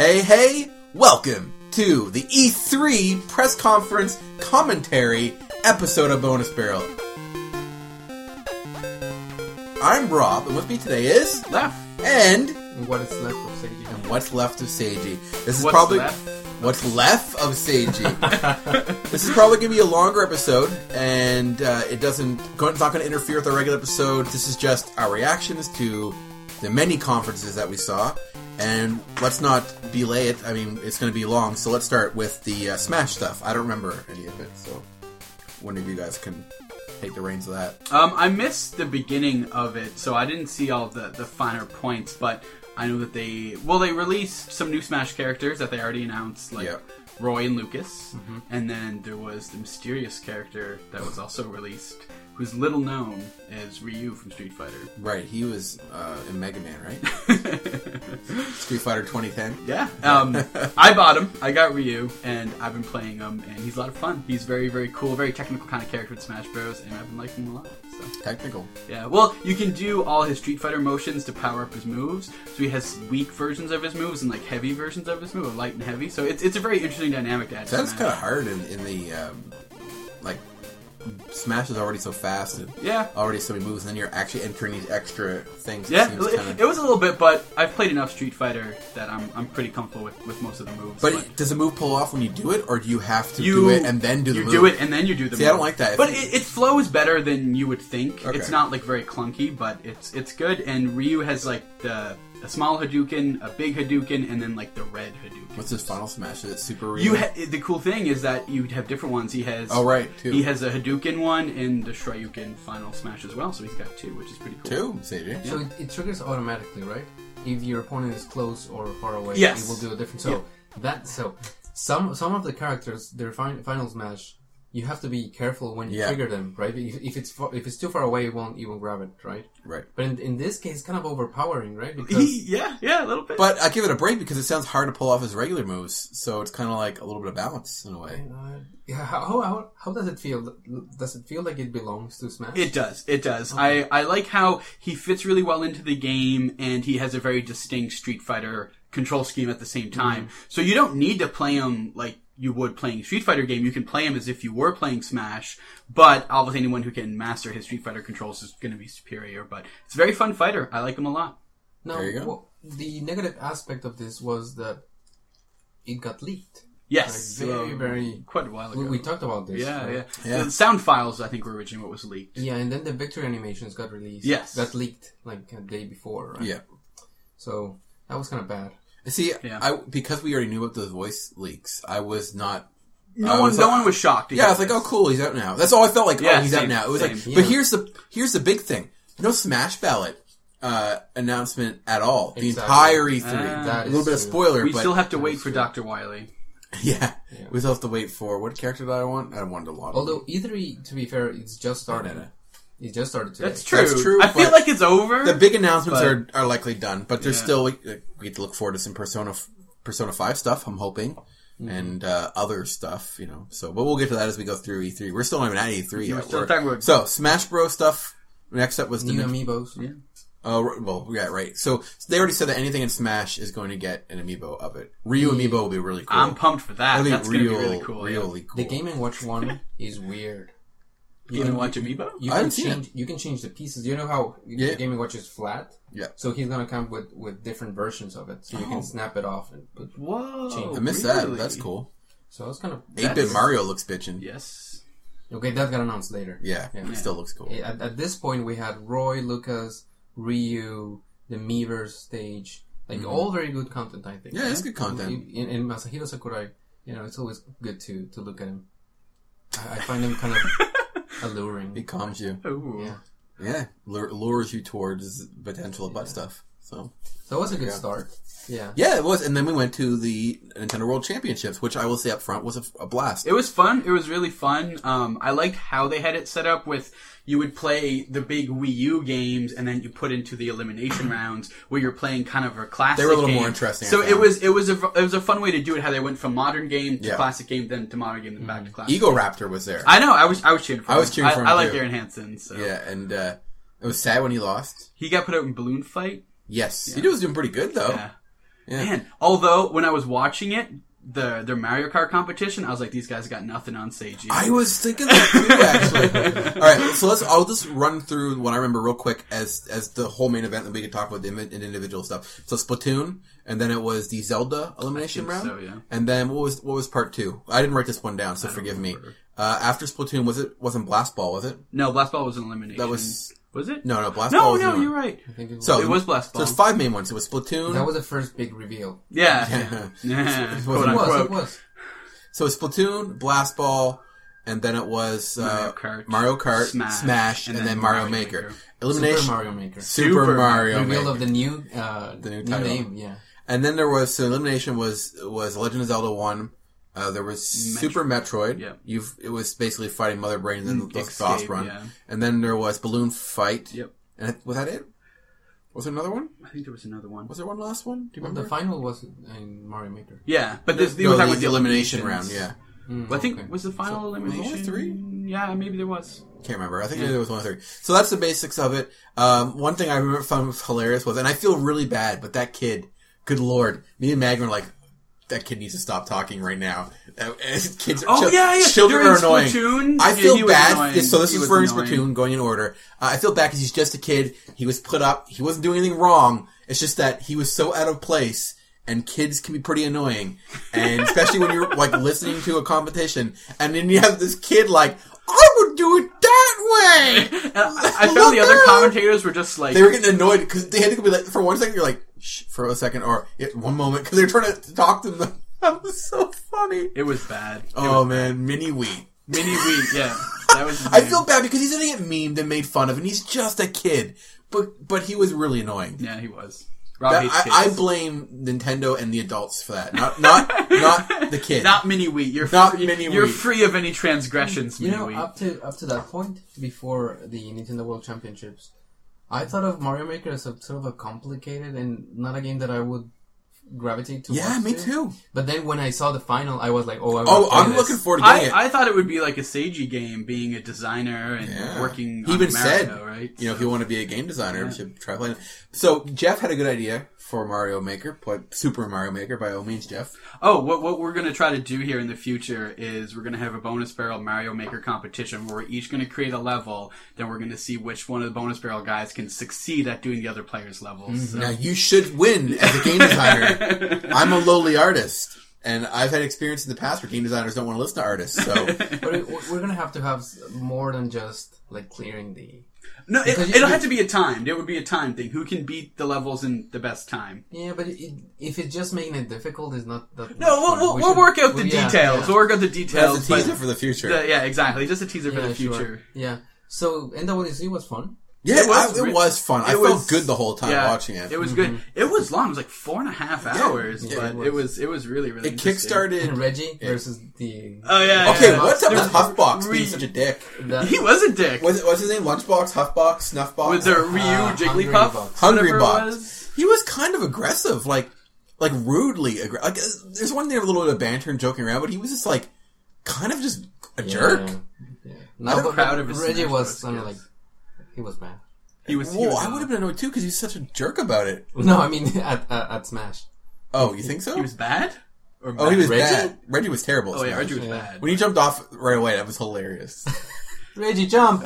Hey, hey, welcome to the E3 press conference commentary episode of Bonus Barrel. I'm Rob, and with me today is. left. And. And what is left of Seiji and What's left of Seiji? This is What's probably. left? What's left of Seiji? this is probably going to be a longer episode, and uh, it doesn't. It's not going to interfere with our regular episode. This is just our reactions to the many conferences that we saw, and let's not belay it. I mean, it's going to be long, so let's start with the uh, Smash stuff. I don't remember any of it, so one of you guys can take the reins of that. Um, I missed the beginning of it, so I didn't see all the, the finer points, but I know that they well they released some new Smash characters that they already announced, like Yeah. Roy and Lucas, and then there was the mysterious character that was also released, who's little known as Ryu from Street Fighter. Right, he was uh, in Mega Man, right? Street Fighter 2010. yeah, um, I bought him. I got Ryu, and I've been playing him, and he's a lot of fun. He's very very cool, very technical kind of character in Smash Bros, and I've been liking him a lot. So. Technical. Yeah, well, you can do all his Street Fighter motions to power up his moves. So he has weak versions of his moves and like heavy versions of his move, or light and heavy. So it's, it's a very interesting dynamic to add. to That's Smash. kind of hard in, in the um, like Smash is already so fast and Yeah. already so many moves, and then you're actually entering these extra things. It Yeah, seems it, kinda- it was a little bit, but I've played enough Street Fighter that I'm, I'm pretty comfortable with, with most of the moves. but it- does a move pull off when you do it, or do you have to you do it and then do the you move? do it and then you do the. See, I move. don't like that. But it, it flows better than you would think. Okay. It's not like very clunky, but it's it's good. And Ryu has like the a small Hadouken, a big Hadouken, and then like the red Hadouken. What's his final Smash? Is it Super? You Ryu? ha- the cool thing is that you have different ones. He has Oh, right, two. He has a Hadouken one and the Shoryuken final smash as well. So he's got two, which is pretty cool. two, CJ. So it, it triggers automatically, right? If your opponent is close or far away, Yes. it will do a different. So that so some some of the characters their fin- final smash, you have to be careful when you Yeah. trigger them, right? If, if it's far, if it's too far away, you won't you won't grab it, right? Right. But in, in this case, kind of overpowering, right? Because He, yeah, yeah, a little bit. But I give it a break because it sounds hard to pull off his regular moves, so it's kind of like a little bit of balance in a way. uh, yeah, how, how how does it feel? Does it feel like it belongs to Smash? it does. It does. I I like how he fits really well into the game, and he has a very distinct Street Fighter control scheme at the same Mm-hmm. time. So you don't need to play him like you would playing a Street Fighter game. You can play him as if you were playing Smash. But obviously, anyone who can master his Street Fighter controls is going to be superior. But it's a very fun fighter. I like him a lot. Now, There you go. what- the negative aspect of this was that it got leaked. Yes, Like, very um, very. quite a while ago. We, we talked about this. yeah, right? yeah, Yeah. The sound files, I think, were originally what was leaked. Yeah, and then the victory animations got released. Yes. Got leaked like a day before, right? Yeah. So that was kind of bad. See, Yeah. I because we already knew about those voice leaks, I was not I No one, was no like- one was shocked. Yeah, I was like, oh, cool, he's out now. That's all I felt like. oh, Yeah, he's out same, now. It was like, same. but Yeah. here's the here's the big thing. No Smash ballot uh, announcement at all. The Exactly. entire E3. Ah. That a is little bit of true. spoiler, We but still have to wait for Doctor Wiley. yeah, we still have to wait for what character did I want? I wanted a lot. of Although E3, to be fair, it's just started. no. It just started today. That's true. That's true, I feel but- like it's over. them. the big announcements but- are, are likely done, but there's Yeah. still like, we get to look forward to some Persona f- Persona Five stuff. I'm hoping. Mm-hmm. And uh, other stuff, you know. So, but we'll get to that as we go through E3. We're still not even at E3 yet. We're still We're- talking about- so, Smash Bros. stuff. Next up was the New Nin- amiibos. Yeah. Oh r- well, yeah, right. So they already said that anything in Smash is going to get an amiibo of it. Ryu amiibo will be really cool. Mm. I'm pumped for that. That'll That's going to be really cool. yeah. Really cool. The Game and Watch one is weird. You can watch Amiibo. You I can haven't seen change. You can change the pieces. You know how Yeah. the Game and Watch is flat. Yeah. So he's gonna come with with different versions of it. So you Oh. can snap it off and put. Whoa! Change. I missed really? that. That's cool. So it's kind of. Eight bit That's- Mario looks bitchin'. Yeah, Yes. Okay, that got announced later. it Yeah. still looks cool. At, at this point, we had Roy, Lucas, Ryu, the Miiverse stage, like all very good content, I think. Mm-hmm. Yeah, it's good content. In, in Masahiro Sakurai, you know, it's always good to to look at him. I, I find him kind of It alluring. calms you. Ooh. Yeah, Yeah, Lure, lures you towards potential of butt stuff. So so it was a good Yeah. start. Yeah, yeah, it was. And then we went to the Nintendo World Championships, which I will say up front was a, f- a blast. It was fun. It was really fun. Um, I liked how they had it set up with you would play the big Wii U games and then you put into the elimination rounds where you're playing kind of a classic. They were a little game. more interesting, I So found. it was it was a it was a fun way to do it. How they went from modern game to Yeah. classic game, then to modern game, then back to classic. Ego Raptor was there. I know. I was I was cheering for. I him. was cheering for him, I, I like too. Aaron Hansen. So yeah, and uh, it was sad when he lost. he got put out in Balloon Fight. Yes, he was doing pretty good though. Yeah. Yeah. Man, although when I was watching it, the their Mario Kart competition, I was like, these guys got nothing on Seiji. I was thinking that too, actually. All right, so let's. I'll just run through what I remember real quick as as the whole main event, and we can talk about the imi- and individual stuff. So Splatoon, and then it was the Zelda elimination think round. so, yeah. And then what was what was part two? I didn't write this one down, so forgive me. Uh, after Splatoon, was it wasn't Blast Ball? Was it? no, Blast Ball was an elimination. That was was it? no, no. Blast Ball. Mm-hmm. no, Was the no, one. you're right. I think it was, So Oh, It was Blast So there's Ball. five main ones. It was Splatoon. that was the first big reveal. Yeah, yeah. quote It was. unquote. It was. So it's Splatoon, Blast Ball, and then it was uh, Mario Kart, Mario Kart, Smash, Smash, and, then, Mario Maker. Elimination, Super Mario Maker. Super, Super Mario reveal Maker. of the new, uh, The new new, title. name. Yeah. and then there was so elimination was was Legend of Zelda one. Uh, there was Super Metroid. Yeah. You've it was basically fighting Mother Brain and then the Mm, Escape, Exhaust Run. yeah. And then there was Balloon Fight. Yep. And was that it? Was there another one? I think there was another one. Was there one last one? Do you Well, the remember? final was in Mario Maker. Yeah, but this, they no, were talking the, about the elimination round. eliminations. Yeah. Mm, Well, I think okay. was the final So, was there only elimination. Yeah, maybe there was. Can't remember. I think there was one or three. So that's the basics of it. Um, one thing I remember found was hilarious was, and I feel really bad, but that kid, good lord, me and Maggie were like, that kid needs to stop talking right now. Uh, Kids are, Oh, chil- yeah, yeah. children During are annoying. Splatoon, I yeah, feel he was bad. annoying. So this He is was for annoying. Splatoon going in order. Uh, I feel bad because he's just a kid. He was put up. He wasn't doing anything wrong. It's just that he was so out of place. And kids can be pretty annoying, and especially when you're like listening to a competition, and then you have this kid like, "I would do it that way." And I, I found the other Oh, Look out! commentators were just like They were getting annoyed because they had to be like, for one second, you're like, shh, for a second, or yeah, one moment, because they're trying to talk to them. That was so funny. it was bad. It Oh was man, mini wheat. mini wheat. Yeah, that was. his I name. feel bad because he's gonna get memed and made fun of, and he's just a kid. But but he was really annoying. Yeah, he was. Rob That- hates kids. I, I blame Nintendo and the adults for that. Not not not the kid. Not mini wheat. You're Not free, mini You're wheat. free of any transgressions, You mini know, wheat. up to up to that point, before the Nintendo World Championships, I thought of Mario Maker as a sort of a complicated and not a game that I would gravitate towards. yeah, me to. too. But then when I saw the final, I was like, oh, I Oh, wanna play I'm this. looking forward to getting I, it. I thought it would be like a Seiji game, being a designer and Yeah. working. He on even Mario, said, right? You know, if you want to be a game designer, Yeah. you should try playing. it. So Jeff had a good idea for Mario Maker, play Super Mario Maker by all means, Jeff. Oh, what what we're gonna try to do here in the future is we're gonna have a bonus barrel Mario Maker competition where we're each gonna create a level, then we're gonna see which one of the bonus barrel guys can succeed at doing the other player's levels. Now you should win as a game designer. I'm a lowly artist, and I've had experience in the past where game designers don't want to listen to artists. So But it, we're gonna have to have s- more than just like clearing the. No, it, Because you- it'll have to be a timed. It would be a time thing. Who can beat the levels in the best time? Yeah, but it, if it's just making it difficult, it's not that. much No, we'll, fun. we'll, We we'll should- work out the we- yeah, details. yeah. We'll work out the that's details. a but teaser for the future. the- yeah, exactly. Just a teaser for Yeah, the sure. future. Yeah. So NWC was fun. yeah, it was I- it re- was fun. I it felt was- good the whole time Yeah, watching it. It was good. It was long. It was like four and a half hours, yeah, but Mm-hmm. it it was was. it was really really. It interesting. kickstarted. And Reggie versus the. Oh yeah. Okay, yeah. what's up with There- Huffbox being Re- such a dick? that- He was a dick. Was it what's his name? Lunchbox, Huffbox, Snuffbox. with their Ryu Uh, Jigglypuff, Hungry Box. Hungry whatever it Box. was. he was kind of aggressive, like like rudely aggressive. Like, uh, there's one there a little bit of banter and joking around, but he was just like kind of just a jerk. Yeah. yeah. No, I'm but proud of his Reggie Smash was Bros. kind of like. skills. He was mad. He was. he Whoa, was I not- would have been annoyed too because he's such a jerk about it. No, I mean at at, at Smash. Oh, you think so? He was bad. Or oh, he was Reggie? bad. Reggie was terrible. Oh yeah, Reggie was Yeah. bad. When he jumped off right away, that was hilarious. Reggie jump.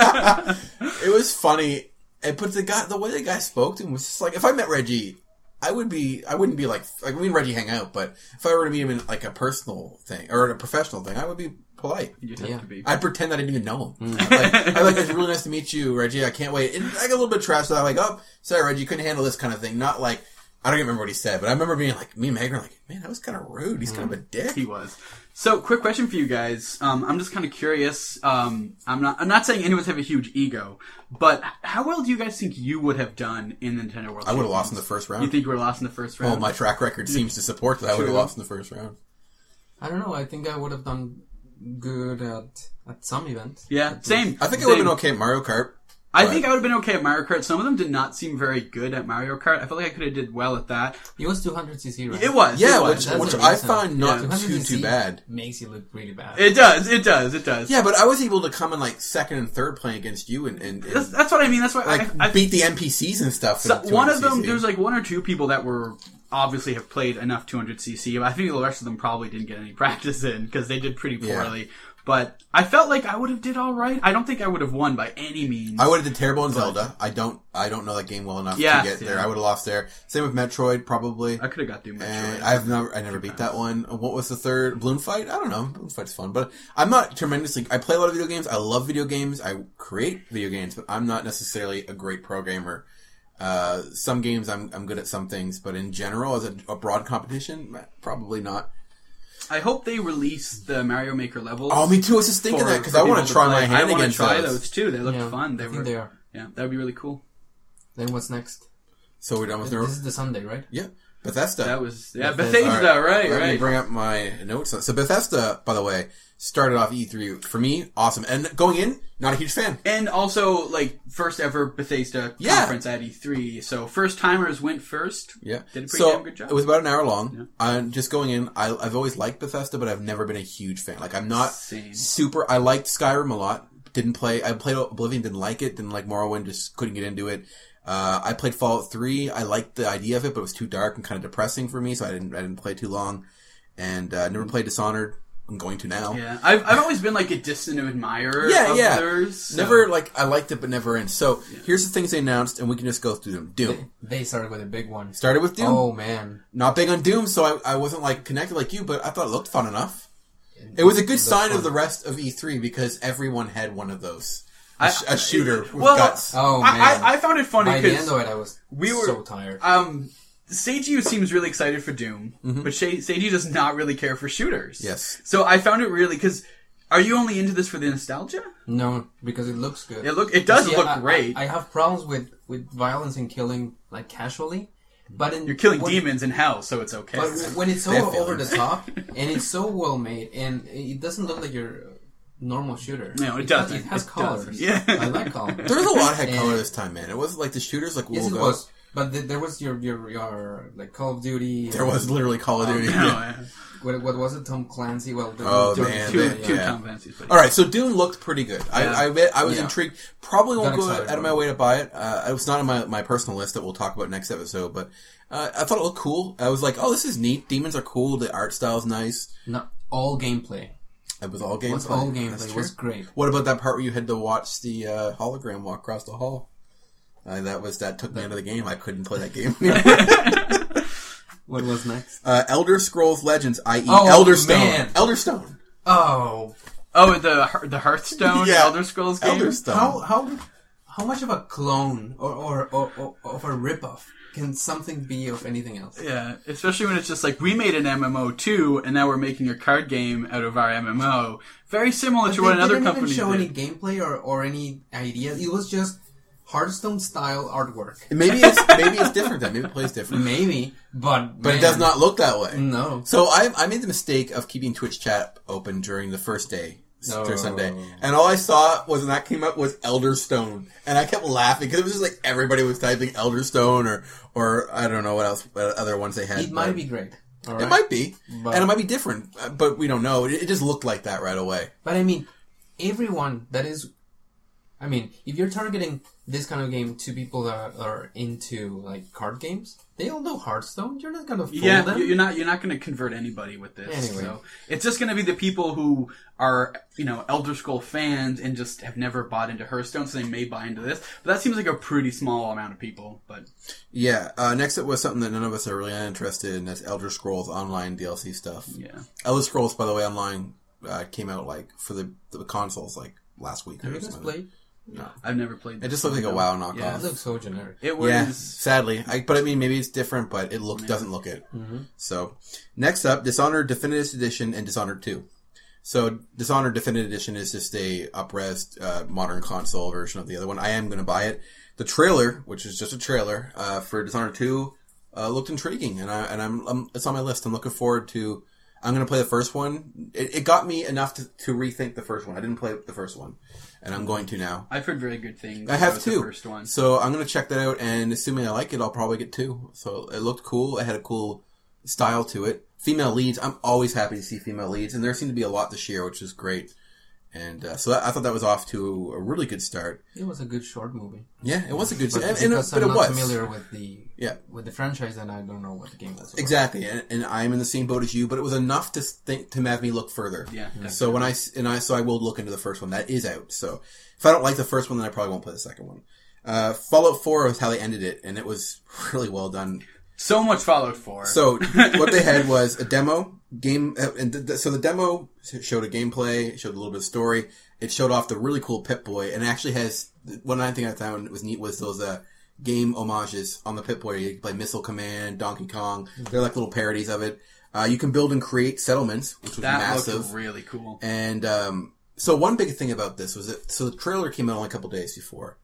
it was funny, and but the guy, the way the guy spoke to him was just like, if I met Reggie, I would be, I wouldn't be like, like we and Reggie hang out, but if I were to meet him in like a personal thing or in a professional thing, I would be polite. You'd have Yeah. to be. I pretend I didn't even know him. like, I'm like, it's really nice to meet you, Reggie. I can't wait. And I got a little bit trash that I'm like, oh, sorry, Reggie, you couldn't handle this kind of thing. Not like, I don't even remember what he said, but I remember being like, me and Megan are like, man, that was kind of rude. He's kind of a dick. He was. So, quick question for you guys. Um, I'm just kind of curious. Um, I'm not. I'm not saying anyone's have a huge ego, but how well do you guys think you would have done in the Nintendo World? I would have lost in the first round. You think you were lost in the first round? well, Oh, my track record seems to support that I would have lost in the first round. I don't know. I think I would have done good at at some event. Yeah, same. I think I same. would have been okay at Mario Kart. I Right. think I would have been okay at Mario Kart. Some of them did not seem very good at Mario Kart. I felt like I could have did well at that. It was 200cc, right? It was. it Yeah, was. which, That's which a I reason. find not Yeah. too 200cc too bad. Makes you look really bad. It does. It does. It does. Yeah, but I was able to come in like second and third playing against you and, and, and That's, that's what I mean. That's why like I, I beat the NPCs and stuff. So in one of them, 200cc. there's like one or two people that were obviously have played enough 200cc. But I think the rest of them probably didn't get any practice in because they did pretty Yeah. poorly. But I felt like I would have did all right. I don't think I would have won by any means. I would have did terrible in Zelda. I don't I don't know that game well enough Yeah, to get there. yeah. I would have lost there. Same with Metroid, probably. I could have got through Metroid. And I've never Eh, I never beat that one. What was the third Bloom Fight? I don't know. Bloom Fight's fun, but I'm not tremendously. I play a lot of video games. I love video games. I create video games, but I'm not necessarily a great programmer. Uh, some games I'm I'm good at some things, but in general, as a, a broad competition, probably not. I hope they release the Mario Maker levels. Oh, me too. I was just thinking for- that because for I want people to try my play. hand I wanna against try those. those too. They looked Yeah, fun. They I were. think they are. Yeah, that would be really cool. Then what's next? So we're done with This the is the Sunday, right? yeah Bethesda. That was yeah. Bethesda. Bethesda, right? Let me Right. bring up my notes. So Bethesda, by the way, started off E3 for me awesome, and going in, not a huge fan. And also, like first ever Bethesda Yeah. conference at E3. So first timers went first. Yeah, Did a pretty so damn good job. it was about an hour long. I'm just going in. I, I've always liked Bethesda, but I've never been a huge fan. Like I'm not Same. super. I liked Skyrim a lot. Didn't play. I played Oblivion. Didn't like it. Didn't like Morrowind. Just couldn't get into it. Uh, I played Fallout Three. I liked the idea of it, but it was too dark and kind of depressing for me, so I didn't. I didn't play too long, and uh, never played Dishonored. I'm going to now. Yeah, I've, I've always been like a distant admirer. Yeah, of yeah. Theirs, so- Never like I liked it, but never ends. So here's the things they announced, and we can just go through them. Doom They started with a big one. started with Doom. Oh man, Not big on Doom, so I, I wasn't like connected like you, but I thought it looked fun enough. It was a good sign of the rest of E3 because everyone had one of those. A sh- a shooter with well, uh, guts. Oh man. I, I, I found it funny By the end because of it, I was we were- so tired. um, Seiji seems really excited for Doom, but Sha- Seiji does not really care for shooters. Mm-hmm. Yes. So I found it really because are you only into this for the nostalgia? no, because it looks good. It look it does See, look I- I- great. I, have problems with with violence and killing like casually, but in You're killing when- demons in hell, so it's okay. Oh, But when it's so Definitely. over the top and it's so well made and it doesn't look like your normal shooter. No, it has- doesn't. It has It colors. doesn't. Yeah. I like colors. there was a lot had And- color this time, man. It wasn't like the shooters like Yes, it logo. was. But th- there was your your your like Call of Duty. There was literally Call of Duty. no, Yeah. uh, What, what was it? Tom Clancy. Well, the, Oh, the- man, two that- two yeah. Tom Clancy's, but All right, so Doom looked pretty good. Yeah. I I, bet, I was Yeah. intrigued. Probably won't Got go excited out of my about way to buy it. Uh, it was not on my, my personal list that we'll talk about next episode, but uh, I thought it looked cool. I was like, oh, this is neat. Demons are cool. The art style's nice. Not all gameplay. It was all gameplay. Was all That's gameplay. It true. was great. What about that part where you had to watch the uh, hologram walk across the hall? Uh, that was that took me out of the game. I couldn't play that game. anymore. What was next? uh, Elder Scrolls Legends, i.e., Oh, Elder Stone. man. Elder Stone. Oh, oh the Hear- the Hearthstone Yeah. Elder Scrolls game. Elder Stone. how how how much of a clone or or, or, or of a ripoff can something be of anything else? Yeah, especially when it's just like we made an MMO too, and now we're making a card game out of our MMO. Very similar to They what another didn't company even show did. any gameplay or, or any ideas. It was just Hearthstone style artwork. Maybe it's maybe it's different. Then maybe it plays different, Maybe, but but it does not look that way. No, So I, I made the mistake of keeping Twitch chat open during the first day. No. Through Sunday, and all I saw was when that came up was Elder Stone, and I kept laughing because it was just like everybody was typing Elder Stone or or I don't know what else, what other ones they had. it might but- be great. all It right? might be, But- and it might be different, uh, but we don't know. It, it just looked like that right away. But I mean, everyone that is, I mean, if you're targeting this kind of game to people that are into like card games, they all know Hearthstone. You're not gonna fool Yeah, them. you- you're not you're not going to convert anybody with this. Anyway. So it's just going to be the people who are you know Elder Scroll fans and just have never bought into Hearthstone, so they may buy into this. But that seems like a pretty small amount of people. But Yeah. Uh, next, it was something that none of us are really interested in. That's Elder Scrolls Online DLC stuff. yeah, Elder Scrolls, by the way, online uh, came out like for the, the consoles like last week. Have Or you guys something. played? I've never played. It This. just looked like a WoW knockoff. Yeah. It looks so generic. It Yeah, was sadly, I, but I mean, maybe it's different, but it look doesn't look it. Mm-hmm. So, next up, Dishonored Definitive Edition and Dishonored Two. So, Dishonored Definitive Edition is just a upres uh, modern console version of the other one. I am going to buy it. The trailer, which is just a trailer uh, for Dishonored Two, uh, looked intriguing, and I and I'm, i it's on my list. I'm looking forward to. I'm going to play the first one. It, it got me enough to, to rethink the first one. I didn't play the first one, and I'm going to now. I've heard very good things. I have about the two. first one. So I'm gonna check that out, and assuming I like it, I'll probably get two. So it looked cool. It had a cool style to it. Female leads. I'm always happy to see female leads, and there seemed to be a lot this year, which is great. And uh, so that, I thought that was off to a really good start. It was a good short movie. Yeah, it was a good. But and, and, because but I'm it not was familiar with the Yeah. with the franchise, then I don't know what the game was. about. exactly, and, and I'm in the same boat as you. But it was enough to think to have me look further. Yeah, definitely. So when I s- and I so I will look into the first one that is out. So if I don't like the first one, then I probably won't play the second one. Uh, Fallout Four was how they ended it, and it was really well done. so much Fallout 4. So what they had was a demo game, uh, and th- th- so the demo showed a gameplay, showed a little bit of story. It showed off the really cool Pip Boy, and it actually has one other thing I found was neat was those uh, game homages on the Pip Boy. You can play Missile Command, Donkey Kong. They're like little parodies of it. Uh, you can build and create settlements, which was that massive. looked really cool. And um, so one big thing about this was that so the trailer came out only a couple days before.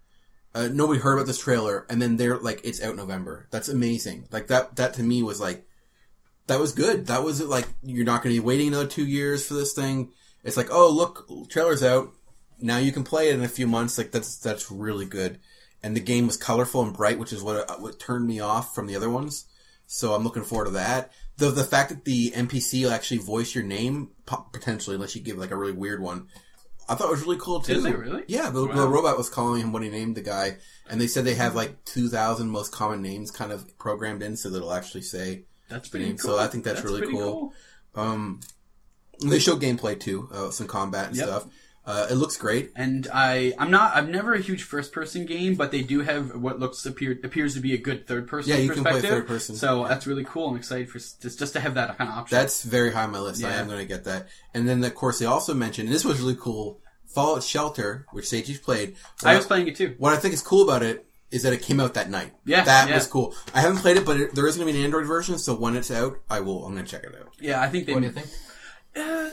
Uh, nobody heard about this trailer, and then they're like, "It's out November." That's amazing. Like that. That to me was like, that was good. That was like, you're not going to be waiting another two years for this thing. It's like, oh look, trailer's out. Now you can play it in a few months. Like that's that's really good. And the game was colorful and bright, which is what what turned me off from the other ones. So I'm looking forward to that. The the fact that the NPC will actually voice your name po- potentially, unless you give like a really weird one, I thought was really cool too. Did they really? Yeah, the, Wow. the robot was calling him when he named the guy, and they said they have like 2,000 most common names kind of programmed in, so that it'll actually say. That's pretty name, cool. so I think that's really pretty cool. Um, they show gameplay too, uh, some combat and Yep. stuff. Uh, it looks great. And I, I'm not, I'm never a huge first person game, but they do have what looks appear appears to be a good third person. Yeah, you can play perspective. third person. So that's really cool. I'm excited for s- just just to have that kind of option. That's very high on my list. I Yeah. am going to get that. And then, of course, they also mentioned, and this was really cool, Fallout Shelter, which Seiji's played. I was playing it too. What I think is cool about it is that it came out that night. Yeah, that yeah. was cool. I haven't played it, but it, there is going to be an Android version, so when it's out, I will. I'm going to check it out. Yeah, I think they. What do you think? Uh,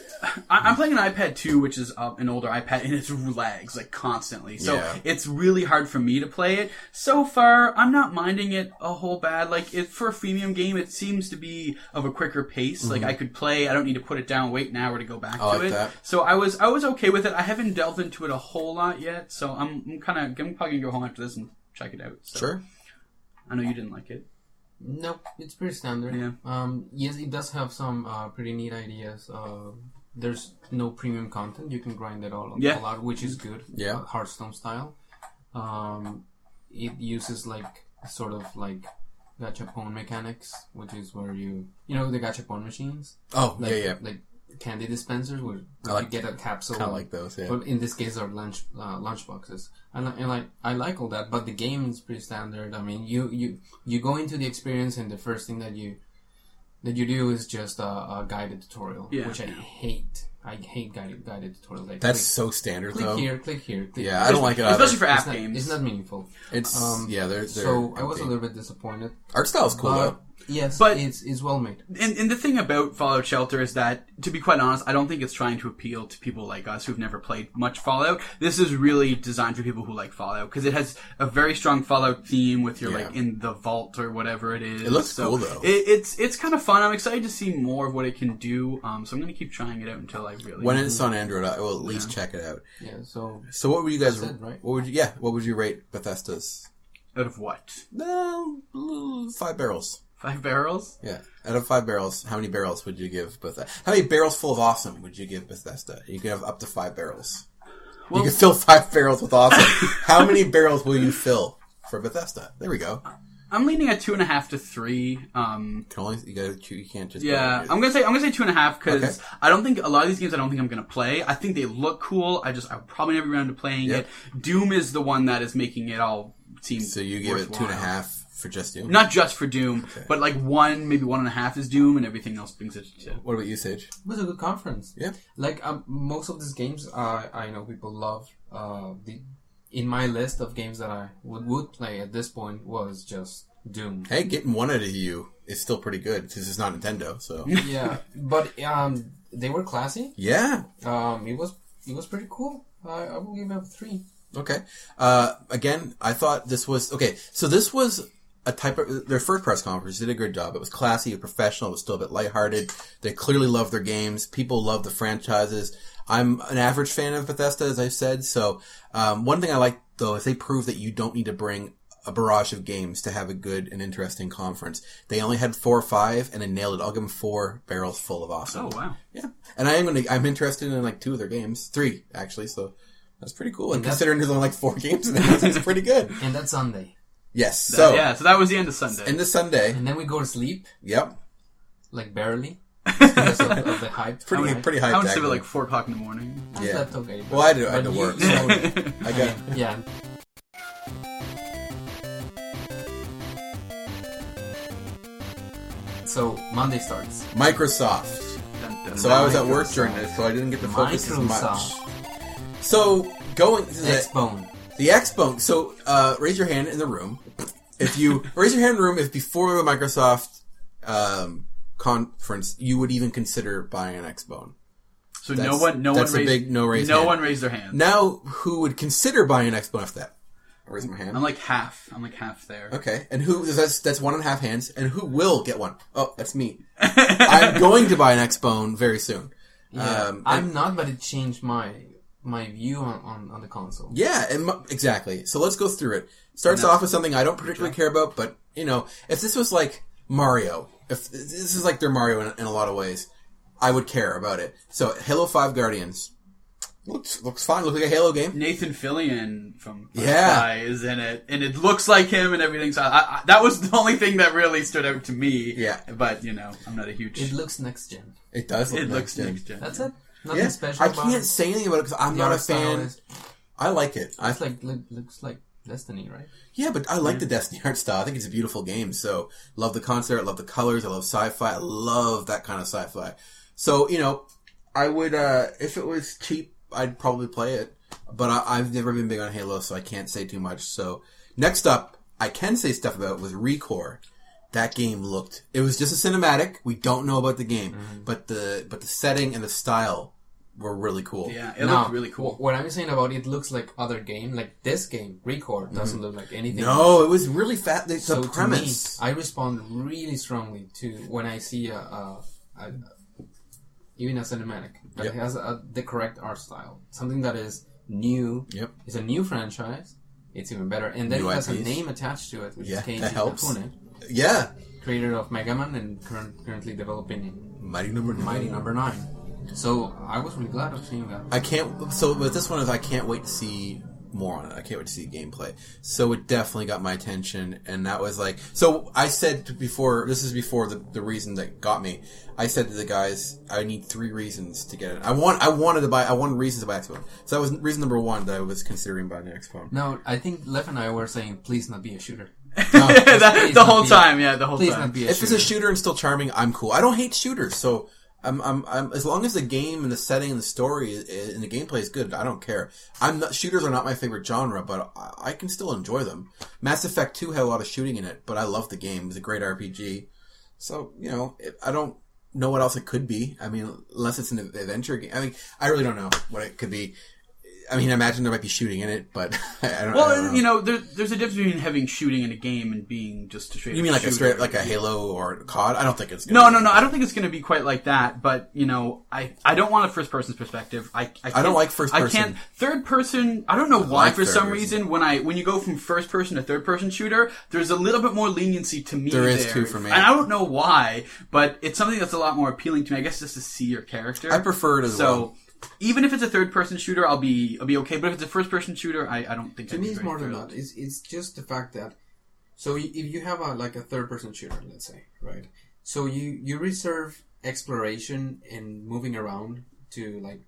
I- I'm playing an iPad 2, which is uh, an older iPad, and it lags like constantly. So Yeah. it's really hard for me to play it. So far, I'm not minding it a whole bad. Like it, for a freemium game, it seems to be of a quicker pace. Like I could play. I don't need to put it down, wait an hour to go back Mm-hmm. I to like it. that. So I was I was okay with it. I haven't delved into it a whole lot yet. So I'm, I'm kind of I'm probably gonna go home after this and check it out. So Sure. I know you didn't like it. Nope, it's pretty standard. Yeah. Um. Yes, it does have some uh, pretty neat ideas. Uh, there's no premium content. You can grind it all Yeah. all out, which is good. Yeah. uh, Hearthstone style. Um, it uses like sort of like gachapon mechanics, which is where you you know the gachapon machines. Oh, like, yeah, yeah. like candy dispensers where I like- you get a capsule. I like those, yeah. But in this case, are lunch uh, lunch boxes. And, I- and like I like all that, but the game is pretty standard. I mean, you you you go into the experience, and the first thing that you that you do is just a, a guided tutorial, Yeah. which I hate. I hate guided guided tutorials. Like, That's so standard, click, though. click here, click here. Click Yeah, I don't like it either. especially for app it's not, games. It's not meaningful. It's Um, yeah, they're, they're so I was a okay. little bit disappointed. art style's cool but though. yes, But- it's it's well made. and, and the thing about Fallout Shelter is that, to be quite honest, I don't think it's trying to appeal to people like us who've never played much Fallout. This is really designed for people who like Fallout because it has a very strong Fallout theme with your Yeah. like in the vault or whatever it is. It looks So cool, though. It, it's it's kind of fun. I'm excited to see more of what it can do. Um, so I'm gonna keep trying it out until I really When it's on Android, I will at least check it out. Yeah, so So what would you guys? That's it, right? What would you? Yeah, what would you rate Bethesda's? out of what No, mm, five barrels. uh, five barrels. Yeah, out of five barrels, how many barrels would you give Bethesda? How many barrels full of awesome would you give Bethesda? You can have up to five barrels. Well- you can fill five barrels with awesome. how many barrels will you fill for Bethesda? There we go. I'm leaning at two and a half to three. Um, Can only you gotta choose, you can't just go Yeah, with it. I'm gonna say I'm gonna say two and a half because Okay. I don't think a lot of these games I don't think I'm gonna play. I think they look cool. I just I'll probably never be around to playing Yeah. it. Doom is the one that is making it all seem. so you give it two and a worthwhile. half for just you. Not just for Doom, but like one, maybe one and a half is Doom, and everything else brings it to. What about you, Sage? It was a good conference. Yeah. Like um, most of these games, I I know people love. Uh, the in my list of games that I would would play at this point was just Doom. Hey, getting one out of you is still pretty good because it's not Nintendo. So yeah, but um, they were classy. yeah, Um, it was it was pretty cool. I, I will give it a three. okay. Uh, again, I thought this was okay. So this was a type of their first press conference did a good job. It was classy, professional, it was still a bit lighthearted. They clearly love their games. People love the franchises. I'm an average fan of Bethesda, as I've said. So um, one thing I like though is they prove that you don't need to bring a barrage of games to have a good and interesting conference. They only had four or five, and they nailed it. I'll give them four barrels full of awesome. Oh wow. Yeah, and I am gonna. I'm interested in like two of their games, three actually. So that's pretty cool. And And that's- considering there's only like four games, in there, it's pretty good. and that's Sunday. Yes. So yeah, so that was the end of Sunday. and this Sunday, And then we go to sleep, yep, like barely, because of, of the hype. pretty Alright. pretty I hyped. went to sleep at actually. like four o'clock in the morning. I yeah. slept okay. but- well, I had to, I had to but you- work. you So know, I got yeah, So Monday starts. Microsoft. Dun, dun, So dun. I was at work during this, so I didn't get to focus as Microsoft. much. So going this is it. Xbone. The Xbone. So uh, raise your hand in the room if you raise your hand in the room if before the Microsoft um, conference you would even consider buying an Xbone. so no that's- one, no that's one a raised, big no raise hand. one raised their hand. Now, who would consider buying an Xbone after that? I raise my hand. I'm like half. I'm like half there. okay, and who? That's that's one and a half hands. And who will get one? Oh, that's me. I'm going to buy an Xbone very soon. Yeah. Um, I'm not, but it changed my my view on, on, on the console. Yeah, it, mu- exactly. So let's go through it. Starts off with something I don't particularly care about, but you know, if this was like Mario, if this is like their Mario in, in a lot of ways, I would care about it. So Halo Five Guardians looks looks fine. Looks like a Halo game. Nathan Fillion from Firefly Yeah. is in it, and it looks like him and everything. So I, I, that was the only thing that really stood out to me. Yeah. but you know, I'm not a huge. It looks next gen. It does. Look it looks nice, next dude. gen. That's it. Nothing Yeah, special. I about can't it. say anything about it because I'm The not a art style fan. is- I like it. I It's like look, looks like Destiny, right? Yeah, but I like Mm. the Destiny art style. I think it's a beautiful game. So love the concert, love the colors, I love sci-fi, I love that kind of sci-fi. So you know, I would uh if it was cheap, I'd probably play it. But I, I've never been big on Halo, so I can't say too much. So next up, I can say stuff about was Recore. That game looked. It was just a cinematic. We don't know about the game, Mm-hmm. but the but the setting and the style were really cool. yeah, it Now, looked really cool. wh- What I'm saying about it looks like other game, like this game, Record, doesn't look like anything. Mm-hmm. No, it was really fat. The, the so premise. to me, I respond really strongly to when I see a, a, a even a cinematic that Yep. has a, the correct art style, something that is new. Yep. It's a new franchise. It's even better, and then New it has a IPs. name attached to it, which Yeah, is Keiji that helps. Inafune, yeah, creator of Mega Man and current, currently developing Mighty Number Nine. Mighty Number Nine. So I was really glad of seeing that. I can't. So with this one is I can't wait to see more on it. I can't wait to see gameplay. So it definitely got my attention, and that was like. So I said before. This is before the the reason that got me. I said to the guys, I need three reasons to get it. I want. I wanted to buy. I wanted reasons to buy Xbox. So that was reason number one that I was considering buying an Xbox. No, I think Lev and I were saying, please not be a shooter. That- please the not whole be- time, yeah, the whole Please time. not be a If it's shooter. a shooter and still charming, I'm cool. I don't hate shooters, so. I'm, I'm, I'm, as long as the game and the setting and the story i- and the gameplay is good, I don't care. I'm not, shooters are not my favorite genre, but I, I can still enjoy them. Mass Effect 2 had a lot of shooting in it, but I love the game. It was a great RPG. So, you know, it, I don't know what else it could be. I mean, unless it's an adventure game. I mean, I really don't know what it could be. I mean, I imagine there might be shooting in it, but I don't, I don't Well, know. you know, there, there's a difference between having shooting in a game and being just a straight. You mean like shooter. a straight, like a Halo or a COD? I don't think it's gonna No, be- no, no. I don't think it's going to be quite like that. But you know, I, I don't want a first person perspective. I I, can't- like first I person. can't third person. I don't know why like for third some person. reason when I when you go from first person to third person shooter, there's a little bit more leniency to me. There is too for me. and I don't know why, but it's something that's a lot more appealing to me. I guess just to see your character. I prefer it as so. well. Even if it's a third person shooter, I'll be I'll be okay. But if it's a first person shooter, I, I don't think To me, it's more than that. It's, it's just the fact that so y- if you have a like a third person shooter, let's say, right? So you you reserve exploration and moving around to like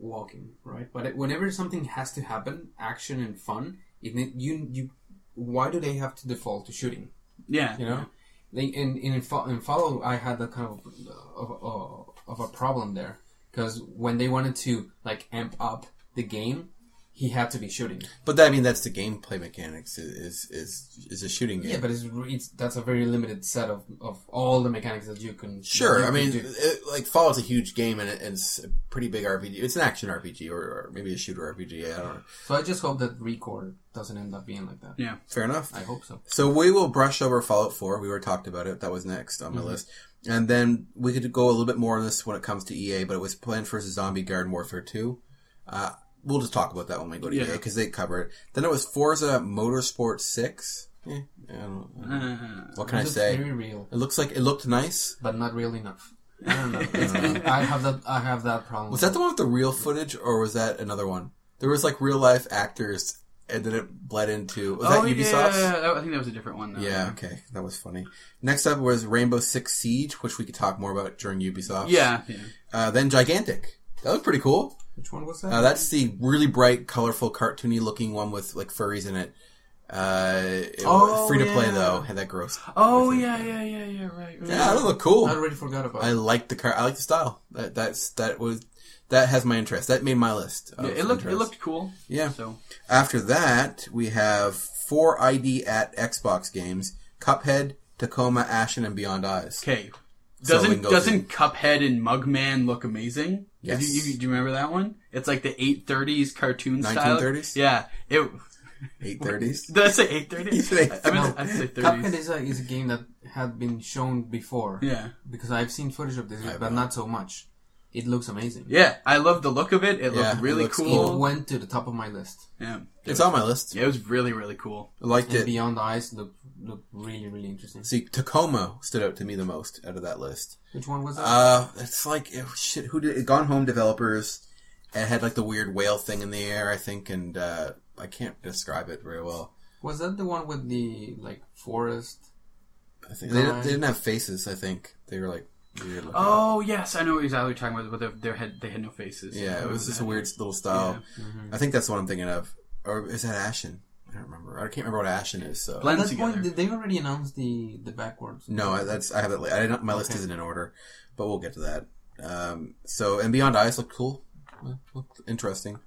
walking, right? But it- whenever something has to happen, action and fun, it, ne- you you why do they have to default to shooting? Yeah, You know, they in in in, fo- in follow, I had that kind of uh, of, of, of a problem there because when they wanted to like amp up the game, he had to be shooting. But that, I mean, that's the gameplay mechanics is is is, is a shooting game. Yeah, but it's, re- it's that's a very limited set of, of all the mechanics that you can. Sure, you I can mean, do. it, like Fallout's a huge game and, it, and it's a pretty big RPG. It's an action RPG or, or maybe a shooter RPG. I don't know. so I just hope that Record doesn't end up being like that. Yeah. Fair enough. I hope so. So we will brush over Fallout 4. We already talked about it. That was next on my Mm-hmm. list. And then we could go a little bit more on this when it comes to EA, but it was Plants vs. Zombie Garden Warfare 2. Uh, we'll just talk about that when we go to EA 'cause EA Yeah. because they cover it. Then it was Forza Motorsport 6. Eh, I don't- I don't- Uh, what can I It's say? Very real, It looks like it looked nice. but not real enough. I don't know. It's- I have that. I have that problem. Was that the one with the real footage, or was that another one? There was like real life actors, and then it bled into was oh, that Ubisoft? yeah. that- I think that was a different one. Though. Yeah, okay, that was funny. Next up was Rainbow Six Siege, which we could talk more about during Ubisoft. Yeah. Uh, then Gigantic. That looked pretty cool. Which one was that? Uh, that's the really bright, colorful, cartoony looking one with like furries in it. Uh, it Oh, free to play yeah. though. Had that gross. Oh with it. yeah, yeah, yeah, yeah. Right. right. Yeah, that looked cool. I already forgot about. I it. like the car. I like the style. That that's that was that has my interest. That made my list. of Yeah, it looked it interests. looked cool. Yeah. So After that, we have four ID at Xbox games: Cuphead, Tacoma, Ashen, and Beyond Eyes. okay. So we Doesn't can go doesn't Cuphead and Mugman look amazing? Yes. Do you, you- do you remember that one? It's like the 830s cartoon style. 1930s? Yeah. It. Eight thirties. Did I say 830s? You said I meant I said 30s. Cuphead is a, is a game that had been shown before. Yeah. Because I've seen footage of this, but not so much. It looks amazing. Yeah, I love the look of it. It Yeah, looked it really looks cool. It went to the top of my list. Yeah. It's on my list. Yeah, it was really, really cool. I liked And it. Beyond the Eyes looked looked really really interesting. See, Tacoma stood out to me the most out of that list. Which one was that? Uh, it's like oh, shit. Who did it? Gone Home developers. And it had like the weird whale thing in the air, I think, and uh, I can't describe it very well. was that the one with the like forest? I think they, didn't- they didn't have faces. I think they were like weird. Looking. Oh yes, I know what exactly what you're talking about. But their head, they had no faces. Yeah, it was just a weird little style. I think that's what I'm thinking of. Or is that Ashen? I don't remember. I can't remember what Ashen is. So Blend At that together. point, did they already announce the the backwards? no, I- that's I have it. la- I didn't, my list isn't in order, but we'll get to that. Um, so and Beyond Eyes looked cool, looked interesting.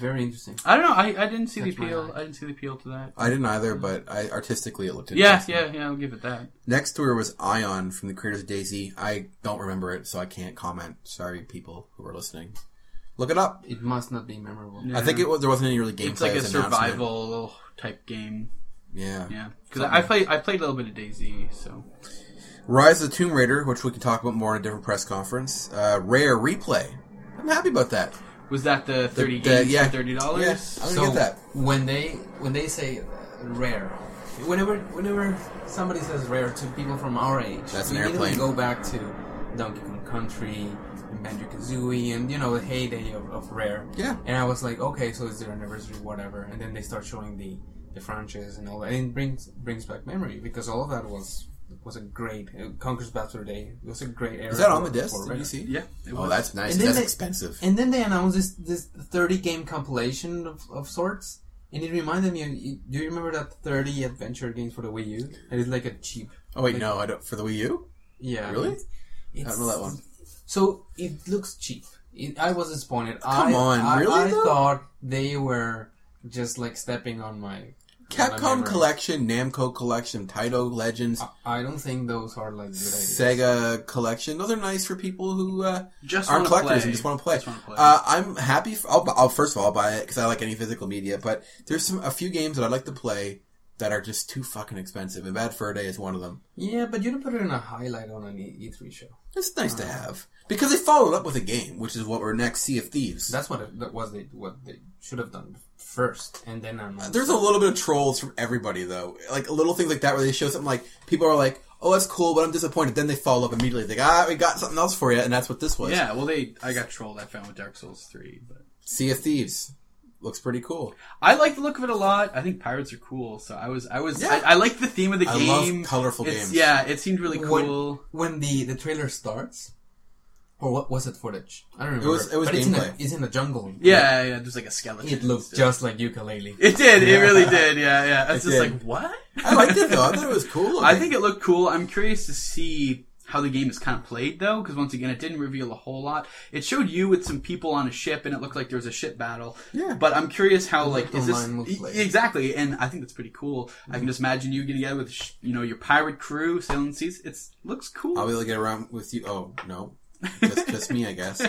Very interesting. I don't know. I, I didn't see That's the my appeal. eye. I didn't see the appeal to that. I didn't either, but I artistically it looked Mm-hmm. Yeah, interesting. yeah, yeah. I'll give it that. Next tour was Ion from the creators of Daisy. I don't remember it, so I can't comment. Sorry, people who are listening. Look it up. It must not be memorable. I think it was there wasn't any really gameplay. It's like a as an announcement. survival type game. Yeah. Yeah, because I, I play I played a little bit of Daisy. So Rise of the Tomb Raider, which we can talk about more in a different press conference. Uh, Rare replay. I'm happy about that. was that the thirty the- games yeah. for thirty dollars? Yeah, I'm gonna get that. when they when they say uh, rare, whenever whenever somebody says rare to people from our age, That's we an immediately airplane. Go back to Donkey Kong Country and Banjo Kazooie, and you know the heyday of, of rare. Yeah. And I was like, okay, so it's their anniversary, whatever. And then they start showing the the franchise and all that, and it brings brings back memory because all of that was. Was a great uh, Conquer's Bad Fur Day. It was a great era. Is that on for- the disc? for Did Rare. you see? Yeah, it Oh, was. that's nice. And then That's they- expensive. And then they announced this this thirty game compilation of, of sorts, and it reminded me. Of, do you remember that thirty adventure games for the Wii U? It is like a cheap. Oh wait, like- no, I don't. For the Wii U, Yeah. really? it's- I it's- don't know that one. So it looks cheap. It, I was disappointed. Come I, on, I, really, I though? thought they were just like stepping on my. Capcom memory. Collection, Namco Collection, Taito Legends, Ah, I don't think those are like good ideas. Sega Collection. Those are nice for people who uh, Just aren't wanna collectors play. and just want to play. Just wanna play. Uh, I'm happy. For, I'll, bu- I'll first of all I'll buy it because I like any physical media. But there's some a few games that I'd like to play that are just too fucking expensive, and Bad Fur Day is one of them. Yeah, but you don't put it in a highlight on an E- E3 show. It's nice to have because they followed up with a game, which is what we're next Sea of Thieves. That's what it, that was they what they should have done first, and then announced There's a little bit of trolls from everybody though, like little things like that where they show something like people are like, "Oh, that's cool," but I'm disappointed. Then they follow up immediately, like, "Ah, we got something else for you," and that's what this was. yeah. Well, they I got trolled. I found with Dark Souls three, but Sea of Thieves looks pretty cool. I like the look of it a lot. I think pirates are cool, so I was I was Yeah. I, I like the theme of the I love game. colorful It's- games. Yeah, it seemed really cool. When, when the the trailer starts, or what was it footage? I don't remember. was- it was but it's in, a, gameplay. it's in a jungle. yeah, yeah, there's like a skeleton. it and looks stuff. just like ukulele. It did. It really did. Yeah, yeah. I was It just did. like, what? I liked it though. I thought it was cool. I think it looked cool. I'm curious to see how the game is kind of played though, because once again, it didn't reveal a whole lot. It showed you with some people on a ship, and it looked like there was a ship battle. Yeah. But I'm curious how like is this online multiplayer. E- exactly? And I think that's pretty cool. I Mm-hmm. can just imagine you getting together with sh- you know your pirate crew sailing the seas. It's looks cool. I'll be able to get around with you. Oh no, just, just me, I guess.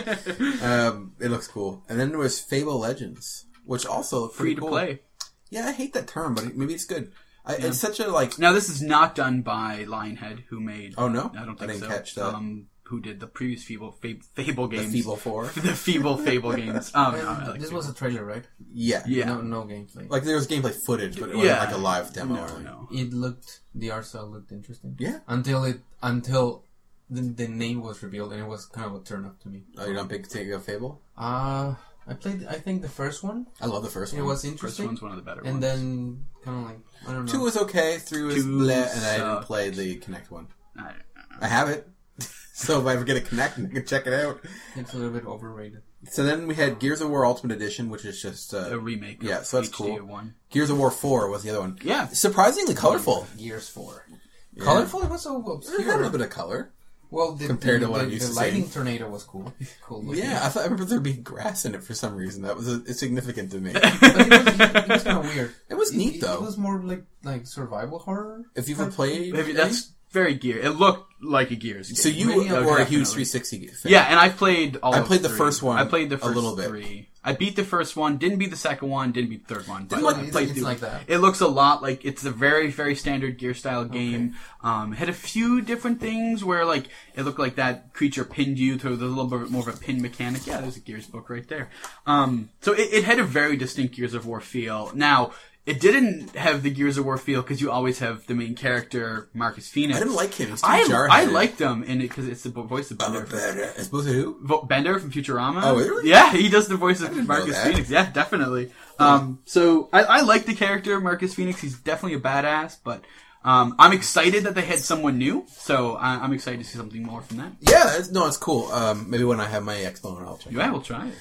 Um, it looks cool. And then there was Fable Legends, which also looked Free pretty to cool. play. Yeah, I hate that term, but it- maybe it's good. I, It's such a like. Now this is not done by Lionhead, who made. Oh no, I don't think didn't so. catch that. Um, who did the previous Fable Fab- Fable the games? Fable Four. the Feeble Fable games. Um, no, I like this Fable. was a trailer, right? Yeah. yeah. No, no gameplay. Like there was gameplay footage, but it Yeah. wasn't like a live demo. or no, anything. no. it looked the art style looked interesting. Yeah. Until it until the, the name was revealed, and it was kind of a turn off to me. Oh, you're not big take of Fable. Uh I played. I think the first one. I love the first It one. was First interesting, one's one of the better ones. and then kind of like I don't know. Two was okay. Three was Two bleh, and I didn't sucked. play the Connect one. I don't know. I have it, so if I ever get a Connect, I can check it out. It's a little bit overrated. So then we had Gears of War Ultimate Edition, which is just uh, a remake. Yeah, of so that's HD cool. One. Gears of War Four was the other one. Yeah. surprisingly colorful. Gears Four. Yeah. Colorful. It was so It had a little obscure. bit of color. Well, the, compared the, to what the, I'm used to the lighting seeing. tornado was cool. Cool. Looking. Yeah, I, thought, I remember there being grass in it for some reason. That was uh significant to me. but it was, it was kind of weird. It was neat, it, though. It was more like like survival horror. if you've ever type played, Maybe that's very gear. It looked like a Gears. Game. so you Maybe I'll were a definitely- huge 360 fan. Yeah, and I played all. I of played the three. first one I played the a first little bit. three. I beat the first one. Didn't beat the second one. Didn't beat the third one. But Didn't like- I it's- played it's through- like that. It looks a lot like it's a very very standard gear style game. Um, had a few different things where like it looked like that creature pinned you to a little bit more of a pin mechanic. Yeah, there's a Gears book right there. Um, so it, it had a very distinct Gears of War feel. Now. It didn't have the Gears of War feel because you always have the main character Marcus Phoenix. I didn't like him. He's too I, jarheaded. I liked him in it because it's the bo- voice of I'm Bender. a better. As opposed to who? Vo- Bender from Futurama. Oh, really? Yeah, he does the voice of know Marcus that. Phoenix. Yeah, definitely. Um, so I, I like the character Marcus Phoenix. He's definitely a badass, but um, I'm excited that they had someone new. So I, I'm excited to see something more from that. Yeah, that's, no, it's cool. Um, maybe when I have my X phone, I'll check. Yeah, we'll try it.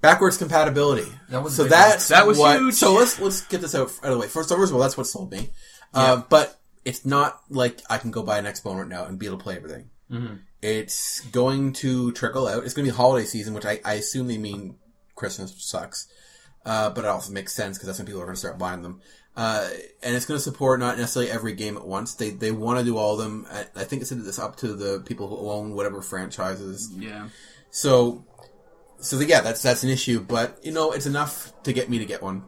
Backwards compatibility. That was so big. that's That was what, huge. So let's let's get this out, out of the way. First, first of all, that's what sold me. Uh, but it's not like I can go buy an Xbox right now and be able to play everything. Mm-hmm. It's going to trickle out. It's going to be holiday season, which I, I assume they mean Christmas, which sucks. Uh, but it also makes sense because that's when people are going to start buying them. Uh, and it's going to support not necessarily every game at once. They they want to do all of them. I, I think it's it's up to the people who own whatever franchises. Yeah. So, so yeah, that's that's an issue, but you know, it's enough to get me to get one,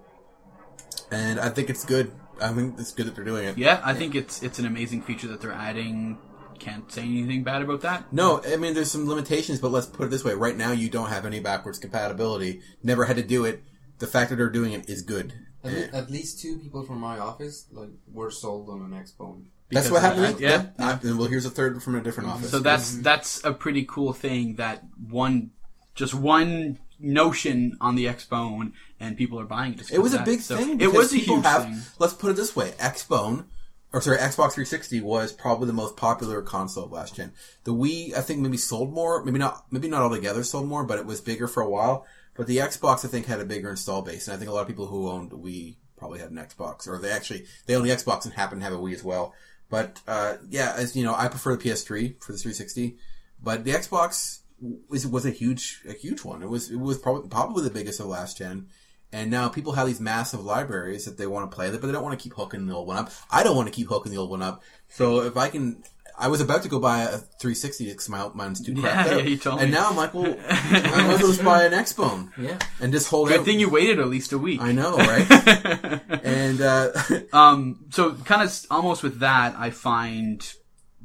and I think it's good. I think it's good that they're doing it. Yeah, I think it's it's an amazing feature that they're adding. Can't say anything bad about that. No, I mean, there's some limitations, but let's put it this way: right now, you don't have any backwards compatibility. Never had to do it. The fact that they're doing it is good. At, le- at least two people from my office like were sold on an Xbones. That's Because what of happened. that, with- yeah. Mm-hmm. I- well, here's a third from a different office. So that's that's a pretty cool thing that one just one notion on the Xbone and people are buying it. just It was a 'cause of that. big So thing. It because was a people huge have- thing. Let's put it this way: Xbone, or sorry, Xbox 360 was probably the most popular console of last gen. The Wii, I think, maybe sold more. Maybe not. Maybe not altogether sold more, but it was bigger for a while. But the Xbox, I think, had a bigger install base, and I think a lot of people who owned a Wii probably had an Xbox, or they actually they owned the Xbox and happened to have a Wii as well. But uh, yeah, as you know, I prefer the PS3 for the 360, but the Xbox was was a huge a huge one. It was it was probably probably the biggest of last gen. And now people have these massive libraries that they want to play, but they don't want to keep hooking the old one up. I don't want to keep hooking the old one up. So if I can, I was about to go buy a 360 because my mine's too cracked Yeah, out. yeah, you told and me. now I'm like, well, I might as well just buy an Xbone Yeah. and just hold Good out. thing you waited at least a week. I know, right? and uh, um, so kind of s- almost with that, I find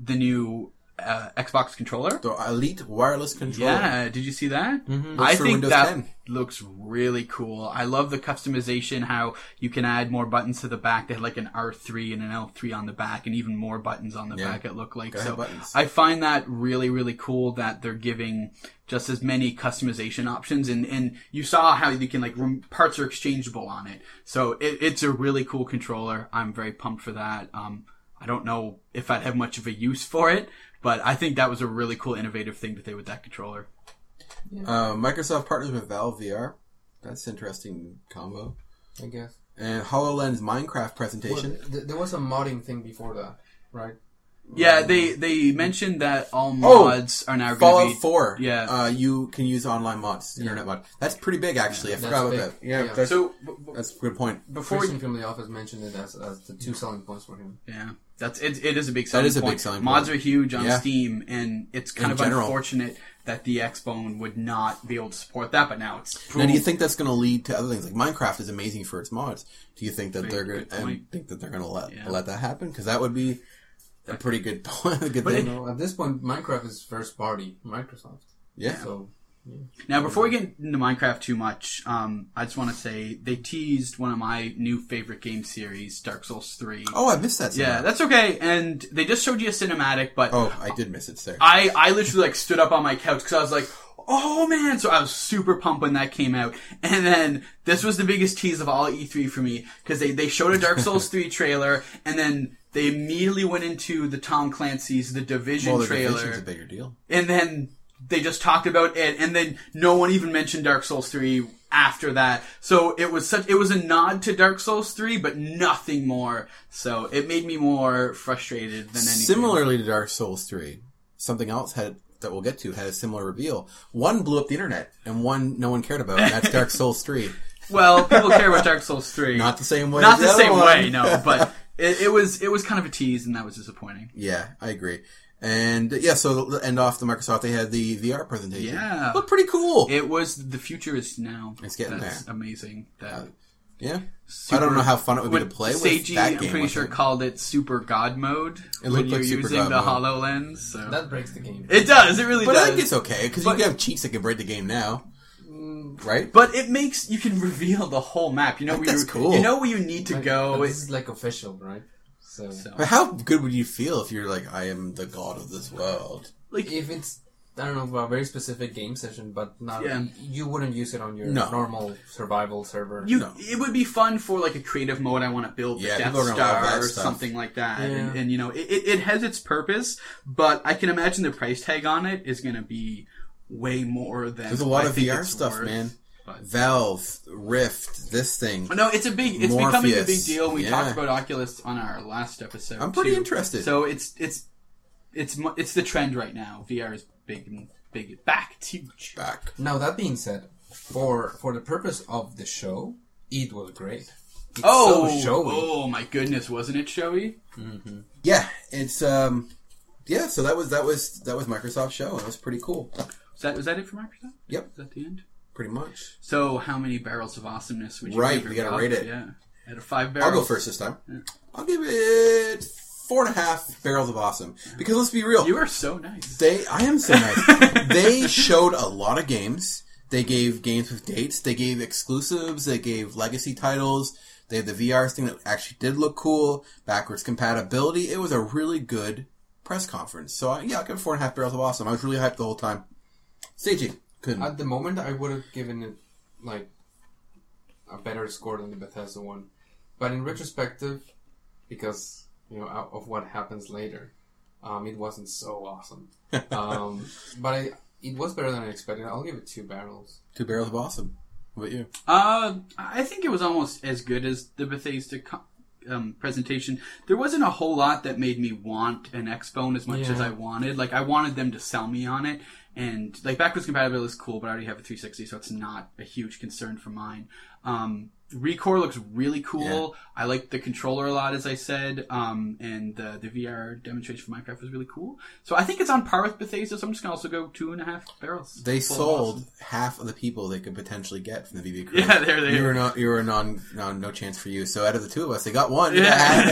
the new uh, Xbox controller. the Elite wireless controller. Yeah, did you see that? Mm-hmm. Looks I for think Windows that 10. looks really cool. I love the customization, how you can add more buttons to the back. They had like an R3 and an L3 on the back, and even more buttons on the back. It looked like Gotta have so. buttons. I find that really, really cool that they're giving just as many customization options, and and you saw how you can like rem- parts are exchangeable on it. So it, it's a really cool controller. I'm very pumped for that. Um, I don't know if I'd have much of a use for it, but I think that was a really cool, innovative thing that they did with that controller. Uh, Microsoft partners with Valve VR. That's interesting combo. I guess. And Hololens Minecraft Well, presentation. th- there was a modding thing before that, right? Yeah, they they mentioned that all Oh, mods are now going Fallout to be Four. Yeah. uh, you can use online mods, internet mod. That's pretty big, actually. I That's forgot about big. that. Yeah, Yeah. That's, So b- b- that's a good point. before Christian from the office mentioned it as, as the two selling points for him. Yeah, that's it. It is a big selling is a big point. selling Mods point. are huge on Yeah. Steam, and it's kind In of general. unfortunate that the Xbone would not be able to support that. But now it's Now, do you proved- think that's going to lead to other things? Like Minecraft is amazing for its mods. Do you think that they're going good to point. think that they're going to let Yeah. let that happen? Because that would be a pretty good a good But thing. it- No, at this point, Minecraft is first party Microsoft. yeah. So Now, before we get into Minecraft too much, um, I just want to say they teased one of my new favorite game series, Dark Souls Three. Oh, I missed that. yeah, somehow. that's okay. And they just showed you a cinematic, but Oh, I did miss it. Sorry. I, I literally like stood up on my couch because I was like, oh man. So I was super pumped when that came out. And then this was the biggest tease of all E3 for me because they, they showed a Dark Souls 3 trailer and then they immediately went into the Tom Clancy's The Division well, the trailer. division's a bigger deal. and then they just talked about it and then no one even mentioned Dark Souls 3 after that. So it was such, it was a nod to Dark Souls 3, but nothing more. So it made me more frustrated than anything. Similarly to Dark Souls 3, something else had that we'll get to had a similar reveal. One blew up the internet, and one no one cared about. and that's Dark Souls 3. Well, people care about Dark Souls 3. Not the same way. not as the other same one. way, no. But it, it was it was kind of a tease, and that was disappointing. Yeah, I agree. And uh, yeah, so to end off the Microsoft, they had the VR presentation. Yeah. looked pretty cool. It was the future is now. It's getting That's there. Amazing. That yeah, super, I don't know how fun it would be what to play with Seiji, that I'm game, pretty with sure it. called it Super God Mode It when looked you're like Super using God the Mode. Hololens. So that breaks the game. it does. It really but I does. think it's okay because you But- Mm. can have cheats that can break the game now, right? but it makes you can reveal the whole map. You know I think where you, that's cool. you know where you need to Like, go. but this It's, is like official, right? So, so But how good would you feel if you're like, I am the god of this world? like if it's I don't know for a very specific game session, but not Yeah. you wouldn't use it on your No. normal survival server. You, No. it would be fun for like a creative mode. I want to build the Yeah, people Death are gonna love Star that or stuff. something like that, and, Yeah. and you know, it, it, it has its purpose. But I can imagine the price tag on it is going to be way more than There's a lot I of think VR it's stuff, worth. man. but- Valve, Rift, this thing. But No, it's a big. It's Morpheus, becoming a big deal. We yeah. talked about Oculus on our last episode. I'm pretty too. interested. So it's it's it's mu- it's the trend right now. VR is big, and big back. It's huge. back. Now that being said, for for the purpose of the show, it was great. It's Oh, so showy. oh my goodness, wasn't it showy? Yeah, it's um, yeah. So that was that was that was Microsoft show. and It was pretty cool. Was that was that it for Microsoft? Yep, Is that the end? pretty much. So, how many barrels of awesomeness would you Right, give your we gotta cup? rate it. Yeah, out of five I'll barrels. go first this time. I'll give it four and a half barrels of awesome. Because let's be real, You are so nice. they I am so nice. they showed a lot of games. They gave games with dates. They gave exclusives. They gave legacy titles. They had the VR thing that actually did look cool. Backwards compatibility. It was a really good press conference. So I, yeah, I'll give it four and a half barrels of awesome. I was really hyped the whole time. Staging couldn't. At the moment, I would have given it like a better score than the Bethesda one, but in retrospective, because you know out of what happens later, um, it wasn't so awesome. um, but I, it was better than I expected. I'll give it two barrels. Two barrels of awesome. What about you? Uh, I think it was almost as good as the Bethesda co- um, presentation. There wasn't a whole lot that made me want an Xbone as much Yeah. as I wanted. Like, I wanted them to sell me on it. And, like, backwards compatibility is cool, but I already have a 360, so it's not a huge concern for mine. Um, Recore looks really cool. I like the controller a lot, as I said, um, and the, the VR demonstration for Minecraft was really cool. So I think it's on par with Bethesda. So I'm just gonna also go two and a half barrels. They Full of sold awesome. half of the people they could potentially get from the VB crew. Yeah, there they you are. were not, you were non, non, no chance for you. So out of the two of us, they got one. Yeah.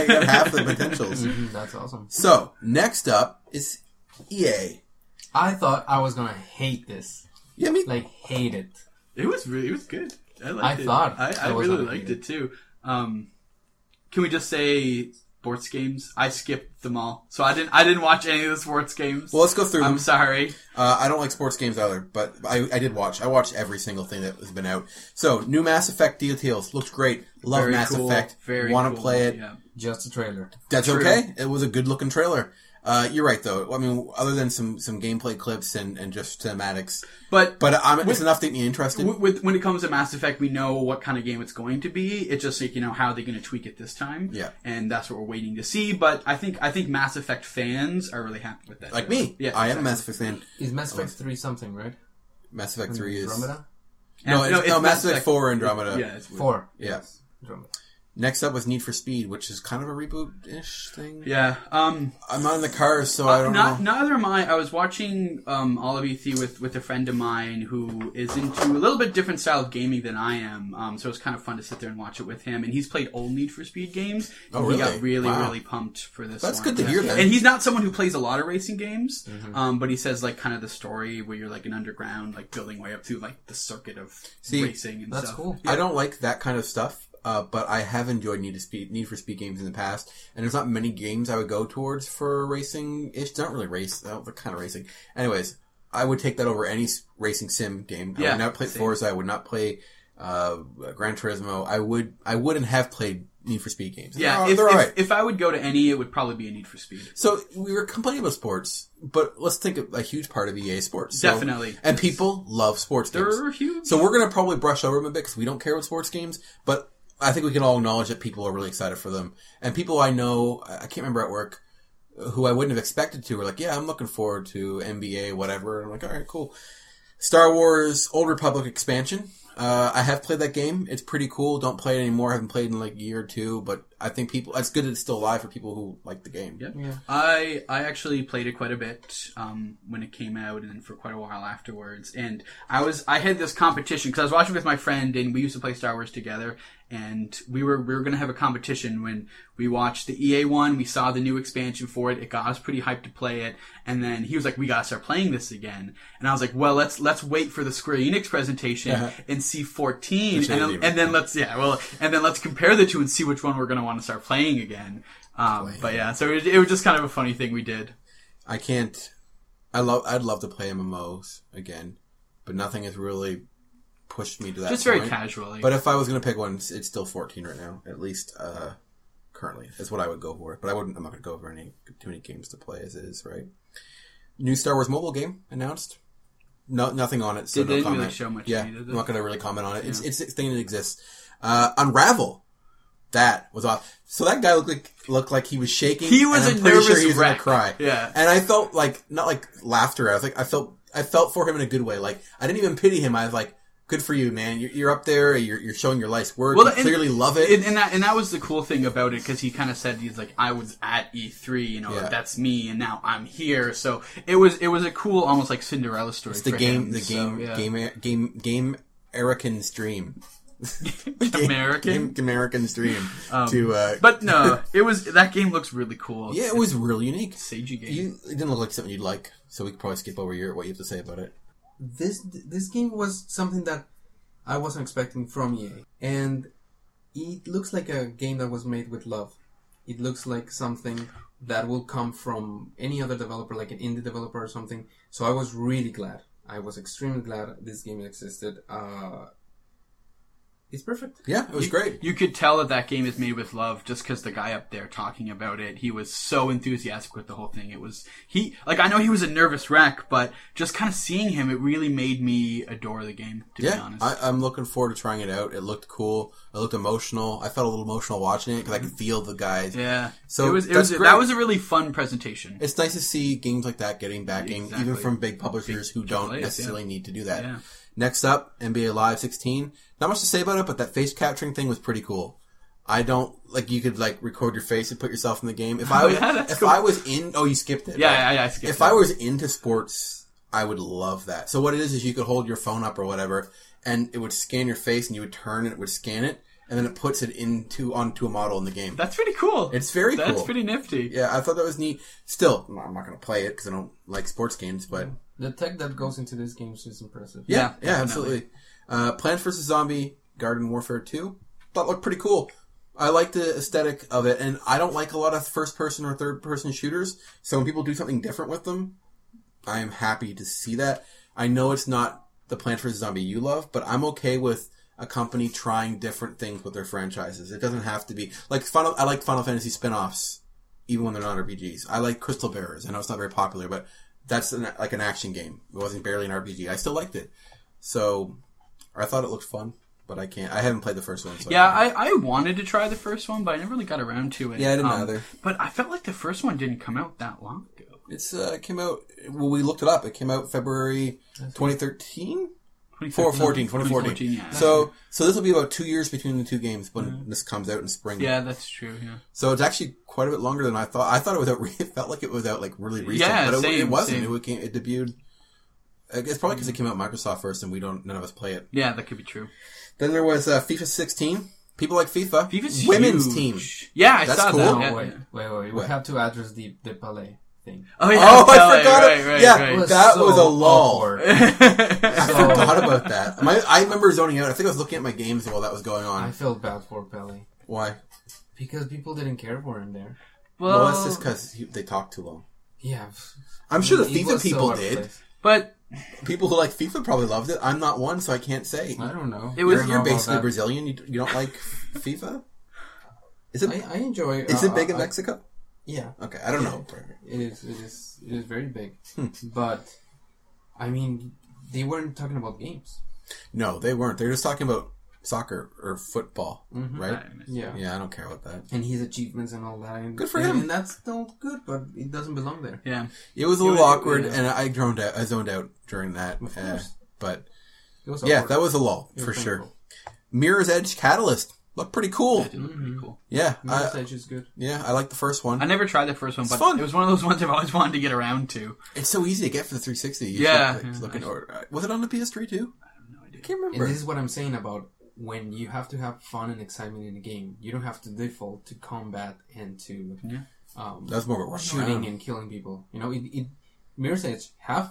they got half the potentials. Mm, That's awesome. So next up is E EA. I thought I was gonna hate this, Yeah, I mean, like hate it. It was really, it was good. I liked I it. thought I, that I was really underrated. liked it too. Um, can we just say sports games? I skipped them all, so I didn't. I didn't watch any of the sports games. well, let's go through. I'm them. sorry. Uh, I don't like sports games either, but I, I did watch. I watched every single thing that has been out. So new Mass Effect details looked great. Love Very Mass cool. Effect. Very Want to cool. play it? Yeah. Just a trailer. That's True. okay. It was a good looking trailer. Uh, you're right, though. I mean, other than some, some gameplay clips and, and just cinematics, But but um, it's enough to get me interested. w- with when it comes to Mass Effect, we know what kind of game it's going to be. It's just like you know how they're going to tweak it this time. Yeah. and that's what we're waiting to see. But I think I think Mass Effect fans are really happy with that. like me, yeah, I am a exactly. Mass Effect fan. Is Mass Effect three something right? Mass Effect Oh. Three is Andromeda no, And- it's, no, Mass Effect Four Andromeda. Yeah, it's weird. four. Yeah. Andromeda. Next up was Need for Speed, which is kind of a reboot ish thing. Yeah. Um. I'm not in the cars, so I don't Uh, Not, know. neither am I. I was watching um, Olabithi with with a friend of mine who is into a little bit different style of gaming than I am. Um, so it was kind of fun to sit there and watch it with him. And he's played old Need for Speed games. Oh, and He really? got really Wow. really pumped for this. That's one. good to hear, Mm-hmm. then. And he's not someone who plays a lot of racing games. Um, but he says like kind of the story where you're like an underground like building way up through like the circuit of See, racing and That's stuff. cool. I don't like that kind of stuff, uh, but I have enjoyed Need, to Speed, Need for Speed games in the past, and there's not many games I would go towards for racing. It's not really race, I don't the kind of racing. Anyways, I would take that over any s- racing sim game. I Yeah, would not play same. Forza. I would not play uh, Gran Turismo. I would. I wouldn't have played Need for Speed games. Yeah, they're, if, they're if, all right. if I would go to any, it would probably be a Need for Speed. So we were complaining about sports, but let's think of a huge part of EA Sports. So- Definitely. and people love sports games. They're huge. So we're gonna probably brush over them a bit because we don't care about sports games, but I think we can all acknowledge that people are really excited for them. And people I know, I I can't remember at work, uh, who I wouldn't have expected to, were like, "Yeah, I'm looking forward to NBA, whatever." And I'm like, "All right, cool." Star Wars Old Republic expansion. Uh, I have played that game. It's pretty cool. Don't play it anymore. I haven't played in like a year or two, but I think people. It's good that it's still alive for people who like the game. Yeah. Yeah. I I actually played it quite a bit um, when it came out, and for quite a while afterwards. And I was I had this competition because I was watching with my friend, and we used to play Star Wars together. And we were we were going to have a competition when we watched the EA one. We saw the new expansion for it. It got us pretty hyped to play it. And then he was like, "We got to start playing this again." And I was like, "Well, let's let's wait for the Square Enix presentation and see 14, Uh-huh. Which and they then, didn't and then let's yeah, well, and then let's compare the two and see which one we're going to want to start playing again." Um, but yeah, so it, it was just kind of a funny thing we did. I can't. I love. I'd love to play MMOs again, but nothing has really pushed me to that. Just very point. casually. But if I was gonna pick one, it's, it's still fourteen right now, at least uh, currently. That's what I would go for. But I wouldn't. I'm not gonna go for any too many games to play as is right. New Star Wars mobile game announced. No, nothing on it. So They- they no didn't really comment. show much Yeah, of it, did I'm they? not gonna really comment on it. It's it's a thing that exists. Uh, Unravel. That was off. So that guy looked like looked like he was shaking. He was and a I'm pretty sure nervous he was gonna wreck. cry. Yeah. and I felt like not like laughter. I was like I felt I felt for him in a good way. Like I didn't even pity him. I was like, good for you, man. You're, you're up there. You're, you're showing your life's work. Well, you and- clearly love it. and, and that and that was the cool thing about it because he kind of said he's like I was at E3, you know, Yeah. that's me, and now I'm here. So it was it was a cool, almost like Cinderella story. it's the for game. him, the so, game. yeah. Game. Game. Game. American's dream. American? Um, Game, American's dream. to uh, But no, it was that game looks really cool. yeah, it was real unique. Seiji game. You it didn't look like something you'd like, so we could probably skip over your what you have to say about it. this this game was something that I wasn't expecting from EA, and it looks like a game that was made with love. It looks like something that will come from any other developer, like an indie developer or something. So I was really glad. I was extremely glad this game existed. Uh, it's perfect. Yeah, it was great. You could tell that that game is made with love just because the guy up there talking about it, he was so enthusiastic with the whole thing. It was, he, like, I know he was a nervous wreck, but just kind of seeing him, it really made me adore the game, to be Yeah, honest. I, I'm looking forward to trying it out. It looked cool. It looked emotional. I felt a little emotional watching it because I could feel the guys. yeah. So it was, it that's was, great. that was a really fun presentation. It's nice to see games like that getting backing, Exactly. even from big publishers who don't AAAs, necessarily need to do that. Yeah. Next up, NBA Live 16. Not much to say about it, but that face capturing thing was pretty cool. I don't like you could like record your face and put yourself in the game. If I was Oh, yeah, that's if cool. I was in oh you skipped it yeah, right? I, I skipped if that. I was into sports, I would love that. So what it is is you could hold your phone up or whatever, and it would scan your face, and you would turn, and it would scan it, and then it puts it into onto a model in the game. That's pretty cool. It's very That's cool. pretty nifty. yeah, I thought that was neat. Still, I'm not- I'm not going to play it because I don't like sports games, but The tech that goes into these games is impressive. yeah, yeah, Yeah, definitely. absolutely. Uh, Plants vs Zombie Garden Warfare Two that looked pretty cool. I like the aesthetic of it, and I don't like a lot of first person or third person shooters. So when people do something different with them, I am happy to see that. I know it's not the Plants vs Zombie you love, but I'm okay with a company trying different things with their franchises. It doesn't have to be like Final. I like Final Fantasy spin-offs even when they're not RPGs. I like Crystal Bearers. I know it's not very popular, but that's an, like an action game. It wasn't barely an RPG. I still liked it. So I thought it looked fun, but I can't. I haven't played the first one. So Yeah, I, I wanted to try the first one, but I never really got around to it. Um, Yeah, I didn't either. But I felt like the first one didn't come out that long ago. It's uh, it came out. Well, we looked it up. It came out February 2013. 2014, 2014. 2014, yeah. Mm-hmm. So, so this will be about two years between the two games when this comes out in spring. Yeah, that's true. Yeah, So it's actually quite a bit longer than I thought. I thought it was out. Re- it felt like it was out like really recent, Yeah, but it, same, it wasn't. same. It came. It debuted. It's probably because it came out Microsoft first, and we don't. None of us play it. yeah, that could be true. Then there was uh, FIFA 16. People like FIFA. FIFA's women's huge. team. Yeah, I That's saw cool. that. No, yeah. wait, wait, wait. We What? have to address the the Palais thing. Oh, yeah, Oh, I Pele, forgot it. Right, right, Yeah. right. Well, That was a lull. awkward. I forgot about that. My, I remember zoning out. I think I was looking at my games while that was going I on. felt bad for Pele Why? because people didn't care for him there. Well, well, that's just because they talked too long. Yeah, I'm sure the He FIFA was so people out of did. place. but People who like FIFA probably loved it. I'm not one, so I can't say. I don't know. It was- You're, I you're don't know about basically that. Brazilian. You, you don't like FIFA? Is it? I, I enjoy. Is uh, it big in I- Mexico? Yeah, Okay, I don't know. it is. It is. It is very big. Hmm. but I mean, they weren't talking about games. No, they weren't. They're just talking about soccer or football, right? Yeah. Yeah, I don't care about that. And his achievements and all that. And, Good for and- him. And that's still good, but it doesn't belong there. yeah, It was a little was- awkward, yeah. and I zoned out. I zoned out during that. Of uh, course. but It was yeah, awkward. that was a lull It was for sure. painful. Mirror's Edge Catalyst looked pretty cool. Mm-hmm. it looked pretty cool. Yeah, Mirror's I, Edge is good. yeah, I like the first I one. never tried the first one, but fun. it was one of those ones I've always wanted to get around to. It's so easy to get for the 360. You Yeah, just, like, yeah, look I in order. Was it on the PS3 too? No idea. I can't And remember. this is what I'm saying about when you have to have fun and excitement in a game. You don't have to default to combat and to Yeah. um, That's more what we're shooting and killing people. You know, it, it Mirror's Edge have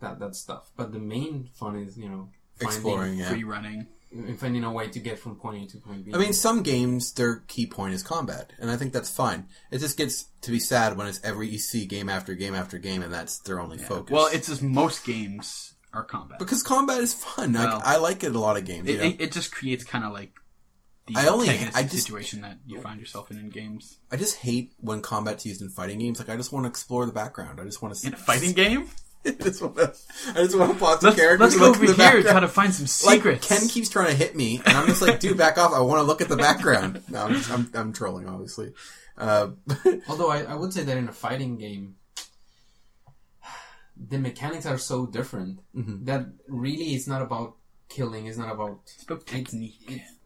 that that stuff, but the main fun is you know finding exploring. Yeah, Free running. and finding a way to get from point A to point B. I mean, some games their key point is combat, and I think that's fine. It just gets to be sad when it's every EC game after game after game, and that's their only focus. Well, it's just most games are combat. because combat is fun. Like, Well. I like it in a lot of games. It, you know? it, it just creates kind of like the I only- antagonistic I just- situation that you find yourself in in games. I just hate when combat's used in fighting games. Like I just want to explore the background. I just want to In a fighting game, I just want to. I just want to plot some let's, characters. let's and go look over in here the and try background. to find some Like, secrets. Ken keeps trying to hit me, and I'm just like, dude, back off! I want to look at the background. No, I'm, just, I'm, I'm trolling, obviously. Uh, Although I, I would say that in a fighting game, the mechanics are so different Mm-hmm. that really it's not about killing. It's not about It's about technique.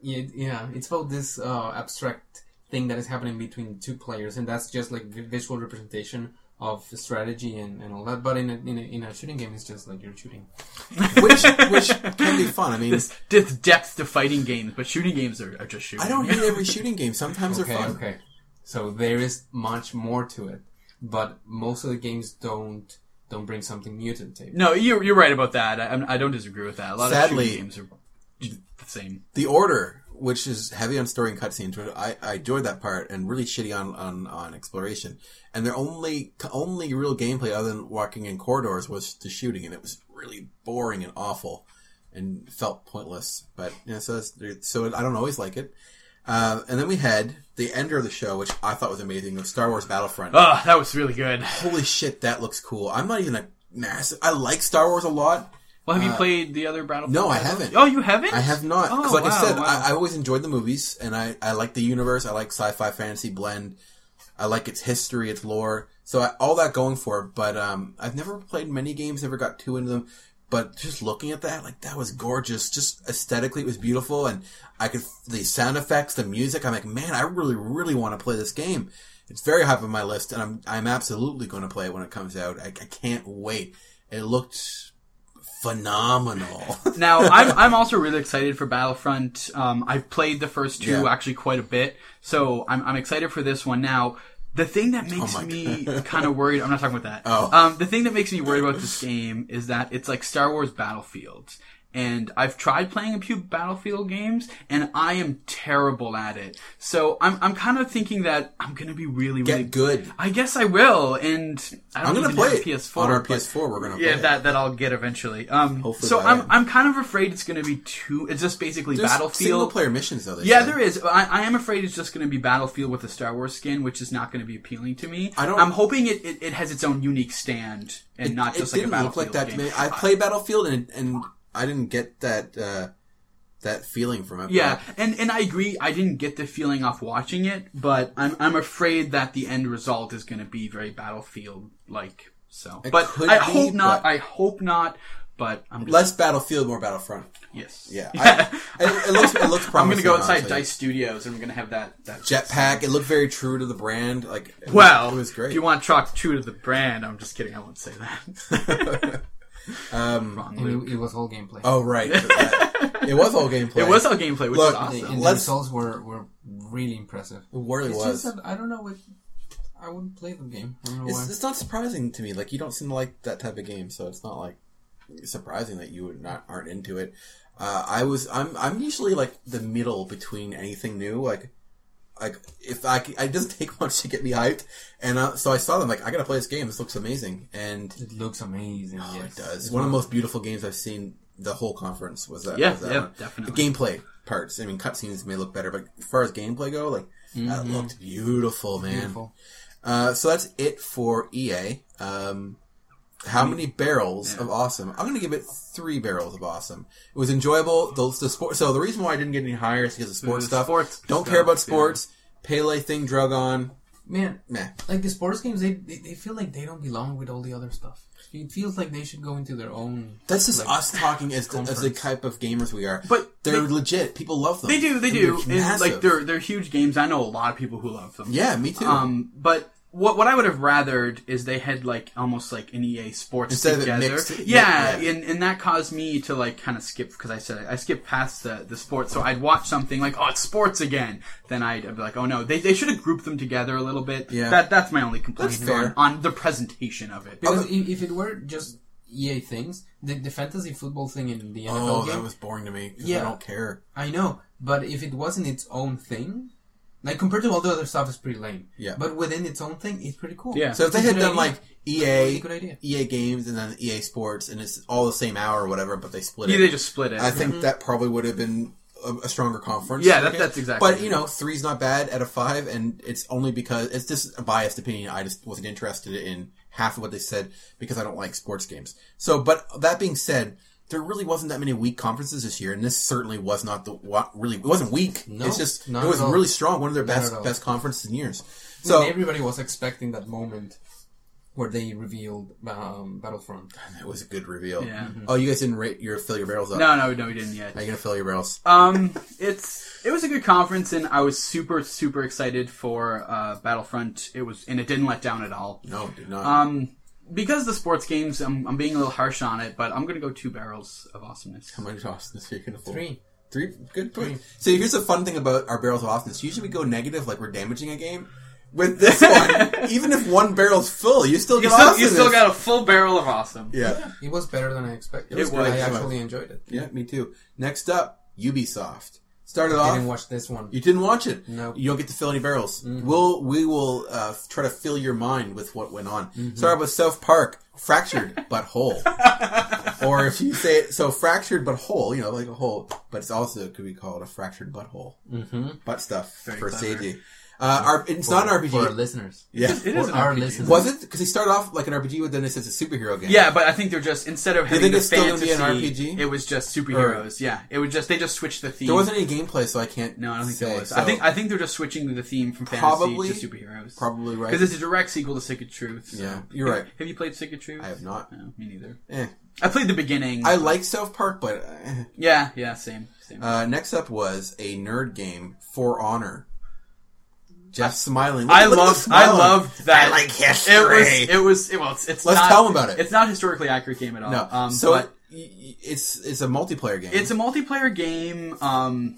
yeah, it- yeah. It's about this uh, abstract thing that is happening between two players, and that's just like vi- visual representation of strategy and, and all that. But in a, in a in a shooting game, it's just like you're shooting. which which can be fun. I mean, This, this depth to fighting games, but shooting games are, are just shooting. I don't hate every shooting game. Sometimes Okay, they're fun. okay. So there is much more to it, but most of the games don't don't bring something new to the table. No, you're, you're right about that. I, I'm- I don't disagree with that. A lot of Sadly- shooting games are just the same. The Order, which is heavy on story and cutscenes, but I, I enjoyed that part and really shitty on, on, on exploration. And their only only real gameplay other than walking in corridors was the shooting, and it was really boring and awful and felt pointless. But yeah, so that's, so I don't always like it. Uh, and then we had the ender of the show, which I thought was amazing, of Star Wars Ah. Battlefront. Oh, that was really good. Holy shit, that looks cool! I'm not even a massive. I like Star Wars a lot. Well, have you played the other Battlefield? Uh, No, I titles? haven't. Oh, you haven't? I have not. Oh, 'Cause like wow, I said, wow. I, I always enjoyed the movies, and I, I like the universe. I like sci-fi fantasy blend. I like its history, its lore. So I, all that going for it. But um, I've never played many games. Never got too into them. But just looking at that, like that was gorgeous. Just aesthetically, it was beautiful, and I could the sound effects, the music. I'm like, man, I really, really want to play this game. It's very high up on my list, and I'm I'm absolutely going to play it when it comes out. I, I can't wait. It looked phenomenal. now I'm I'm also really excited for Battlefront. Um, I've played the first two Yeah. actually quite a bit, so I'm I'm excited for this one now. The thing that makes me kind of worried, I'm not talking about that. Oh. Um, the thing that makes me worried about this game is that it's like Star Wars Battlefield. and I've tried playing a few Battlefield games, and I am terrible at it. So I'm I'm kind of thinking that I'm gonna be really really Get good. I guess I will, and I don't I'm gonna even play have it PS4 on our but- PS4. We're gonna Yeah, play it. that that I'll get eventually. Um, Hopefully so by I'm then. I'm kind of afraid it's gonna be too. It's just basically There's single Battlefield. player missions though. They Yeah, said. there is. I, I am afraid it's just going to be Battlefield with a Star Wars skin, which is not going to be appealing to me. I don't- I'm hoping it, it, it has its own unique stand and not it just like didn't a look like Battlefield that to game. me. I played Battlefield and and I didn't get that uh, that feeling from it. yeah, and and I agree. I didn't get the feeling off watching it, but I'm I'm afraid that the end result is going to be very Battlefield like. So, but could I be, hope not. but- I hope not. But I'm just, less Battlefield, more Battlefront. yes. Yeah, I, it, it looks it looks. Promising, I'm going to go inside honestly. Dice Studios and I'm going to have that that Jetpack. It looked very true to the brand. Like it Well, was great. if you want to talk true to the brand, I'm just kidding. I won't say that. Wrong, And Um, Luke. it, it was whole gameplay. oh right, it was all gameplay. It was all gameplay, which Look, is The- awesome. and the Let's- results were, were really impressive. It really It's was. just that I don't know. It, I wouldn't play the game. I don't know why. It's, it's not surprising to me. Like you don't seem to like that type of game, so it's not like surprising that you would not aren't into it. Uh, I was. I'm. I'm usually like the middle between anything new. Like, like if I, c- it doesn't take much to get me hyped, and uh, so I saw them. Like I gotta play this game. This looks amazing, and It looks amazing. oh, yes. it does. One of the most beautiful games I've seen. The whole conference was that. Yeah, was that yeah, one. definitely. The gameplay parts. I mean, cutscenes may look better, but as far as gameplay go, like Mm-hmm. that looked beautiful, man. Beautiful. Uh, so that's it for EA. Um, Mm-hmm. how many barrels of awesome? I'm going to give it three barrels of awesome. It was enjoyable. The, the sport. So the reason why I didn't get any higher is because of sports The stuff. Mm-hmm. sports Don't stuff, care about yeah. sports. Pele thing drug on. Man, Meh. like the sports games, they, they they feel like they don't belong with all the other stuff. It feels like they should go into their own. That's just Like, us talking as the, as the conference. type of gamers we are. But they're they- legit. People love them. They do, they And do. They're And, like massive. they're they're huge games. I know a lot of people who love them. yeah, me too. Um, but what what I would have rathered is they had like almost like an EA Sports Instead of it together. mixed- yeah, yeah. and and that caused me to like kind of skip because I said I skipped past the the sports. So I'd watch something like oh it's sports again. Then I'd, I'd be like oh no they, they should have grouped them together a little bit. Yeah. that that's my only complaint That's fair. On, on the presentation of it. Because if, if it were just EA things, the, the fantasy football thing in the NFL oh, game, that was boring to me. 'cause I Yeah. don't care. I know, but if it wasn't its own thing, like compared to all the other stuff, it's pretty lame. Yeah. But within its own thing, it's pretty cool. Yeah. So if they It's a had good done idea. like E Really EA, good idea. EA games and then EA Sports, and it's all the same hour or whatever, but they split Yeah, it. they just split it. I think that probably would have been a, a stronger conference. Mm-hmm. Yeah, that- that's exactly But you know, three's not bad out of five, and it's only because it's just a biased opinion. I just wasn't interested in half of what they said because I don't like sports games. So, but that being said. There really wasn't that many weak conferences this year, and this certainly was not the wa- really. It wasn't weak. No, it's just it not was at all. really strong. One of their Not best at all. best conferences in years. So And everybody was expecting that moment where they revealed um, Battlefront. It was a good reveal. Yeah. Mm-hmm. Oh, you guys didn't rate your fill your barrels up. no, no, no, we didn't yet. Are you gonna fill your barrels? Um, it's it was a good conference, and I was super super excited for uh, Battlefront. It was, and it didn't let down at all. No, did not. Um, because the sports games, I'm, I'm being a little harsh on it, but I'm gonna go two barrels of awesomeness. How many awesomeness are you gonna pull? Three. Three. Good point. So here's the fun thing about our barrels of awesomeness. Usually we go negative, like we're damaging a game. With this one, even if one barrel's full, you still You get still, you awesomeness. still got a full barrel of awesome. Yeah. It was better than I expected. It was I good. actually enjoyed it. Yeah. Me too. Next up, Ubisoft. Started I off. didn't watch this one. You didn't watch it. No. You don't get to fill any barrels. Mm-hmm. We'll we will uh, f- try to fill your mind with what went on. Mm-hmm. Start with South Park, fractured but whole. or if you say it so fractured but whole, you know, like a hole, but it's also could be called a fractured butthole. Mm-hmm. Butt stuff for clever. Seiji. Uh, our, it's not an RPG. For our listeners. yeah. It is For an our RPG. listeners. Was it? Because they start off like an RPG, but then it says it's a superhero game. Yeah, but I think they're just instead of having think the it's still gonna fantasy, be an RPG? it was just superheroes. yeah, it was just they just switched the theme. There wasn't any gameplay, so I can't. No, I don't think say, there was. so- I think I think they're just switching the theme from fantasy Probably- to superheroes. probably right. Because it's a direct sequel to Sick of Truth. so- Yeah, you're right. Have you played Sick of Truth? I have not. No, me neither. Eh. I played the beginning. I like South Park, but eh. yeah, yeah, same, same. Uh, next up was a nerd game, For Honor. Jeff smiling. Look I at the loved, I smile. loved that. I like history. It was, it was, it, well, it's, it's Let's not- tell 'em about it. It's not a historically accurate game at all. no, um, so but it- y- y- it's it's a multiplayer game. it's a multiplayer game. Um,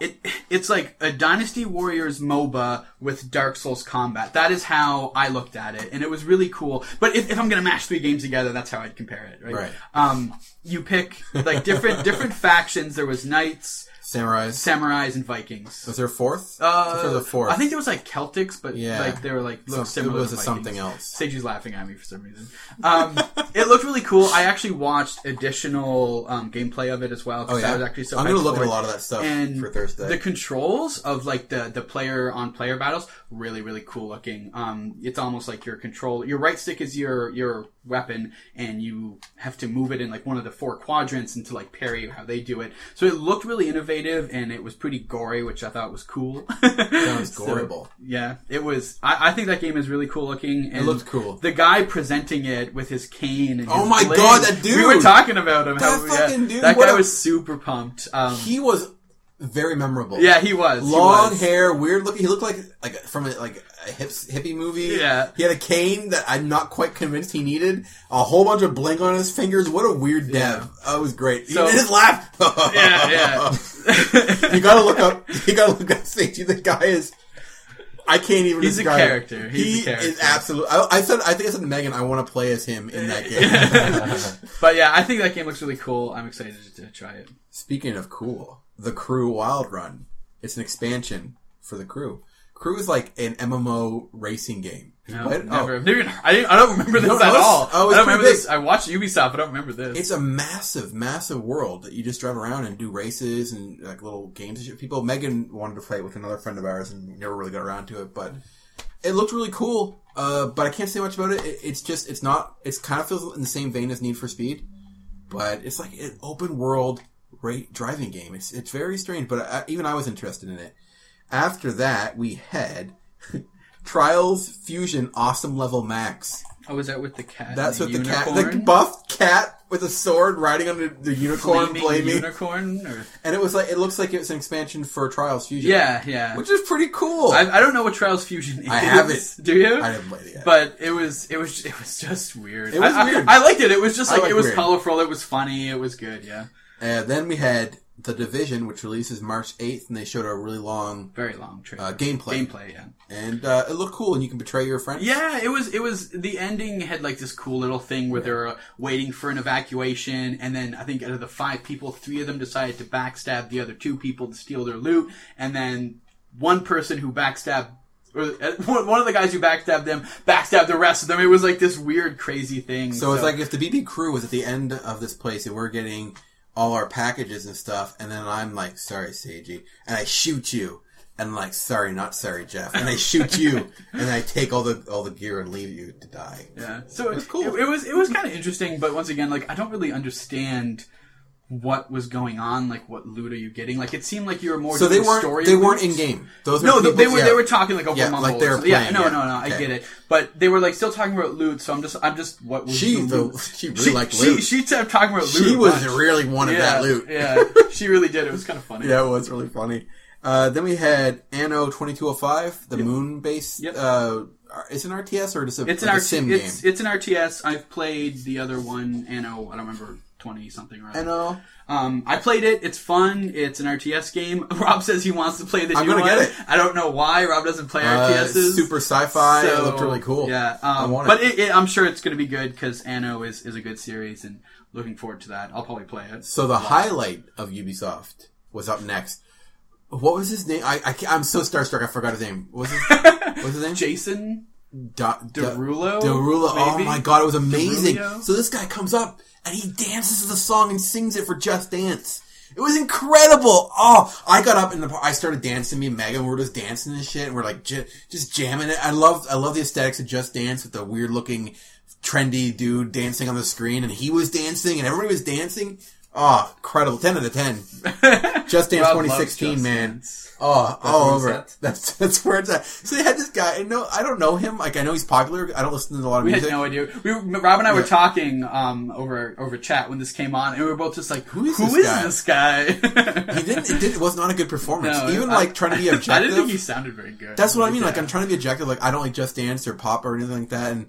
It it's like a Dynasty Warriors MOBA with Dark Souls combat. That is how I looked at it, and it was really cool. But if, if I'm gonna mash three games together, that's how I'd compare it. Right. Right. Um, you pick like different different factions. There was knights, Samurais. samurais, and Vikings. was there a fourth? Uh, I think there was a fourth. I think there was like Celtics, but Yeah. like they were like Some- looked similar. it was to a Vikings. something else. Sage is laughing at me for some reason. Um, it looked really cool. I actually watched additional um, gameplay of it as well. 'cause Oh yeah. I was actually so I'm gonna hyped look for at a it. lot of that stuff And for Thursday. the controls of like the the player on player battles really really cool looking. Um, it's almost like your control. Your right stick is your your weapon, and you have to move it in like one of the four quadrants and to like parry how they do it. So it looked really innovative, and it was pretty gory, which I thought was cool. Sounds So- horrible. yeah, it was. I, I think that game is really cool looking. And looked cool. The guy presenting it with his cane. And Oh his my blade. God, that We were dude! talking about him. That yeah, fucking dude, That what guy a- was super pumped. Um, he was very memorable. yeah, he was. he long was. hair, weird looking. He looked like like from a, like a hips, hippie movie. Yeah. he had a cane that I'm not quite convinced he needed. A whole bunch of bling on his fingers. What a weird dev. That was great. So- he just laughed. Yeah, yeah. you gotta look up. You gotta look up Seiji. The guy is. I can't even. He's a describe character. It. He's he a character. is absolute. I, I said. I think I said to Megan. I want to play as him in that game. but yeah, I think that game looks really cool. I'm excited to try it. Speaking of cool, the Crew Wild Run. It's an expansion for the Crew. Crew is like an MMO racing game. No, What? Oh, never. never even- I, didn't, I don't remember this No, at it's- all. oh, I it's pretty don't remember big. this. I watched Ubisoft, but I don't remember this. It's a massive, massive world that you just drive around and do races and like little games and shit. People, Megan wanted to play it with another friend of ours and never really got around to it, but it looked really cool. Uh, but I can't say much about it. it. It's just, it's not, it's kind of feels in the same vein as Need for Speed, but it's like an open world ra- driving game. It's, it's very strange, but I, even I was interested in it. After that, we had Trials Fusion Awesome Level Max. oh, was that with the cat? That's and what the the cat, unicorn? the buffed cat with a sword riding on the, the unicorn Flaming blaming, unicorn. Or... and it was like it looks like it was an expansion for Trials Fusion. Yeah, yeah. which is pretty cool. I, I don't know what Trials Fusion is. I have it. Do you? I didn't play it yet. But it was it was it was just weird. It was I, I- weird. I, liked it. It was just I like like it was weird. colorful. It was funny. It was good. Yeah, and Uh, then we had the Division, which releases March eighth, and they showed a really long very long trailer. uh, gameplay, Gameplay. Yeah. and uh, it looked cool. And you can betray your friends. Yeah, it was. It was the ending had like this cool little thing where they're uh, waiting for an evacuation, and then I think out of the five people, three of them decided to backstab the other two people to steal their loot, and then one person who backstabbed. Or uh, one one of the guys who backstabbed them backstabbed the rest of them. It was like this weird, crazy thing. So it's like if the BB crew was at the end of this place and we're getting all our packages and stuff, and then I'm like, sorry, Seiji, and I shoot you. And like, sorry, not sorry, Jeff. And I shoot you, and I take all the all the gear and leave you to die. Yeah. So it's cool. cool. It, it was it was kind of interesting, but once again, like I don't really understand what was going on. Like, what loot are you getting? Like, it seemed like you were more. So doing they weren't story they weren't in loops. game. Those No, were they, people- they were yeah. they were talking like over Yeah, mumble. like they're or something. yeah, playing, no, yeah. no, no. I Okay. get it, but they were like still talking about loot. So I'm just, I'm just what was She the the- loot? she really liked loot. She, she kept talking about loot. She a was bunch. really wanted yeah, that loot. yeah, she really did. It was kind of funny. Yeah, it was really funny. Uh, then we had Anno twenty two oh five, the moon based. Yep. Uh, it's an RTS or just a, It's an like a RT, sim game. it's, it's an RTS. I've played the other one, Anno. I don't remember twenty something or other. Anno. Um, I played it. It's fun. It's an RTS game. Rob says he wants to play the I'm new gonna one. get it. I don't know why. Rob doesn't play Uh, RTSs. super sci-fi. it So, looked really cool. Yeah, um, I want it. but it, it, I'm sure it's going to be good because Anno is, is a good series, and looking forward to that. I'll probably play it. So the highlight of Ubisoft was up next. What was his name? I, I am so starstruck. I forgot his name. What was his, what was his name? Jason Da- Da- Derulo, Derulo. Oh maybe? my god, it was amazing. Derulio? So this guy comes up and he dances to the song and sings it for Just Dance. It was incredible. Oh, I got up and the, par- I started dancing. Me and Megan we were just dancing and shit, and we're like j- just jamming it. I love I love the aesthetics of Just Dance with the weird looking, trendy dude dancing on the screen, and he was dancing and everybody was dancing. Oh, incredible! Ten out of ten. Just Dance Rob twenty loves sixteen, Just man. Dance. Oh, all where it's over. at? it. That's that's where it's at. So they had this guy. And no, I don't know him. Like I know he's popular. I don't listen to a lot of We had music. no idea. We, were- Rob and I were Yeah. talking um, over over chat when this came on, and we were both just like, "Who is is, this guy?" this guy?" He didn't. It, did, it was not a good performance. No, Even I- like trying to be objective. I didn't think he sounded very good. that's what I mean. Like Yeah. I'm trying to be objective. Like I don't like Just Dance or pop or anything like that. And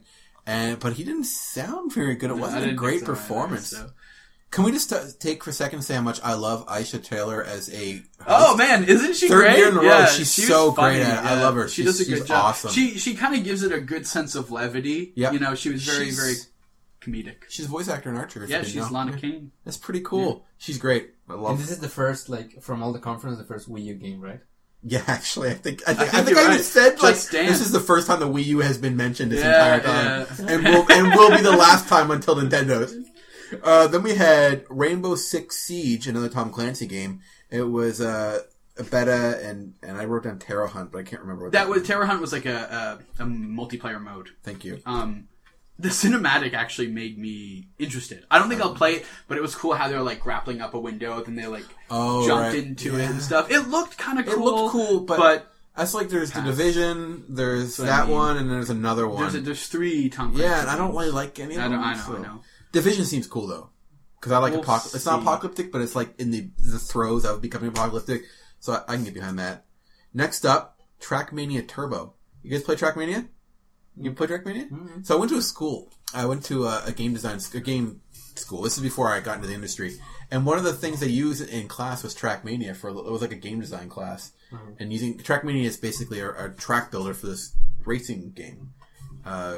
and but he didn't sound very good. It I wasn't a didn't great think so either, performance. so. Can we just t- take for a second to say how much I love Aisha Taylor as a Oh man, isn't she Third great? year in a row, she's she was so funny, great at it. I love her. She She's- does a she's good job. awesome. She she kind of gives it a good sense of levity. Yep. you know, she was very She's- very comedic. She's a voice actor in Archer. if you Yeah, didn't she's know. Lana Yeah. Kane. That's pretty cool. She's great. I And love. this is the first, like, from all the conference, the first Wii U game, right? yeah, actually, I think I think I, think think I you're even right. said like Just Dance. this is the first time the Wii U has been mentioned this Yeah, entire time, and will and will be the last time until Nintendo's. Uh, then we had Rainbow Six Siege, another Tom Clancy game. It was uh, a beta, and and I wrote down Terra Hunt, but I can't remember what That was Terror Hunt was like a, a, a multiplayer mode. Thank you. Um, the cinematic actually made me interested. I don't think I'll play it, but it was cool how they were like grappling up a window, then they like Oh, jumped right. into it Yeah. and stuff. It looked kind of It cool. looked cool, but, but that's like there's Pass. the division, there's what I that mean. one, and there's another one. there's a, there's three Tom. Clancy yeah, and I don't games. really like any of I them. don't. I know. so- I know. Division seems cool though, because I like We'll apocalyptic. It's not see. apocalyptic, but it's like in the the throes of becoming apocalyptic, so I, I can get behind that. Next up, Trackmania Turbo. You guys play Trackmania? You play Trackmania? Mm-hmm. So I went to a school. I went to a, a game design sc- a game school. This is before I got into the industry. And one of the things they used in class was Trackmania for a li- it was like a game design class. Mm-hmm. And using Trackmania is basically a, a track builder for this racing game. Uh,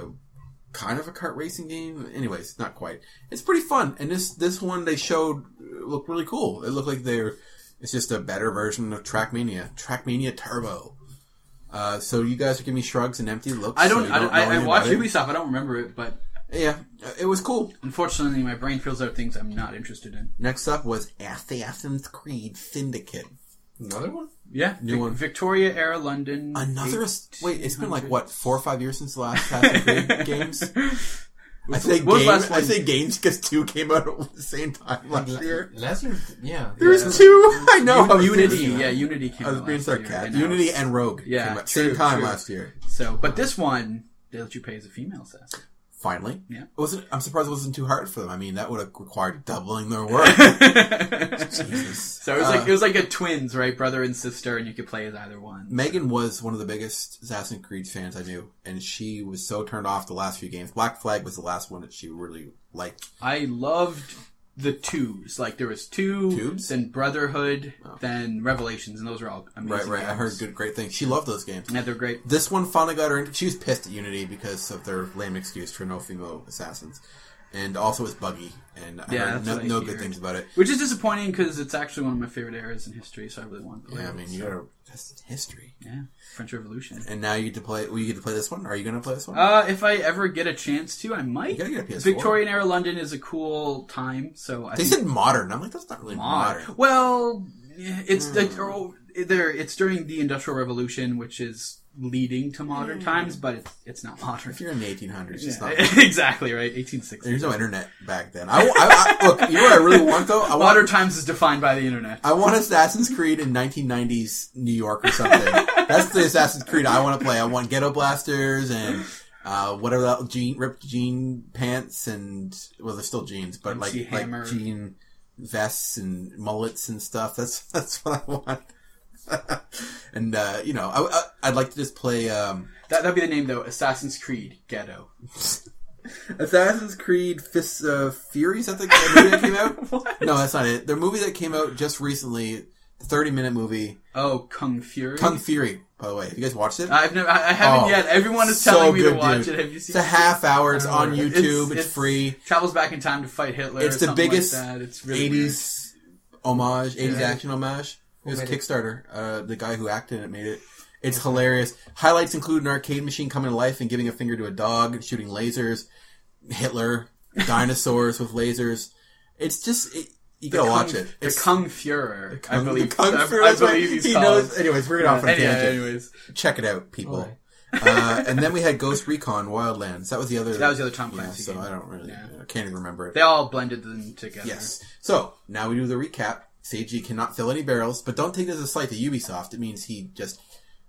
kind of a kart racing game. Anyways, not quite. It's pretty fun, and this this one they showed uh, looked really cool. It looked like they're it's just a better version of Trackmania, Trackmania Turbo. Uh, so you guys are giving me shrugs and empty looks. I so don't. you I, don't know I, I anything watched about it. Ubisoft. I don't remember it, but Yeah, uh, it was cool. unfortunately, my brain fills out things I'm not interested in. Next up was Assassin's Creed Syndicate. Another one? Yeah, New one. Victoria era London. Another eight- wait, it's been like what four or five years since the last Assassin's Creed games. I say what was games. last I one? say games because two came out at the same time last year. Last year? Yeah. There's two. I know. I was Unity. thinking Yeah, that. Unity came I was out being last year, sarcastic. and I Unity was- and Rogue Yeah, came out true, same time true. last year. So, but this one they let you play as a female assassin. Finally, Yeah. It wasn't. I'm surprised it wasn't too hard for them. I mean, that would have required doubling their work. Jesus. So it was Uh, like it was like a twins, right, brother and sister, and you could play as either one. Megan was one of the biggest Assassin's Creed fans I knew, and she was so turned off the last few games. Black Flag was the last one that she really liked. I loved the twos. Like there was two, Tubes? then Brotherhood, then Revelations, and those are all Right, amazing. right. I games. heard good, great things. She loved those games. Yeah, they're great. This one finally got her. Into, she was pissed at Unity because of their lame excuse for no female assassins, and also it's buggy. And I Yeah, heard that's no, what I no good heard. things about it. Which is disappointing because it's actually one of my favorite eras in history, so I really want to play Yeah, I it. mean, you're that's history. Yeah, French Revolution. And now you get to play. Will you get to play this one? Are you going to play this one? Uh, if I ever get a chance to, I might. You gotta get a PS4. Victorian era London is a cool time, so I they think said modern. I'm like, that's not really modern. Hmm. mod. Well, yeah, it's the oh, there. It's during the Industrial Revolution, which is leading to modern times, but it's, it's not modern. If you're in the 1800s, it's Hmm. not. Yeah, exactly right. 1860. There's no internet back then. I, I- I- look. You know what I really want though? I want. Modern times is defined by the internet. I want Assassin's Creed in 1990s New York or something. That's the Assassin's Creed I want to play. I want ghetto blasters and uh, whatever that jean ripped jean pants and well, they're still jeans, but like MC Hammer. like jean vests and mullets and stuff. That's that's what I want. and uh, you know, I, I, I'd like to just play um, That, that'd be the name though. Assassin's Creed Ghetto. Assassin's Creed Fist uh, Fury. Is that the the movie that came out? What? No, that's not it. The movie that came out just recently, 30 minute movie. Oh, Kung Fury. Kung Fury, by the way. Have you guys watched it? I've never. I, I haven't Oh, yet. Everyone is so telling me to good, watch dude. it. Have you seen? It's a half hour. It's on It's- YouTube. It's, free. Travels back in time to fight Hitler. It's or the something biggest like that. It's really weird. Eighties homage. Eighties Yeah. action homage. It was made it? Kickstarter. Uh, the guy who acted in it made it. It's hilarious. Highlights include an arcade machine coming to life and giving a finger to a dog, shooting lasers, Hitler, dinosaurs with lasers. It's just it, you gotta Kung- watch it. The It's Kung Fuhrer. I Kung- believe. the Kung I- Fury, I that's right. believe he's he called. knows. Anyways, we're gonna off on a Anyway, tangent. anyways, Check it out, people. Alright. Uh, and then we had Ghost Recon Wildlands. That was the other. That was the other Tom Yeah, Clancy so game. I don't really, Yeah. I can't even remember it. they all blended them together. Yes. So now we do the recap. Seiji cannot fill any barrels, but don't take this as a slight to Ubisoft. It means he just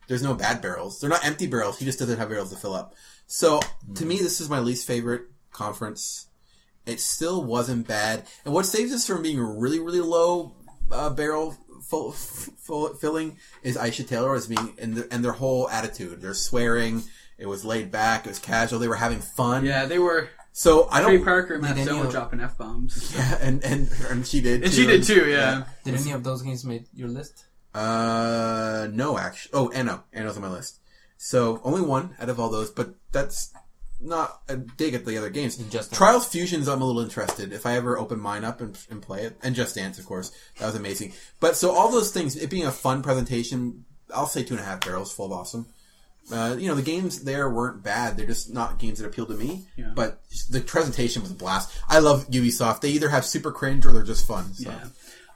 there's no bad barrels. They're not empty barrels. He just doesn't have barrels to fill up. So to me, this is my least favorite conference. It still wasn't bad, and what saves us from being really, really low uh, barrel full, full, filling is Aisha Taylor as being and, the, and their whole attitude. They're swearing. It was laid back. It was casual. They were having fun. Yeah, they were. So I Trey don't. Parker and Matt Did any Stone were of- dropping f bombs, Yeah, and, and and she did. and she did too. Yeah, Did any of those games make your list? Uh, no, actually. Oh, Anno. Anno's on my list. So only one out of all those, but that's not a dig at the other games. Just Dance. Trials Fusions, I'm a little interested. If I ever open mine up and, and play it, and Just Dance, of course, that was amazing. But so all those things, it being a fun presentation, I'll say two and a half barrels full of awesome. Uh, you know, the games there weren't bad. They're just not games that appeal to me. Yeah. But the presentation was a blast. I love Ubisoft. They either have super cringe or they're just fun. So. yeah.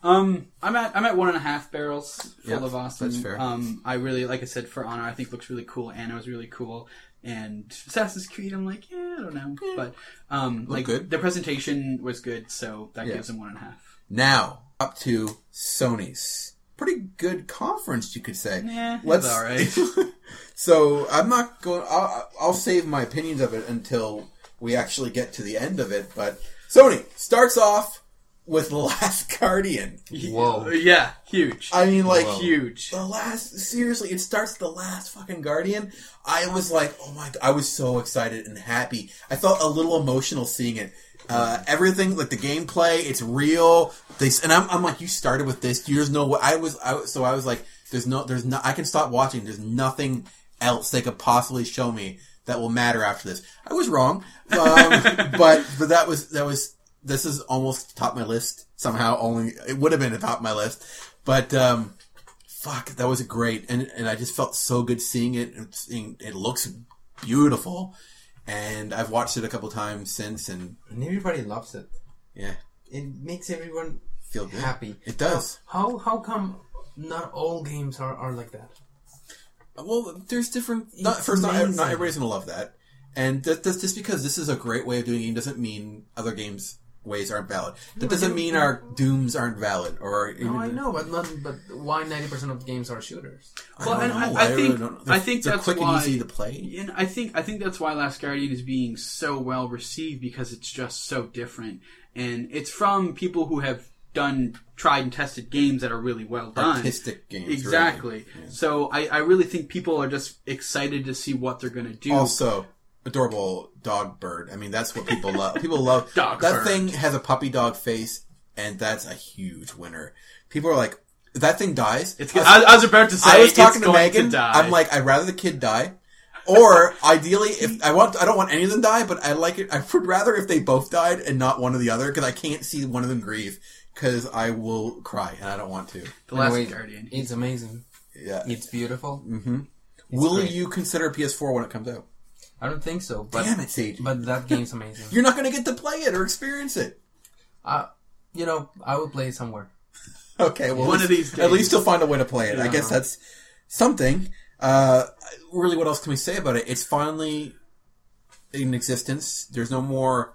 Um, I'm at I'm at one and a half barrels full Yeah, of awesome. that's fair. Um, I really like I said for honor. I think looks really cool. Anna was really cool. And Assassin's Creed, I'm like, yeah, I don't know, but um, like good. the presentation was good, so that Yeah. gives him one and a half. Now, up to Sony's. Pretty good conference, you could say. Nah, it's Let's- alright. so, I'm not going. I'll, I'll save my opinions of it until we actually get to the end of it. But Sony starts off with The Last Guardian. Whoa. yeah, huge. I mean, like, Whoa. huge. the last seriously it starts the last fucking guardian i was like oh my god i was so excited and happy i felt a little emotional seeing it uh, everything like the gameplay it's real they and I'm, I'm like you started with this there's no way i was I, was- so i was like there's no there's no i can stop watching there's nothing else they could possibly show me that will matter after this i was wrong um, but but that was that was this is almost top of my list somehow only it would have been at top of my list but um fuck, that was great, and and I just felt so good seeing it. and Seeing it looks beautiful, and I've watched it a couple times since, and And everybody loves it. yeah, It makes everyone feel good. happy. It does. How how come not all games are, are like that? Well, there's different. Not, It's first, not, amazing. not everybody's gonna love that, and that, that's just because this is a great way of doing a game doesn't mean other games ways aren't valid. That doesn't mean our dooms aren't valid or even. No, Oh, I know, but not, but why ninety percent of games are shooters? I Well, don't and I- know. I really think- don't know. I think they're that's quick why- and easy to play. And I think I think that's why Last Guardian is being so well received because it's just so different, and it's from people who have done tried and tested games that are really well done. Artistic games, really. exactly. So I, I really think people are just excited to see what they're going to do. Also, adorable dog bird. I mean, that's what people love. People love Dog that bird. thing has a puppy dog face, and that's a huge winner. People are like, if that thing dies. it's, I, I was about to say I was talking it's to going Megan. to die. I'm like, I'd rather the kid die. Or ideally, if I want, I don't want any of them die, but I like it. I would rather if they both died and not one or the other, because I can't see one of them grieve, because I will cry and I don't want to. the Last Wait, Guardian. It's amazing. Yeah. It's beautiful. will great. you consider PS4 when it comes out? I don't think so, but Damn it, Sage! but that game's amazing. You're not going to get to play it or experience it. uh, you know, I will play it somewhere. Okay, well, One at of least- these At least days. he'll find a way to play it. I guess that's something. Uh, really, what else can we say about it? It's finally in existence. There's no more.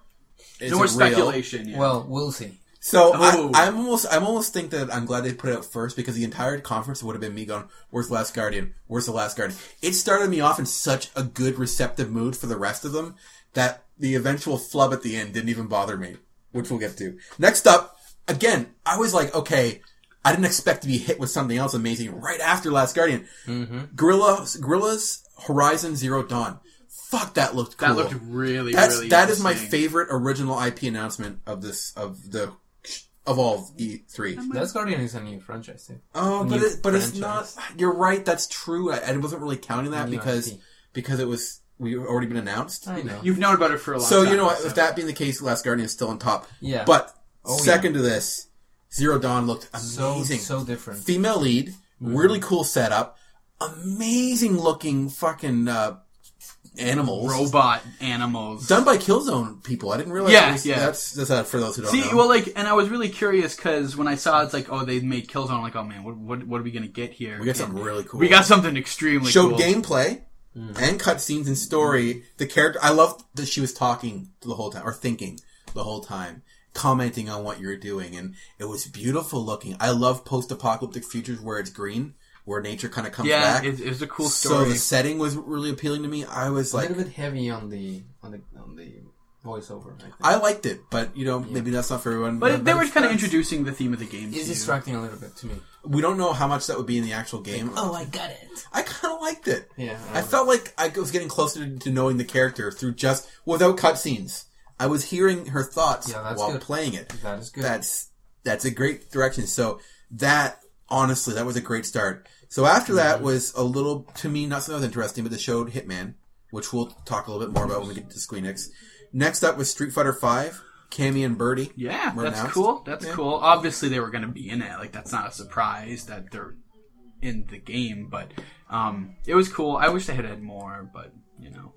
It's no more real. speculation. yeah. Well, we'll see. So Oh. I, I'm almost, I'm almost think that I'm glad they put it out first because the entire conference would have been me going, "Where's the Last Guardian? Where's the Last Guardian?" It started me off in such a good, receptive mood for the rest of them that the eventual flub at the end didn't even bother me, which we'll get to. Next up, again, I was like, okay, I didn't expect to be hit with something else amazing right after Last Guardian. Mm-hmm. Gorilla, Gorilla's Horizon Zero Dawn. Fuck, that looked cool. that looked really That's really. that is my interesting. favorite original IP announcement of this of the of all of E3. Last Guardian is a new franchise. eh? Oh, but New it, but it's not. franchise. You're right. That's true. I, I wasn't really counting that New because IP. because it was we already been announced. I know. You've known about it for a long So time. you know what? With that being the case, Last Guardian is still on top. Yeah. But Oh, yeah. second to this, Zero Dawn looked so amazing. so different. Mm-hmm. Female lead, really cool setup, amazing looking fucking uh, animals. robot animals. Done by Killzone people. I didn't realize. Yeah, it was- yeah. That's, that's uh, for those who don't See, know. well, like, and I was really curious because when I saw it's like, oh, they made Killzone, I'm like, oh man, what, what, what are we gonna get here? We got something really cool. We got something extremely showed cool. gameplay and cutscenes and story. The character, I loved that she was talking the whole time or thinking the whole time, commenting on what you're doing, and it was beautiful looking. I love post-apocalyptic futures where it's green, where nature kind of comes Yeah, back. it, it was a cool so story. the setting was really appealing to me. I was a like, little bit heavy on the on the on the voiceover. I think. I liked it, but you know, maybe that's not for everyone. but it- they were it's- kind of introducing the theme of the game. it's too. distracting a little bit to me. We don't know how much that would be in the actual game. Oh, I got it. oh. I kind of liked it. Yeah. uh, I felt like I was getting closer to knowing the character through just without cutscenes. I was hearing her thoughts Yeah, that's while good. playing it. That is good. That's that's a great direction. So that honestly, that was a great start. So after that was a little to me not something that was interesting, but the show Hitman, which we'll talk a little bit more about when we get to Squeenix. Next up was Street Fighter Five, Cammy and Birdie. Yeah, were that's announced. cool. That's Yeah. cool. Obviously, they were going to be in it. Like, that's not a surprise that they're in the game, but um, it was cool. I wish they had had more, but you know,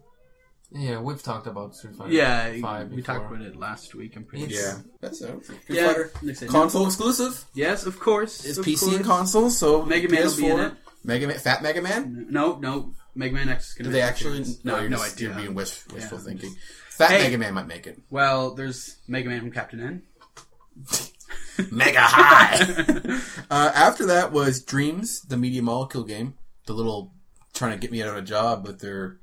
yeah, we've talked about Street Fighter. yeah, Five we before. talked about it last week. I'm pretty It's- sure. Yeah, that's it. Street Yeah, Fighter next thing. console exclusive. Yes, of course. It's of PC and course. console, so Mega Man will PS4, be in it. Mega Man, Fat Mega Man. No, no, Mega Man X. Is Do gonna be they in it. actually? No, you're no just, idea. You're being wish, wishful Yeah. thinking. Fat Hey. Mega Man might make it. Well, there's Mega Man from Captain N. Mega high. uh, after that was Dreams, the Media Molecule game. The little trying to get me out of a job with their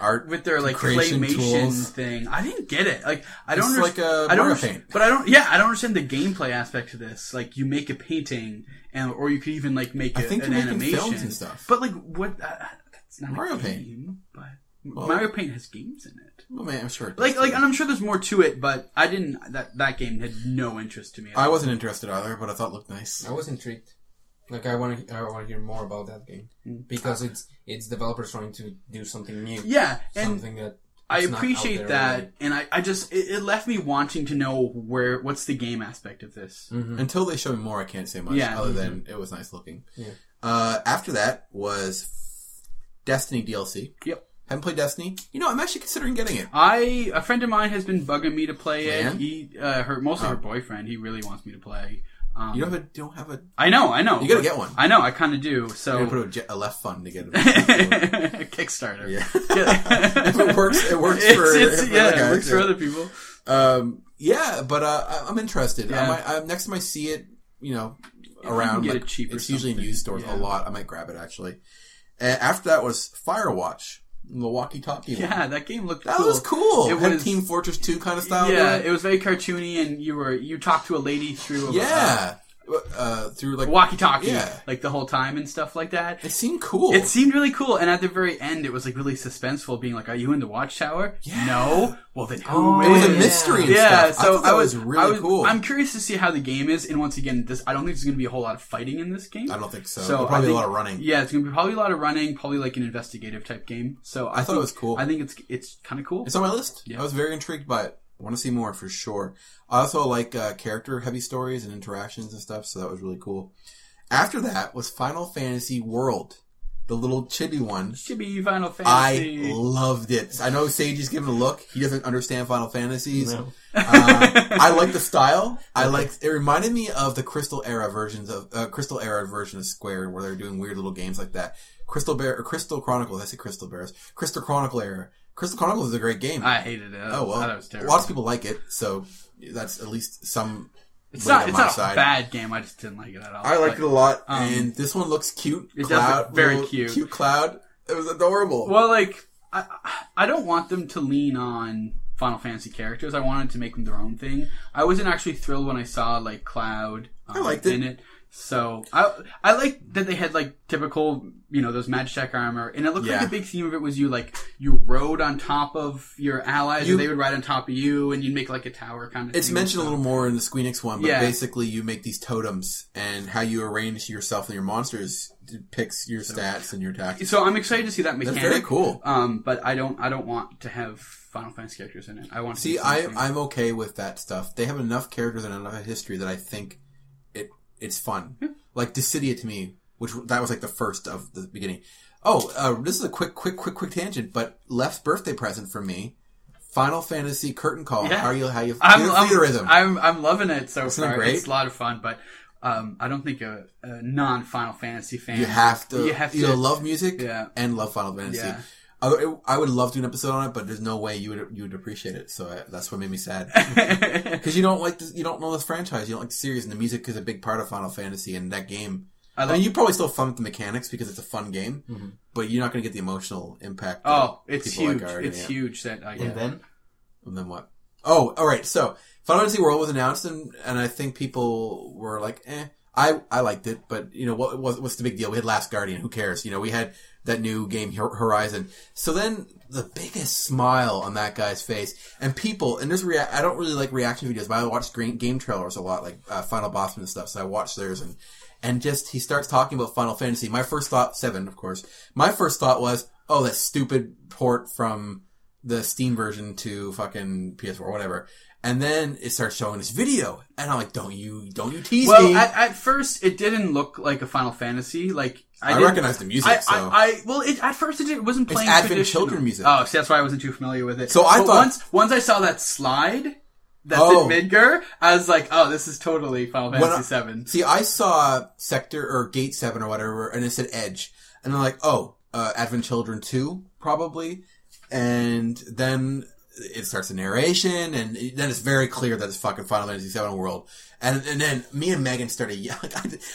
art. with their like Creation claymation tools. thing. I didn't get it. Like I don't It's underst- like a I don't Mario underst- paint. but I don't yeah, I don't understand the gameplay aspect to this. Like you make a painting and or you could even like make a, think an they're making animation films and stuff. But like what uh, that's not Mario a Paint. game, but Well- Mario Paint has games in it. Oh man, I'm sure. it does. Like like and I'm sure there's more to it, but I didn't that that game had no interest to me. at I all. wasn't interested either, but I thought it looked nice. I was intrigued. Like I want to, I want to hear more about that game because it's it's developers trying to do something new, Yeah, and something that I it's not out appreciate there that, already. and I, I just it, it left me wanting to know where what's the game aspect of this. Until they show me more, I can't say much. Yeah. Mm-hmm. Other than it was nice looking. Yeah. Uh, after that was Destiny DLC. Yep. Haven't played Destiny. You know, I'm actually considering getting it. I a friend of mine has been bugging me to play Man? it. He uh, her mostly Oh. her boyfriend. He really wants me to play. Um, You don't have a. Don't have a. I know, I know. You gotta get one. I know, I kind of do. I put So a, j- a left fund to get it. Kickstarter. Yeah. if it works- it works for- for other yeah, it guys, works for yeah. other people. Um, yeah, but uh, I- I'm interested. I Yeah. might, I, next time I see it, you know, can around, get like, it cheap or it's usually in something, used stores yeah. a lot. I might grab it actually. And after that was Firewatch, the walkie-talkie. one. Yeah, that game looked that cool. was cool. It It had was- Team Fortress 2 kind of style. Yeah, to it it. was very cartoony, and you were you talked to a lady through a, yeah. Uh, through like walkie talkie Yeah. like the whole time and stuff like that. it seemed cool. It seemed really cool, and at the very end, it was like really suspenseful, being like, "Are you in the Watchtower? Yeah. No. Well, then Oh, it who was a Yeah. mystery. And Yeah, stuff. so I, thought that was, really I was- cool. I'm curious to see how the game is, and once again, this I don't think there's going to be a whole lot of fighting in this game. I don't think so. So, There'll I probably think- a lot of running. Yeah, it's going to be probably a lot of running, probably like an investigative type game. So I, I thought it think- was cool. I think it's it's kind of cool. It's on my list. Yeah. I was very intrigued by it. I want to see more for sure. I also like uh, character heavy stories and interactions and stuff, so that was really cool. After that was Final Fantasy World, the little chibi one. Should be Final I Fantasy. loved it. I know Sage is giving a look. He doesn't understand Final Fantasies. No. Uh, I like the style. I like. It reminded me of the Crystal Era versions of uh, Crystal Era version of Square, where they're doing weird little games like that. Crystal Bear, or Crystal Chronicles. I say Crystal Bears. Crystal Chronicle Era. Crystal Chronicles is a great game. I hated it. Oh well, I thought it was terrible. lots of people like it, so that's at least some. it's lean not on it's my not side. a bad game. I just didn't like it at all. I liked it a lot, um, and this one looks cute. it does cloud, look very little cute. Cute cloud. It was adorable. Well, like I, I don't want them to lean on Final Fantasy characters. I wanted to make them their own thing. I wasn't actually thrilled when I saw like Cloud um, I liked in it. So I I like that they had like typical you know those Magitech armor, and it looked like Yeah. a big theme of it was you like you rode on top of your allies, You- and they would ride on top of you, and you'd make like a tower kind of. It's thing. mentioned a little more in the Squeenix one, but Yeah. basically you make these totems, and how you arrange yourself and your monsters depicts your stats and your attacks. So I'm excited to see that That's mechanic. very cool. Um, but I don't I don't want to have Final Fantasy characters in it. I want to See, do I, something. I'm okay with that stuff. They have enough characters and enough history that I think it it's fun. Hmm. Like Dissidia to me, which that was like the first of the beginning. Oh, uh, this is a quick, quick, quick, quick tangent, but Left's birthday present for me, Final Fantasy curtain call. Yeah. How are you? How you? I'm, Theater- I'm, theaterism. I'm I'm loving it so Isn't it far. great? It's a lot of fun, but um, I don't think a, a non Final Fantasy fan. you have to. You have to. either love music Yeah. and love Final Fantasy. Yeah. I, I would love to do an episode on it, but there's no way you would you would appreciate it. So I, that's what made me sad. Because you don't like this, you don't know this franchise, you don't like the series, and the music is a big part of Final Fantasy and that game. I, I mean, love- Mm-hmm. you probably still fun with the mechanics because it's a fun game, but you're not going to get the emotional impact. oh, it's People like huge! our it's idea. huge that I get. then And then what? Oh, all right. So Final Fantasy World was announced, and and I think people were like, eh. I I I liked it, but you know what? what what's the big deal? We had Last Guardian. Who cares? You know, we had that new game Hor- Horizon. So then the biggest smile on that guy's face, and people, and there's rea- I don't really like reaction videos, but I watch green- game trailers a lot, like uh, Final Boss and stuff. So I watch theirs and. And just he starts talking about Final Fantasy. My first thought, seven, of course. My first thought was, oh, that stupid port from the Steam version to fucking PS4, or whatever. And then it starts showing this video, and I'm like, "Don't you, don't you tease me?" Well, at, at first, it didn't look like a Final Fantasy. Like I, didn't- recognize the music, I, so I, I well, it, at first it didn't- it wasn't playing Advent traditional. Children music. Oh, see, that's why I wasn't too familiar with it. So I But thought- once once I saw that slide that's Oh. in Midgar, I was like, oh, this is totally Final When I- Fantasy Seven. see. I saw Sector or Gate Seven or whatever, and it said Edge, and I'm like, "Oh, uh, Advent Children Two, probably." And then it starts the narration, and it- then it's very clear that it's fucking Final Fantasy Seven world. And and then me and Megan started yelling.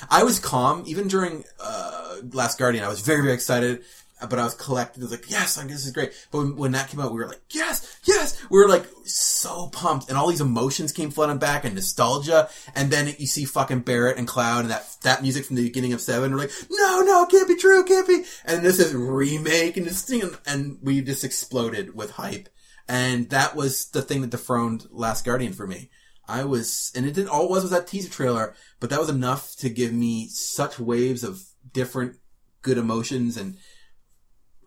I, was calm even during uh, Last Guardian. I was very very excited. But I was collected. I was like, yes, like, this is great. But when, when that came out, we were like, yes, yes. We were like so pumped, and all these emotions came flooding back, and nostalgia. And then you see fucking Barrett and Cloud, and that that music from the beginning of Seven. We're like, no, no, it can't be true, it can't be. And this is remake, and this thing, and we just exploded with hype. And that was the thing that dethroned Last Guardian for me. I was, and it didn't, all it was was that teaser trailer, but that was enough to give me such waves of different good emotions and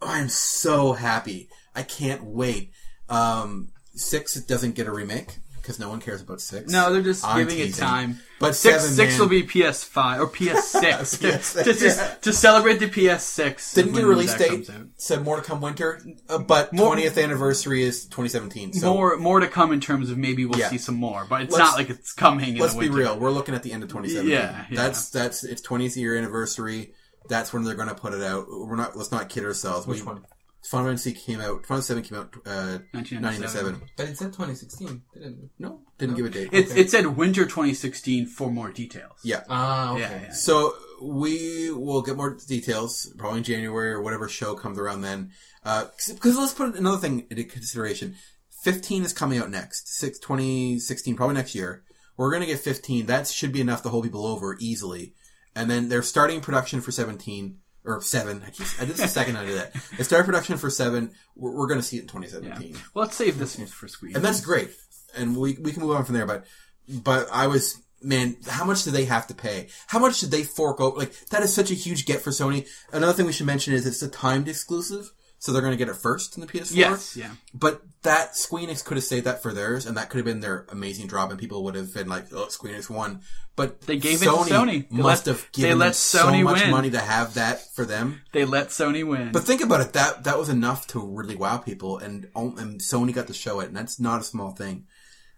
I'm so happy. I can't wait. Um, six doesn't get a remake because no one cares about six. No, they're just I'm giving it teasing. time. But Six seven, six man, will be PS Five or PS Six Yes, to, to, to celebrate the PS Six. didn't get a when release that date. comes out. Said more to come winter, uh, but More- 20th anniversary is 2017. So more more to come in terms of maybe we'll Yeah. see some more, but it's Let's- not like it's coming. let's in the be winter. real. We're looking at the end of 2017. Yeah, yeah. that's that's its 20th year anniversary. That's when they're going to put it out. We're not. Let's not kid ourselves. Which we, one? Final Fantasy came out. Final Seven came out. Uh, 1997. 1997. But it said 2016, didn't it? No, didn't give a date. It, it said winter 2016 for more details. yeah. Ah, okay. Yeah, yeah. So we will get more details probably in January or whatever show comes around then. Because let's put another thing into consideration. 15 is coming out next. Six, 2016, probably next year. We're going to get 15. That should be enough to hold people over easily. And then they're starting production for 17. Or seven. I, keep, I did this the second I did that. They started production for seven. We're, we're going to see it in 2017 Well, let's save this one for squeeze. and that's great. And we we can move on from there. But but I was man, how much do they have to pay? How much did they fork over? Like that is such a huge get for Sony. Another thing we should mention is it's a timed exclusive, so they're going to get it first in the PS4. yes, yeah. But that Squeenix could have saved that for theirs, and that could have been their amazing drop, and people would have been like, "Oh, Squeenix won." But They gave it to Sony. They must let- have they given let them so Sony much win. money to have that for them. They let Sony win. But think about it. That that was enough to really wow people, and oh, and Sony got to show it, and that's not a small thing.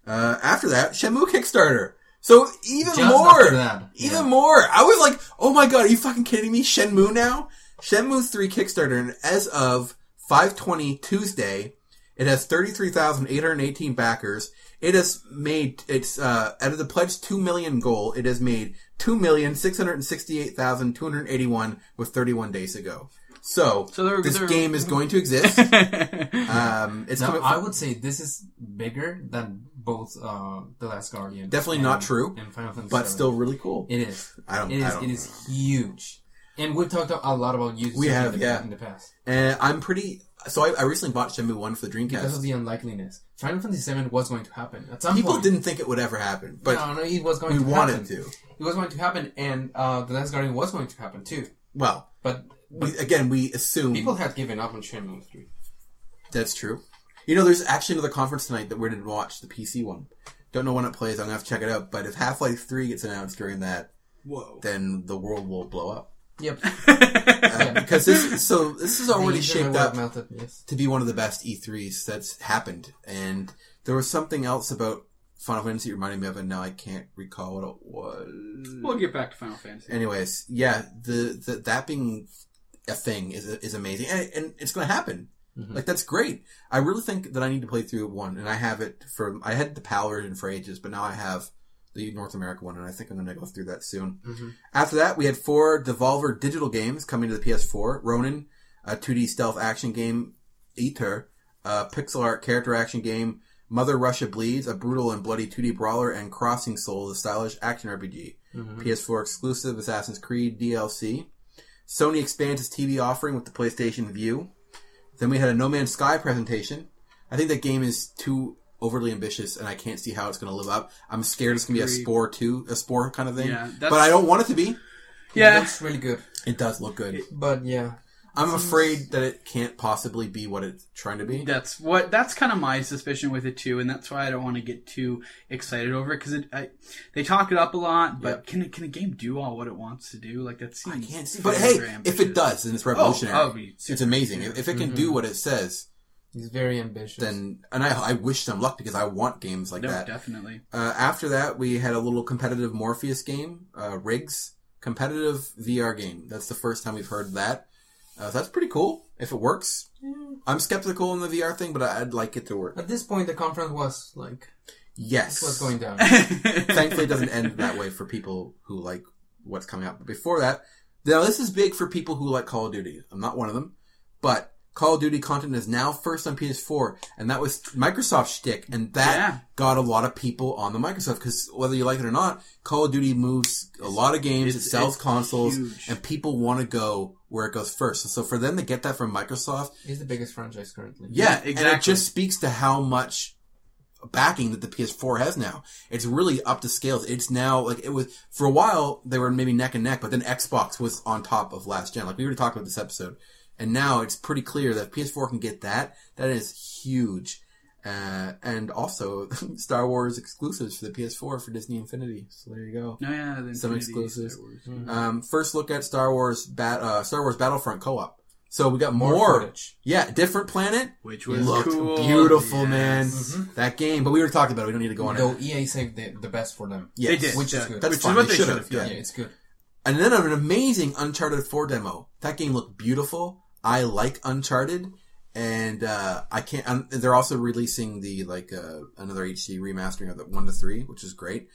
Uh, after that, Shenmue Kickstarter. So even Just more, after that, even yeah. more. I was like, oh my god, are you fucking kidding me? Shenmue now? Shenmue three Kickstarter, and as of five twenty Tuesday, it has thirty three thousand eight hundred eighteen backers. It has made it's uh, out of the pledge two million goal. It has made two million six hundred sixty eight thousand two hundred eighty one with thirty one days ago. So, So they're- this they're- game is going to exist. um, it's Now, coming I would say this is bigger than both uh, The Last Guardian. Definitely not true, And Final Fantasy but VII. still really cool. It is. I don't- It is. I don't it is huge. And we've talked a lot about users. We have, in the, yeah. in the past And I'm pretty. So I, I recently bought Shenmue One for the because of Dreamcast. the unlikeliness. Final Fantasy VII was going to happen at some People point. didn't think it would ever happen, but no, no, it was going we to wanted happen. to. It was going to happen, and uh, the Last Guardian was going to happen too. Well, But we, again, we assume people had given up on Shenmue three. that's true. You know, there's actually another conference tonight that we didn't watch the PC one. Don't know when it plays. I'm gonna have to check it out. But if Half Life Three gets announced during that, Whoa. then the world will blow up Yep. uh, because this. So this is already The shaped internet up. Melted. Yes. to be one of the best E3s that's happened. And there was something else about Final Fantasy that reminded me of, and now I can't recall what it was. We'll get back to Final Fantasy. Anyways, yeah, the, the that being a thing is is amazing, and, and it's going to happen. Mhm. Like that's great. I really think that I need to play through one, and I have it for I had the PAL version for ages, but now I have the North America one, and I think I'm going to go through that soon. Mhm. After that, we had four Devolver digital games coming to the PS4: Ronin, a 2D stealth action game, Ether, a pixel art character action game, Mother Russia Bleeds, a brutal and bloody 2D brawler, and Crossing Souls, a stylish action RPG. PS4 exclusive Assassin's Creed DLC. Sony expands its TV offering with the PlayStation View. Then we had a No Man's Sky presentation. I think that game is too overly ambitious, and I can't see how it's going to live up. I'm scared it's going to be a Agreed. Spore two, a Spore kind of thing. Yeah, that's- but I don't want it to be. Yeah. Yeah. Looks really good. It does look good. But yeah. I'm afraid that it can't possibly be what it's trying to be. That's what. That's kind of my suspicion with it too, and that's why I don't want to get too excited over it because it. I, they talk it up a lot, but Yep. can can a game do all what it wants to do? Like that seems. I can't see. very, But hey, very if ambitious. it does, and it's revolutionary, oh, Mm-hmm. be super- it's amazing. If, if it can do what it says, He's very ambitious. then and I, I wish them luck because I want games like no, that. definitely. Uh, after that, we had a little competitive Morpheus game, uh, Rigs competitive VR game. That's the first time we've heard that. Uh, so that's pretty cool if it works. I'm skeptical on the VR thing, but I'd like it to work. At this point, the conference was like, Yes, this was going down. thankfully it doesn't end that way for people who like what's coming out. But before that, now this is big for people who like Call of Duty. I'm not one of them, but Call of Duty content is now first on PS4, and that was Microsoft shtick, and that Yeah. got a lot of people on the Microsoft because whether you like it or not, Call of Duty moves a lot of games, it's- it sells it's consoles, huge. and people want to go where it goes first. So for them to get that from Microsoft He's the biggest franchise currently. yeah, And it exactly. just speaks to how much backing that the PS4 has now. It's really up to scales. It's now like it was for a while they were maybe neck and neck, but then Xbox was on top of last gen. Like we already talked about this episode, and now it's pretty clear that PS4 can get that. That is huge. Uh, and also Star Wars exclusives for the PS4 for Disney Infinity. So there you go. No, yeah, the Some Infinity exclusives. Star Wars. Mm. Uh, Um, first look at Star Wars bat uh, Star Wars Battlefront co-op. So we got more, footage. yeah, different planet, which was looked cool. beautiful, Yes. Mm-hmm. man. That game, but we already talked about it. We don't need to go on Though it. EA saved the, the best for them. Yes. They did, Which is yeah. good. That's which fine. is what They they should should have, have yeah. done. Yeah, it's good. And then an amazing Uncharted 4 demo. That game looked beautiful. I like Uncharted, and uh, I can't. Um, they're also releasing the like uh, another HD remastering of the one to three, which is great.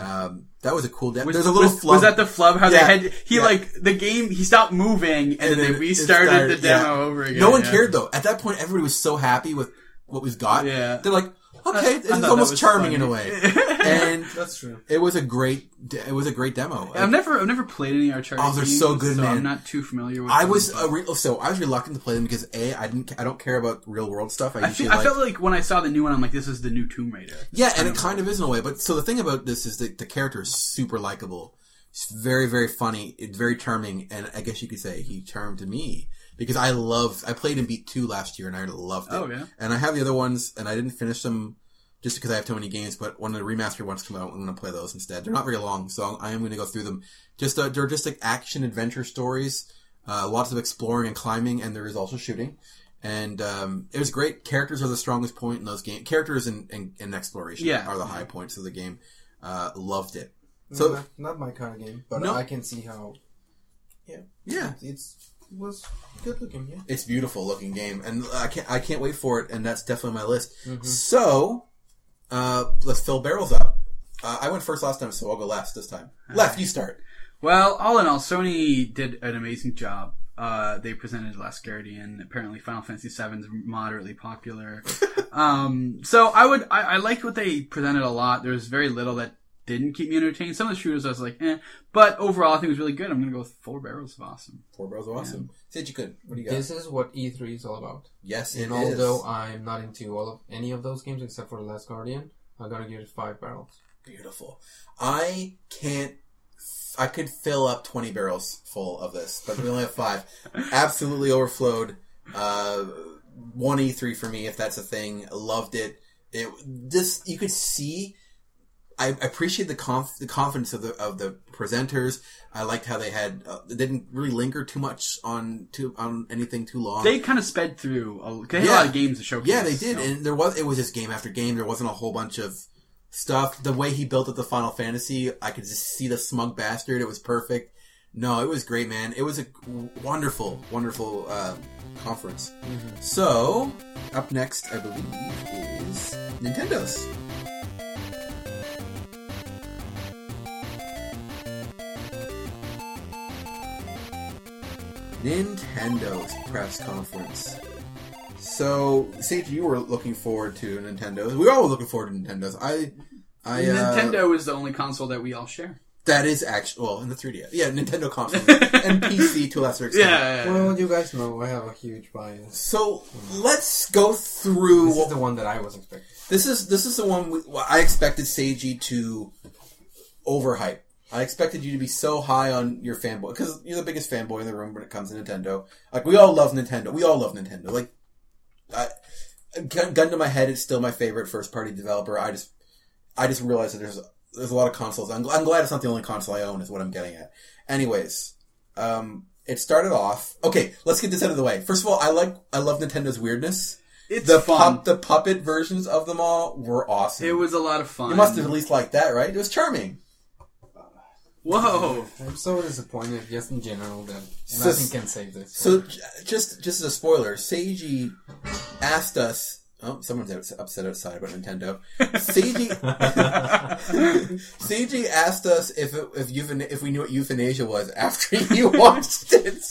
Um, that was a cool demo. Mm-hmm. Was, There's a little was, flub. was that the flub? How Yeah. they had he Yeah. like the game? He stopped moving, And and, then then they it- it restarted started, the demo yeah. over again. no one yeah. cared though. At that point, everybody was so happy with what we've got. Yeah. They're like, okay, this I is thought that almost was charming in a funny. way. and That's true. it was a great. de- It was a great demo. I've never, I've never played any Uncharted. Oh, they're games, so good, man. I'm not too familiar with. I them, was but- a re- oh, so I was reluctant to play them because a I didn't I don't care about real world stuff. I I, usually feel, like, I felt like when I saw the new one, I'm like, this is the new Tomb Raider. yeah, and it kind of is in a way. But so the thing about this is that the character is super likable. It's very very funny. It's very charming, and I guess you could say he charmed me because I love I played and beat two last year and I loved it. Oh, yeah? and I have the other ones and I didn't finish them. Just because I have too many games, but when the remastered ones come out, I'm going to play those instead. They're not very long, so I am going to go through them. Just uh, they're just like action adventure stories, uh, lots of exploring and climbing, and there is also shooting. And um, it was great. Characters are the strongest point in those games. Characters and, and, and exploration Yeah. are the high points of the game. Uh, loved it. So not, not my kind of game, but No. I can see how yeah, it's it was good looking. Yeah. it's beautiful looking game, and I can't I can't wait for it. And that's definitely on my list. Mm-hmm. So uh, let's fill barrels up. Uh, I went first last time, so I'll go last this time. Left, you start. Well, all in all, Sony did an amazing job. Uh, they presented Last Guardian. Apparently, Final Fantasy VII is moderately popular. um, so I would, I, I liked what they presented a lot. There was very little that didn't keep me entertained. Some of the shooters I was like, eh. But overall, I think it was really good. I'm going to go with Four Barrels of Awesome. Four barrels are awesome. Said you could. What do you got? This is what E3 is all about. yes, it And is. although I'm not into all of any of those games except for The Last Guardian, I'm gonna give it five barrels. Beautiful. I can't. I could fill up twenty barrels full of this, but we only have five. Absolutely overflowed. Uh, one E three for me, if that's a thing. Loved it. It this you could see. I appreciate the conf, the confidence of the of the presenters. I liked how they had uh, they didn't really linger too much on too on anything too long. They kind of sped through. A, they had Yeah. a lot of games to showcase. Yeah, they did, so- and there was it was just game after game. There wasn't a whole bunch of stuff. The way he built up the Final Fantasy, I could just see the smug bastard. It was perfect. No, it was great, man. It was a wonderful, wonderful uh, conference. So, up next, I believe, is Nintendo's. Nintendo's press conference. So, Sage, you were looking forward to Nintendo's. We all were looking forward to Nintendo's. I, I uh, Nintendo is the only console that we all share. That is actually well in the 3DS. Yeah, Nintendo console and PC to a lesser extent. Well, you guys know I have a huge bias. So let's go through. This is the one that I was expecting. This is this is the one we, well, I expected Seiji to overhype. I expected you to be so high on your fanboy because you're the biggest fanboy in the room when it comes to Nintendo. Like we all love Nintendo. We all love Nintendo. Like, I, gun, gun to my head, it's still my favorite first party developer. I just, I just realized that there's there's a lot of consoles. I'm, gl- I'm glad it's not the only console I own. Is what I'm getting at. Anyways, um, it started off. Okay, let's get this out of the way. First of all, I like I love Nintendo's weirdness. It's the fun. the puppet versions of them all were awesome. it was a lot of fun. You must have at least liked that, right? It was charming. Whoa. I'm so disappointed, just in general, that So- nothing can save this. So, j- just just as a spoiler, Seiji asked us. Oh, someone's outs- upset outside about Nintendo. Seiji, Seiji asked us if it, if euthana- if we knew what euthanasia was after you watched it.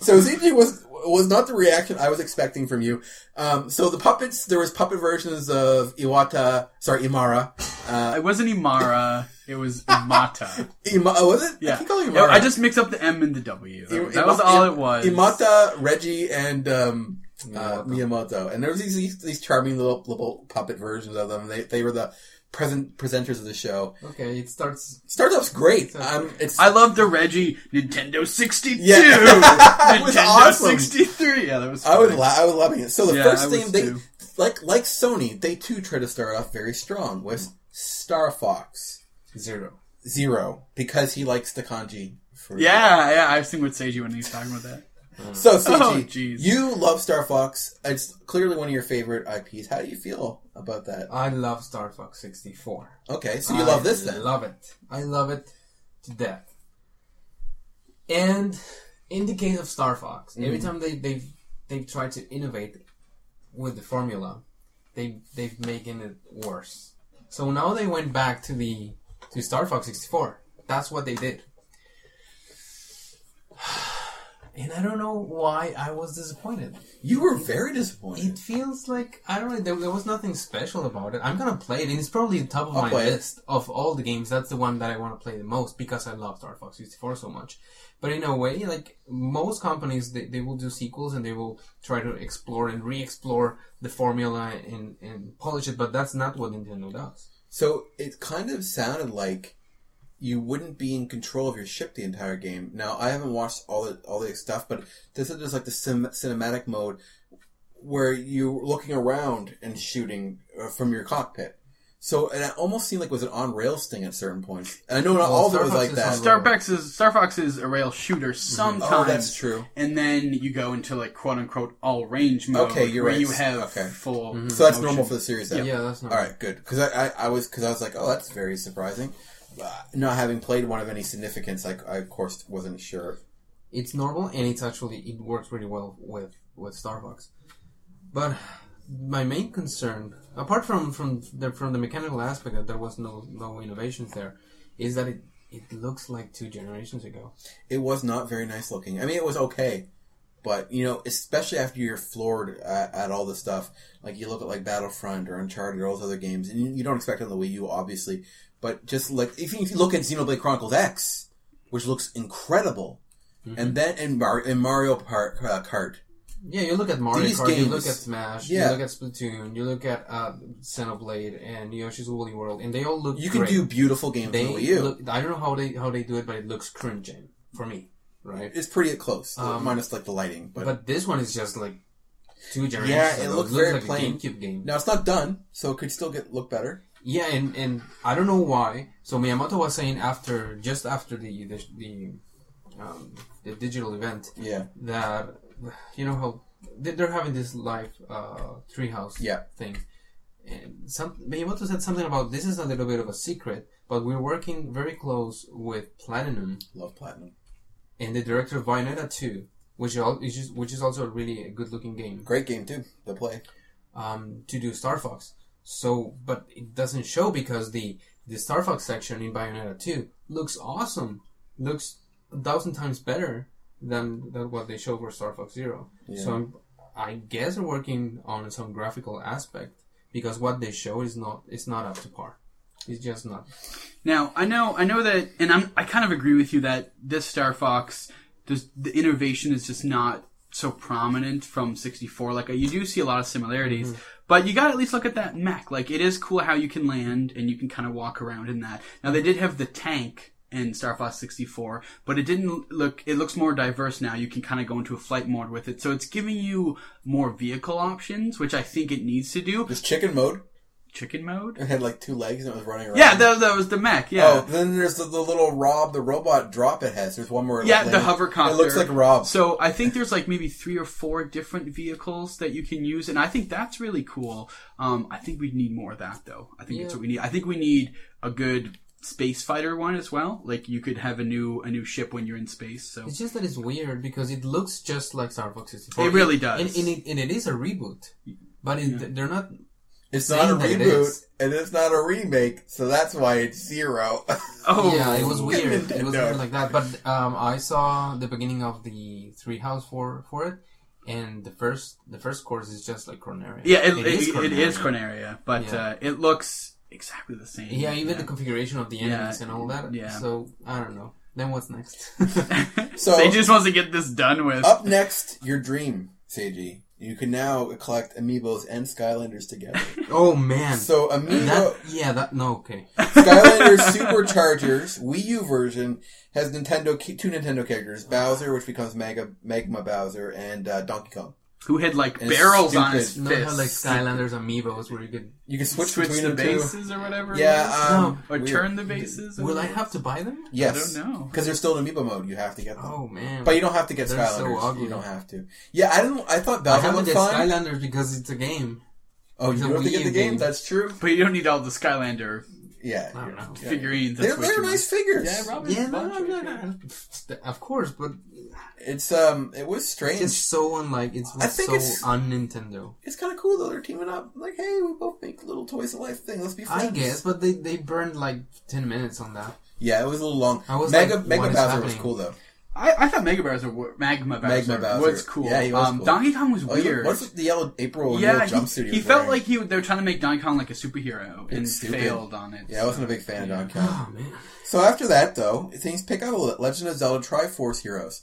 So Seiji was was not the reaction I was expecting from you. Um, so the puppets, there was puppet versions of Iwata, sorry Imara. Uh, It wasn't Imara. It was Imata. Ima, oh, was it? Yeah. I keep calling Yeah, Imara. I just mixed up the M and the W. That, Im- that was Ima- all Im- it was. Imata, Reggie, and um, uh, Miyamoto. Miyamoto, and there was these- these these charming little, little puppet versions of them. They they were the present presenters of the show. okay, it starts. Startup's great. Sounds Um, great. it's I love the Reggie Nintendo 62. Yeah. That was Nintendo awesome. 63. Yeah, that was I was funny. la- I was loving it. So the Yeah, I first thing was they too. like like Sony, they too try to start off very strong with Star Fox Zero. Zero because he likes the kanji. For Yeah, yeah, I've seen what Seiji when he's talking about that. So CG, Oh, jeez. you love Star Fox. It's clearly one of your favorite IPs. How do you feel about that? I love Star Fox 64. Okay, so you love this I then. love it. I love it to death. And in the case of Star Fox, every Mm-hmm. time they, they've they've tried to innovate with the formula, they they've making it worse. So now they went back to the to Star Fox 64. That's what they did. And I don't know why I was disappointed. You were very disappointed. It feels like I don't know. There, there was nothing special about it. I'm gonna play it, and it's probably the top of I'll my play it. list of all the games. That's the one that I want to play the most because I love Star Fox 64 so much. But in a way, like most companies, they, they will do sequels and they will try to explore and re-explore the formula and, and polish it. But that's not what Nintendo does. So it kind of sounded like you wouldn't be in control of your ship the entire game. Now I haven't watched all the all the stuff, but this is just like the cin- cinematic mode where you're looking around and shooting uh, from your cockpit. So and it almost seemed like it was an on rails thing at certain points. And I know not Well, all of it Star was Fox like is that. on Star Fox is Star Fox is a rail shooter sometimes. Oh, that's true. And then you go into like quote unquote all range mode. Okay, you're where right. You have Okay. Mm-hmm. full. So that's motion. normal for the series. Then. Yeah, that's not. All right, good. Because I, I, I was because I was like, oh, that's very surprising. Uh, not having played one of any significance, I, I of course wasn't sure. it's normal and it's actually it works really well with with Star Fox. But my main concern, apart from from the from the mechanical aspect that there was no no innovations there, is that it it looks like two generations ago. It was not very nice looking. I mean, it was okay, but you know, especially after you're floored at, at all the stuff, like you look at like Battlefront or Uncharted or all those other games, and you, you don't expect it on the Wii U, obviously. But just like if you, if you look at Xenoblade Chronicles X, which looks incredible, Mm-hmm. and then in, Mar- in Mario Par- uh, Kart, Yeah, you look at Mario These Kart, you look games- at Smash, yeah. you look at Splatoon, you look at uh, Xenoblade and Yoshi's Woolly World, and they all look. you can great. do beautiful games They on the Wii U. look. I don't know how they how they do it, but it looks cringing for me, right? It's pretty close, Um, minus like the lighting. But, But, this one is just like two generations. Yeah, it ago. looks looks very like plain. a GameCube game. now it's not done, so it could still get look better. Yeah, and, and I don't know why. So Miyamoto was saying after, just after the the the, um, the digital event, Yeah, that you know how they- they're having this live uh, treehouse Yeah. thing. And some Miyamoto said something about this is a little bit of a secret, but we're working very close with Platinum love platinum. and the director of Bayonetta 2, which al- is just, which is also a really good looking game Great game too. The play. um, to do Star Fox. So, but it doesn't show because the the Star Fox section in Bayonetta two looks awesome, looks a thousand times better than than what they show for Star Fox Zero. So I'm I guess they're working on some graphical aspect because what they show is not it's not up to par. It's just not. Now I know I know that, and I'm I kind of agree with you that this Star Fox, there's, the innovation is just not so prominent from 64. Like you do see a lot of similarities, but you got to at least look at that mech. Like it is cool how you can land and you can kind of walk around in that. Now they did have the tank in Star Fox 64, but it didn't look. It looks more diverse now. You can kind of go into a flight mode with it, so it's giving you more vehicle options, which I think it needs to do. There's chicken mode. Chicken mode. It had like two legs and it was running around. Yeah, that, that was the mech. Yeah. Oh, then there's the, the little Rob, the robot drop it has. There's one where Yeah, like, the landed- hovercopter. It looks like Rob. So I think there's like maybe three or four different vehicles that you can use, and I think that's really cool. Um, I think we need more of that though. I think that's Yeah. what we need. I think we need a good space fighter one as well. Like you could have a new a new ship when you're in space. So It's just that it's weird because it looks just like Star Fox 64. it really does. and, and, it, and it is a reboot, but it, they're not. it's not a saying that it reboot is. and it's not a remake, so that's why it's zero. oh Yeah, it was weird. It was Nintendo. weird like that. But um, I saw the beginning of the three house for for it, and the first the first course is just like Corneria. Yeah, it, it, is, it Corneria. is Corneria, but Yeah. uh, it looks exactly the same. Yeah, even the configuration of the Yeah, enemies and all that. yeah. So I don't know. Then what's next? So- they just wants to get this done with. Up next, your dream, Seiji. You can now collect Amiibos and Skylanders together. oh man. So Amiibo that, yeah, that no okay. Skylanders Superchargers Wii U version has Nintendo ki- two Nintendo characters: Bowser, which becomes Mega Magma Bowser, and uh, Donkey Kong. Who had like And barrels on his stupid. You know how like fists? Skylanders amiibos where you could. You can switch, switch between the the, two. bases or whatever. it Yeah, is? um, or weird. turn the bases. or Will I whatever. have to buy them? Yes, I don't know. because they're still in Amiibo mode. You have to get them. Oh man. But you don't have to get They're so Skylanders. ugly. You don't have to. Yeah, I didn't. I thought I Bowser haven't looked get fine. Skylanders because it's a game. oh, you It's a don't have to Wii get the U game. game. That's true. But you don't need all the Skylander Yeah, I don't yeah. know. figurines. they're That's what they're you nice figures. Yeah, Robin. Yeah, no, no, no, no. Of course, but It's um, it was strange. it's It's, so unlike. It's I think so it's- un Nintendo. kind of cool though. They're teaming up. Like, hey, we both make little toys of life thing. Let's be friends. I guess, but they they burned like ten minutes on that. Yeah, it was a little long. I was Mega like, Mega what Bowser is was happening? cool though. I, I thought Mega Bowser, wa- Magma Bowser, Magma Bowser. was cool. Yeah, he was um, cool. Donkey Kong was Oh, weird. What's with the yellow April and yeah, yellow jumpsuit? he, he was felt wearing? like he they were trying to make Donkey Kong like a superhero and stupid. failed on it. Yeah, I wasn't a big fan of Donkey Kong. Oh man. So after that, though, things pick up a little. Legend of Zelda Triforce Heroes.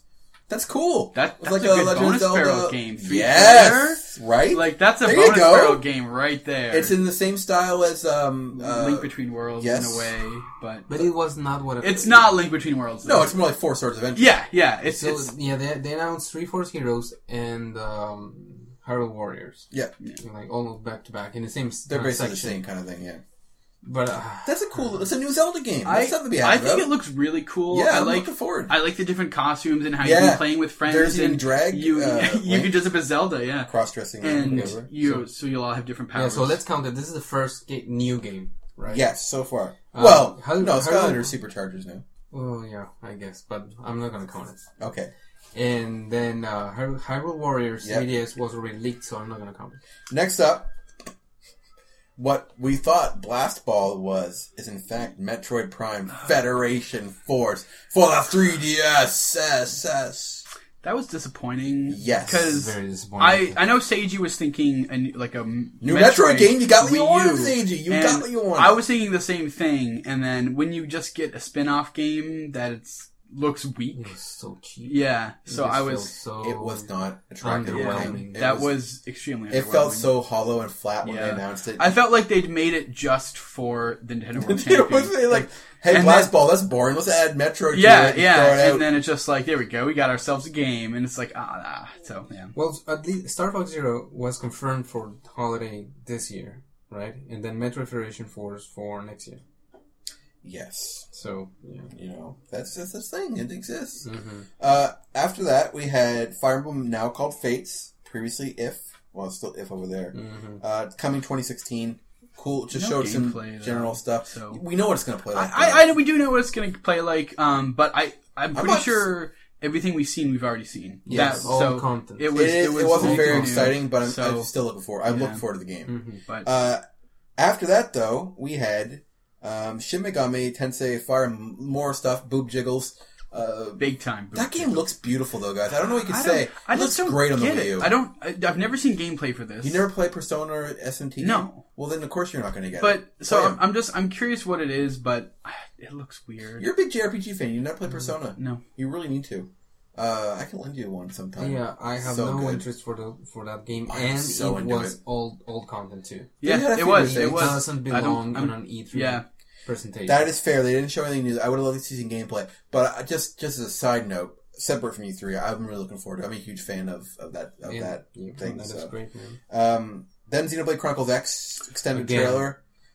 That's cool. That- It's that's a good bonus barrel game. Three Yes, right. Like that's a There you bonus go. barrel game right there. it's in the same style as um. Uh, Link Between Worlds in yes. a way, but, But it was not what it it's not Link Between Worlds. no, though. it's more like Four Swords Adventure. yeah, yeah. It's, So it's yeah, they, they announced three Force Heroes and um, Hyrule Warriors, Yeah, like almost back to back in the same s- they're uh, basically section. the same kind of thing. Yeah, But uh, that's a cool. It's a new Zelda game. I, That's something to be I happy think about. it looks really cool. yeah, I am like looking forward. I like the different costumes and how Yeah. you can playing with friends. There's and in drag, You uh, you Link. can dress up as Zelda, yeah. Cross dressing And whatever. you so you'll all have different yeah, powers. so let's count that this is the first ga- new game, right? Yes, so far. Um, Uh, well, how- no, how- Skylanders Superchargers now. Oh yeah, I guess, but I'm not gonna count it. Okay. And then uh, Hy- Hyrule Warriors Yeah. CDS was already leaked, so I'm not gonna count it. Next up, what we thought Blast Ball was is in fact Metroid Prime Ah. Federation Force for the 3DS. SS. that was disappointing. Yes. because Very disappointing. I I know Seiji was thinking a, new- like a m- New Metroid, game, you got what you Wii wanted, U. Seiji. You And got what you wanted. I was thinking the same thing, and then when you just get a spin-off game that it's, looks It weak, was so cheap. yeah. So It just I felt was so. It was not attractive. Underwhelming. It that was, extremely. It underwhelming. felt so hollow and flat when they Yeah. announced it. I felt like they'd made it just for the Nintendo World it was Champions. really like, hey, and Blast then- Ball, that's boring. Let's add Metroid. to it yeah, and throw it yeah, out. and then it's just like there we go, we got ourselves a game, and it's like ah, ah. so yeah. Well, at least Star Fox Zero was confirmed for holiday this year, right? And then Metro Federation Force for next year. yes. So yeah, You know, that's just this thing. It exists. mm-hmm. Uh, after that, we had Fire Emblem, now called Fates, previously If. Well, it's still If over there. Mm-hmm. Uh, it's coming 2016. Cool. Just Hmm. No showed some gameplay, though, general stuff. so- We know what it's going to play like. I, though. I, I we do know what it's gonna play like, um, but I I'm pretty not- sure everything we've seen we've already seen. Yes, all content. It it, was is- it, was it wasn't all very new, exciting, but I'm, so I'm still looking forward. I'm Yeah. Hmm. looking forward to the game. Mm-hmm. but Uh, after that, though, we had um, Shin Megami Tensei Fire, m- more stuff, boob jiggles, Uh, Big time. boot that game camp. looks beautiful, though, guys. I don't know what you can I say. don't- I it just looks don't great on the get it. Wii U. I don't. I, I've never seen gameplay for this. You never play Persona or SMT? No. Well, then of course you're not going to get it. But so Play I'm, 'em. I'm just I'm curious what it is, but ah, it looks weird. you're a big JRPG fan. You never Mm-hmm. play Persona. No. You really need to. Uh, I can lend you one sometime. Yeah, I have So no good. interest for the for that game, I'm and so it into was it. old old content too. Yeah, Yeah, I it was. figured It it was. doesn't I don't- belong I'm- on an E3 yeah. presentation. That is fair. They didn't show anything new. I would have loved to see some gameplay. But I, just just as a side note, separate from E3, I'm really looking forward to. I'm a huge fan of, of that of Yeah. that Yeah, thing. that is so. great, man. Um, then Xenoblade Chronicles X extended Again. trailer.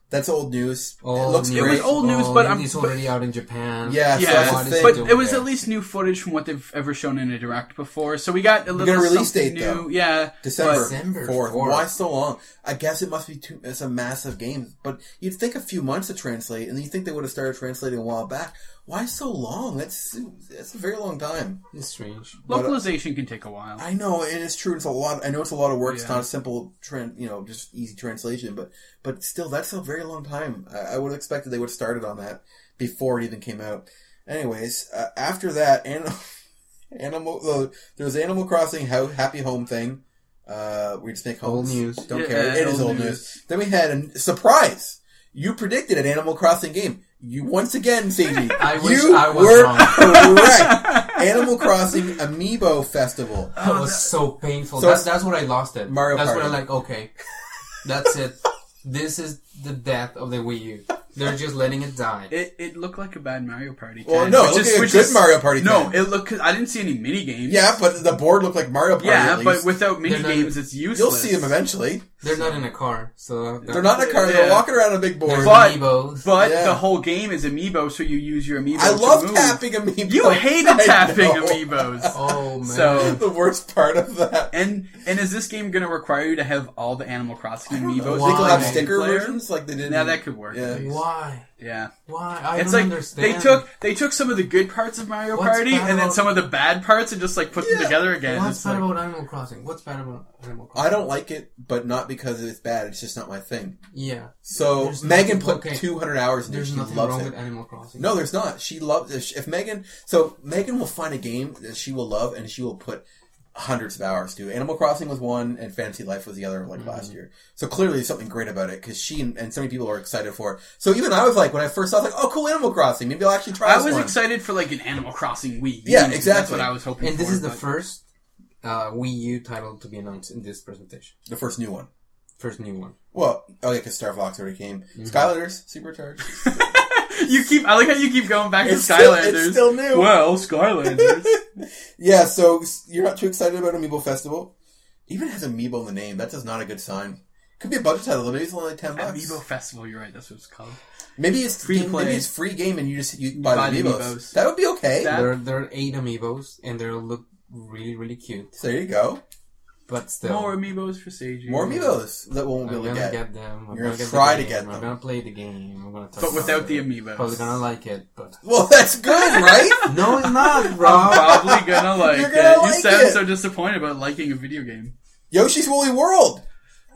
That's old news. Old it looks news. great. It was old news, but and I'm- it's but- already out in Japan. Yeah, Yeah, so that's the it's- thing. but doing it was there. at least new footage from what they've ever shown in a direct before. So we got a little got a release something date, new. though. Yeah, December, but- December 4th. 4th. Why so long? I guess it must be too, it's a massive game, but you'd think a few months to translate, and you think they would have started translating a while back. Why so long? That's that's a very long time. It's strange. uh, localization can take a while. I know, and it's true. It's a lot. I know it's a lot of work. It's Yeah. not a simple, tran you know, just easy translation. But but still, that's a very long time. I, I would have expected they would have started on that before it even came out. Anyways, uh, after that, an- animal uh, there was Animal Crossing Ho- Happy Home thing. Uh, we just make Old homes. news. Don't Yeah, care. It is old old news. news. Then we had a surprise. You predicted an Animal Crossing game. You once again, Sadie. I wish you I was were wrong. correct. Animal Crossing Amiibo Festival. That was so painful. Oh, So that's that's what I lost it. Mario That's Party. what I'm like. Okay, that's it. This is the death of the Wii U. They're just letting it die. It, it looked like a bad Mario Party. Well, 10, no, which it looked is- like a which good is- Mario Party No, 10. it looked. 'cause I didn't see any mini games. Yeah, but the board looked like Mario Party. yeah, at but least. without mini not- games, it's useless. you'll see them eventually. They're not in a car, so They're not in a car. They're Yeah. walking around a big board. But- Amiibos. But Yeah. the whole game is amiibo, so you use your amiibo. I to love move. tapping amiibo. You hated I tapping know. amiibos. oh man. So- The worst part of that. And and is this game going to require you to have all the Animal Crossing I amiibos? think they'll have Why? sticker Player? versions like they did. Now in- that could work. Yeah. at least. why? Yeah. Why? I It's don't like understand. they took they took some of the good parts of Mario What's Party bad and then about- some of the bad parts and just like put them Yeah. together again. What's It's bad like- about Animal Crossing? What's bad about Animal Crossing? I don't like it, but not because it's bad. It's just not my thing. Yeah, So There's Megan nothing- put okay. 200 hours into it. there's She nothing loves wrong it. with Animal Crossing. No, there's not. She loves if, if Megan. So Megan will find a game that she will love, and she will put hundreds of hours to. Animal Crossing was one, and Fantasy Life was the other, like Mm-hmm. last year. So clearly, there's something great about it because she and, and so many people are excited for. it. So even I was like, when I first saw, it, I was like, oh, cool, Animal Crossing. Maybe I'll actually try. I this was one. excited for like an Animal Crossing Wii. Yeah, That's exactly. what I was hoping. and this for, is the but- first uh, Wii U title to be announced in this presentation. The first new one. First new one. Well, oh yeah, because Star Fox already came. Mm-hmm. Skylanders Supercharged. You keep. I like how you keep going back It's to still- Skylanders. it's still new. Well, Skylanders. yeah, so s- you're not too excited about Amiibo Festival. Even has Amiibo in the name. That is not a good sign. Could be a budget title. Maybe it's only like ten bucks. Amiibo Festival. You're right. That's what it's called. Maybe it's Free free play. Maybe it's free game, and you just you buy, buy the the amiibos. Amiibos. That would be okay. That- There, there are eight amiibos, and they look really, really cute. so there you go. But still, More amiibos for Seiji. More amiibos that we'll I'm be able gonna to get. get. them. I'm You're gonna get try to the game, get them. I'm gonna play the game. I'm gonna. Talk But about without the it. amiibos. probably gonna like it. But Well, that's good, right? no, it's not, I'm Rob. probably gonna like You're it. gonna you like sound it. so disappointed about liking a video game. Yoshi's Woolly World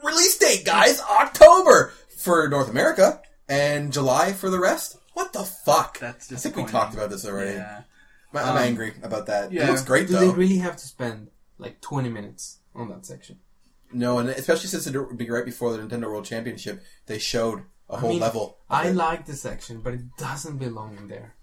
release date, guys, October for North America and July for the rest. What the fuck? That's I think disappointing. we talked about this already. Yeah. I'm, I'm Um, angry about that. It yeah. looks great Do though. they really have to spend like 20 minutes on that section? no, and especially since it would be right before the Nintendo World Championship, they showed a whole mean, level. I like the section, but it doesn't belong in there.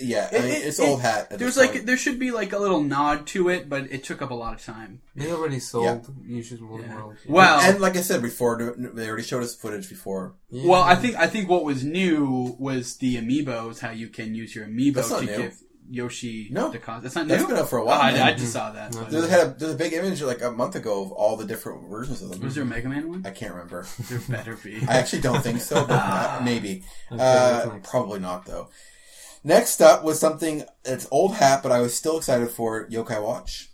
Yeah, I mean, It- it- it's old it- hat. At There's this like point. there should be like a little nod to it, but it took up a lot of time. They already sold Yushi's World Yeah. World. Well, and like I said before, they already showed us footage before. Yeah. Well, I think I think what was new was the amiibos. How you can use your amiibo That's not to new. give Yoshi No. the costume. That's not That's new. been out for a while, Oh, I, man. I just saw that. but- There's had a, there's a big image like a month ago of all the different versions of them. Was there a Mega Man one? I can't remember. There better be. Mm-hmm. I actually don't think so, but uh, maybe. that's Uh, nice. probably not though. Next up was something that's old hat, but I was still excited for Yokai Watch.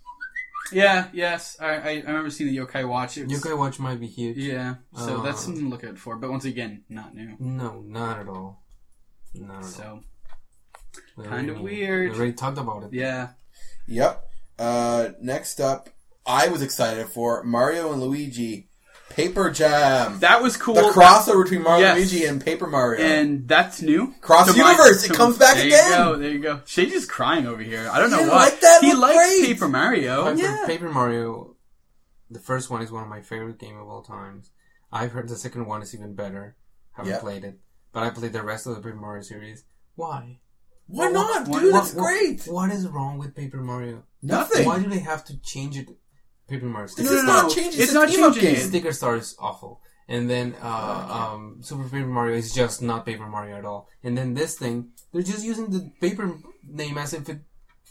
yeah. Yes. I, I I remember seeing the Yokai Watch. It was- Yokai Watch might be huge. Yeah. So Oh. Uh. that's something to look out for. But once again, not new. No, not at all. Not at all. So We kind of already- weird. We already talked about it. yeah. Yep. Uh, next up, I was excited for Mario and Luigi Paper Jam. That was cool. The crossover between Mario Yes. Luigi and Paper Mario. and that's new. Cross To universe, it to- comes back there again. You go, there you go. Shady's crying over here. I don't know You why. like that? he Look likes great. Paper Mario. Paper, Oh, yeah. Paper Mario, the first one is one of my favorite game of all times. I've heard the second one is even better. Haven't Yeah. played it, but I played the rest of the Paper Mario series. Why? Why What- not, what- dude? what- That's great. What is wrong with Paper Mario? Nothing. Why do they have to change it? Paper Mario sticker, This is no, not no. changing. It's not team-up changing game. it. sticker Star is awful, and then Oh, uh, um, Super Paper Mario is just not Paper Mario at all. And then this thing, they're just using the paper name as if it.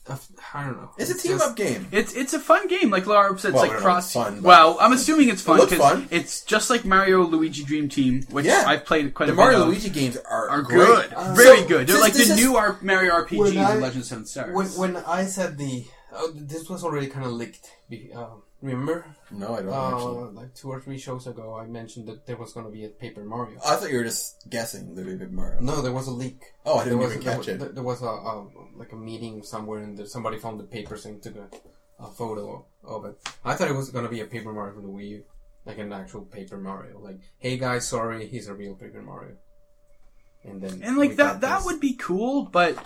uh, I don't know. It's a just- team-up game. It's it's a fun game. Like Laura said, Well, I don't it's like know if cross. it's fun, but- well, I'm assuming it's fun looks because fun. it's just like Mario Luigi Dream Team, which Yeah. I've played quite The a Mario bit. of. Luigi games are are great. good, Uh, very so, good. They're this- like this the is- new R- Mario RPGs When I- in Legend of Seven Stars. When, when I said the oh, this was already kind of leaked. be- Um, remember, No, I don't actually. uh, like two or three shows ago, I mentioned that there was going to be a Paper Mario. I thought you were just guessing the Paper Mario. No, there was a leak. Oh, I didn't there even was, there catch wa- it. There, there was a, a like a meeting somewhere, and there, somebody found the papers and took a, a photo of it. I thought it was going to be a Paper Mario from the Wii U, like an actual Paper Mario. Like, hey guys, sorry, he's a real Paper Mario. And then and Oh we like that, got that this. would be cool, but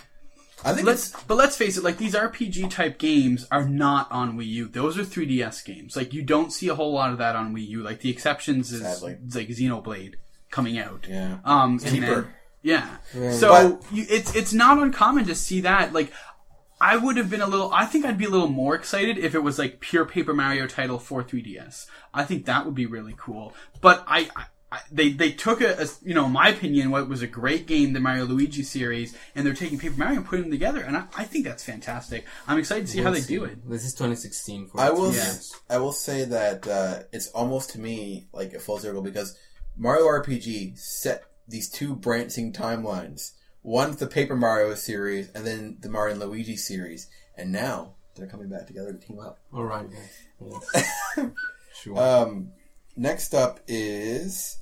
I think let's but let's face it, like these RPG type games are not on Wii U. Those are 3DS games. Like you don't see a whole lot of that on Wii U. Like the exceptions is Sadly. like Xenoblade coming out. Yeah. Um. and cheaper. then- yeah. Yeah. So you, it's it's not uncommon to see that. Like I would have been a little. I think I'd be a little more excited if it was like pure Paper Mario title for 3DS. I think that would be really cool. But I. I I- they, they took a, a- you know in my opinion what was a great game the Mario Luigi series and they're taking Paper Mario and putting them together and I, I think that's fantastic I'm excited to see how they Let's do see. it This is 2016. For I will. Yeah. s- I will say that uh, it's almost to me like a full circle because Mario RPG set these two branching timelines. One's the Paper Mario series, and then the Mario and Luigi series, and now they're coming back together to team up. All right. guys. Yes. sure. Um, next up is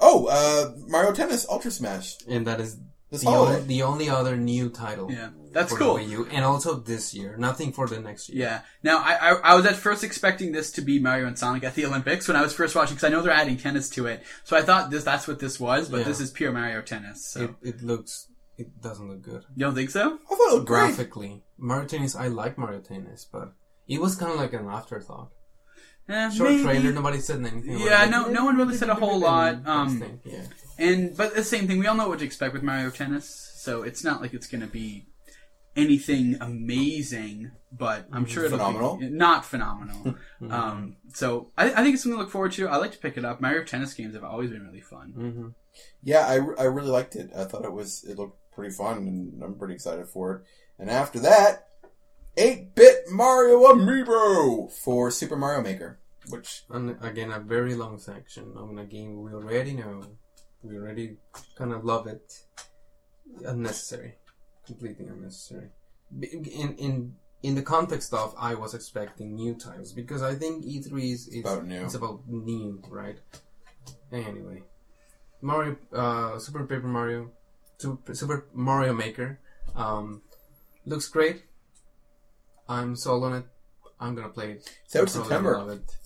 oh uh, Mario Tennis Ultra Smash. and that is This the, only, holiday. the only other new title. yeah that's for cool The Wii U, and also this year, nothing for the next year. Yeah. Now, I, I I was at first expecting this to be Mario and Sonic at the Olympics when I was first watching because I know they're adding tennis to it. So I thought this that's what this was, but Yeah. this is pure Mario tennis. So It, it looks. It doesn't look good. you don't think so? I thought it looked great. Graphically, Mario Tennis. I like Mario Tennis, but it was kind of like an afterthought. Eh, Short maybe. trailer. Nobody said anything. Yeah, Like, no- no one really said a whole lot, Next um, thing, yeah. And but the same thing, we all know what to expect with Mario tennis, so it's not like it's going to be anything amazing. But I'm sure it'll Phenomenal? be not phenomenal. Mm-hmm. um, so I, I think it's something to look forward to. I like to pick it up. Mario tennis games have always been really fun. Mm-hmm. Yeah, I, re- I really liked it. I thought it was it looked pretty fun, and I'm pretty excited for it. And after that, eight bit Mario Amiibo for Super Mario Maker, which And again, a very long section on a game we already know, we already kind of love it. Unnecessary, completely unnecessary. B- In in in the context of, I was expecting new titles because I think E three is, is About new. It's about new, right? Anyway, Mario, uh, Super Paper Mario, Super, Super Mario Maker, um, looks great. I'm sold on it. I'm gonna play it. It's out I'm probably gonna September. love it.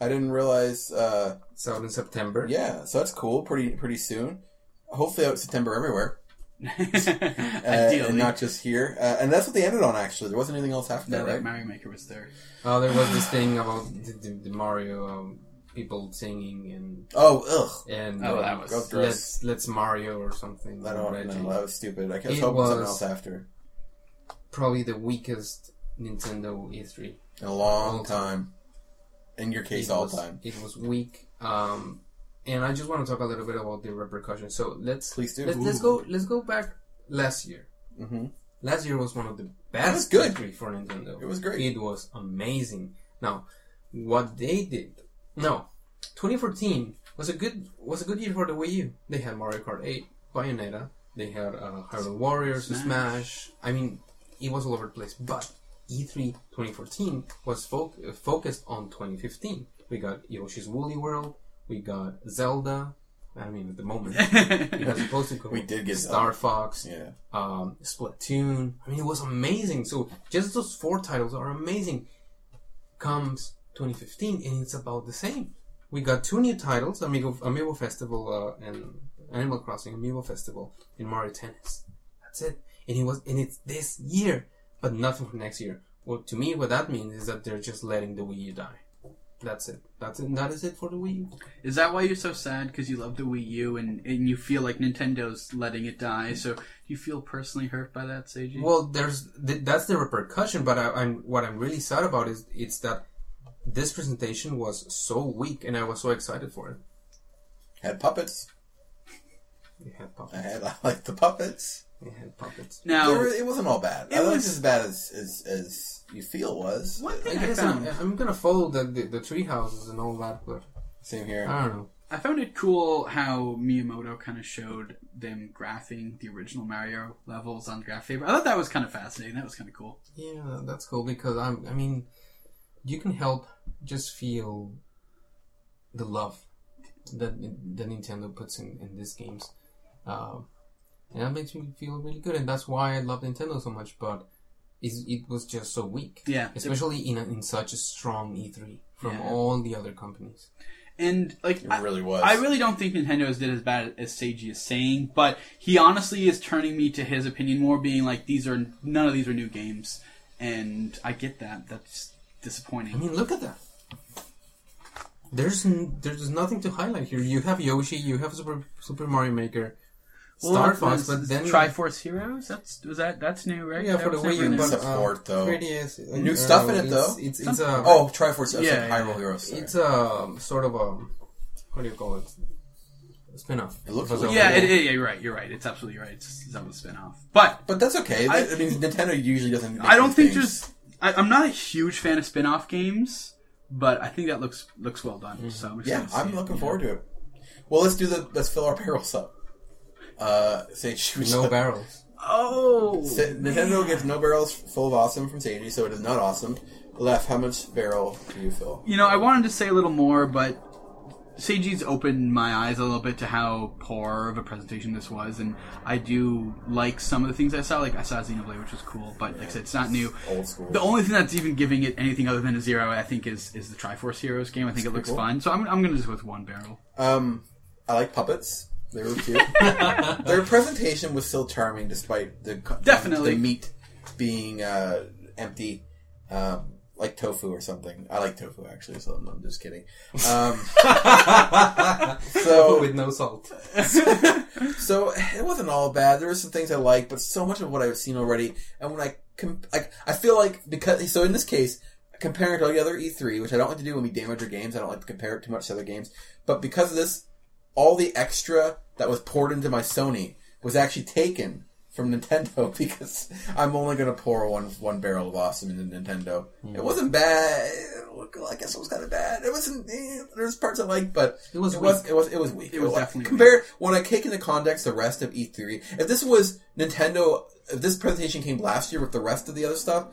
I didn't realize. Uh, It's out in September. yeah, so that's cool. Pretty pretty soon. Hopefully out September everywhere, uh, Ideally, and not just here. Uh, and that's what they ended on. Actually, there wasn't anything else after now that, that right? Mario Maker was there. Oh, there was this thing about the, the, the Mario um, people singing and Oh, ugh. and Oh, that um, was- Go through us. let's let's Mario or something. I don't Reggie. know. That was stupid. I kept It hoping something was- else after. Probably the weakest Nintendo E E3. In a long All time. In your case, it all was, time. It was weak. Um, and I just want to talk a little bit about the repercussions. So let's Please do. Let's, let's go. Let's go back last year. hmm Last year was one of the was best good. E3 for Nintendo. It was great. It was amazing. Now, what they did? No, 2014 was a good was a good year for the Wii U. They had Mario Kart 8, Bayonetta. They had uh, Hyrule Warriors, Smash. I mean, it was all over the place. But E E3 2014 was fo- uh, focused on 2015. We got Yoshi's Woolly World. We got Zelda. I mean, at the moment, it was supposed to go. We did get Star Fox Yeah. um, Splatoon. I mean, it was amazing. So just those four titles are amazing. Comes 2015, and it's about the same. we got two new titles: Amiibo, Amiibo Festival uh, and Animal Crossing Amiibo Festival in Mario Tennis. That's it. And it was, and it's this year, but nothing for next year. Well, to me, what that means is that they're just letting the Wii U die. That's it. That's it. That is it for the Wii U. Is that why you're so sad? Because you love the Wii U and, and you feel like Nintendo's letting it die. So do you feel personally hurt by that, Seiji? Well, there's th- that's the repercussion, but I, I'm what I'm really sad about is it's that this presentation was so weak, and I was so excited for it. Had puppets. It had I puppets. had I liked the puppets. It had puppets. They now, were- it wasn't all bad. It I was was- as bad as, as as you feel was. one I thing I, guess I'm, found, I'm gonna follow the, the the tree houses and all that, but Same here. I don't know. I found it cool how Miyamoto kind of showed them graphing the original Mario levels on graph paper. I thought that was kind of fascinating. That was kind of cool. Yeah, that's cool because I'm. I mean, you can help just feel the love that that Nintendo puts in in these games, um, and that makes me feel really good. And that's why I love Nintendo so much. But is it was just so weak, Yeah. especially in a, in such a strong E3 from Yeah. all the other companies. And like, It I, really was. I really don't think Nintendo is did as bad as Seiji is saying, but he honestly is turning me to his opinion more, being like, these are none of these are new games, and I get that. That's I disappointing. mean, look at that. There's n- there's nothing to highlight here. You have Yoshi, you have Super Super Mario Maker, Star Fox, but then Triforce Heroes. That's was that that's new, right? Yeah, That for the was never Wii U, new. but Support, uh, though. 3DS, uh, New uh, stuff in it, though. It's, it's, it's a oh, Triforce. Yeah, Yeah, yeah, Hyrule yeah. Heroes. sorry. it's a sort of a what do you call it? A spin-off. It looks Of a like- yeah, Zelda. it, it- yeah, you're right. You're right. It's absolutely right. It's Zelda spin-off. But but that's okay. I- I, I mean, Nintendo usually doesn't. make I don't these think things. there's. I, I'm not a huge fan of spin-off games, but I think that looks looks well done. So I'm excited Yeah, to see I'm it. looking Yeah. forward to it. Well, let's do the. Let's fill our barrels up. Uh, say should we no start- barrels. Oh, Sa- Nintendo gets no barrels full of awesome from Seiji, so it is not awesome. Left, how much barrel do you fill? You know, I wanted to say a little more, but Seiji's opened my eyes a little bit to how poor of a presentation this was, and I do like some of the things I saw. Like I saw Xenoblade, which was cool, but like I said, it's not new. Old school. The only thing that's even giving it anything other than a zero, I think, is is the Triforce Heroes game. I think it looks cool. fun, so I'm I'm gonna just go with one barrel. Um, I like puppets. They were cute. Their presentation was still charming, despite the co- Definitely. the meat being uh, empty, um, like tofu or something. I like tofu actually, so I'm, I'm just kidding. Um, so With no salt. so it wasn't all bad. There were some things I liked, but so much of what I've seen already, and when I com- like, I feel like because so in this case, comparing it to all the other E3, which I don't like to do when we damage our games, I don't like to compare it too much to other games. But because of this, all the extra that was poured into my Sony was actually taken from Nintendo because I'm only going to pour one one barrel of awesome into Nintendo. It wasn't bad. Well, I guess it was kind of bad. It wasn't. Eh, there's parts I liked, but It was it was it was it was weak. It was definitely compared when I take into context the rest of E3. If this was Nintendo, if this presentation came last year with the rest of the other stuff,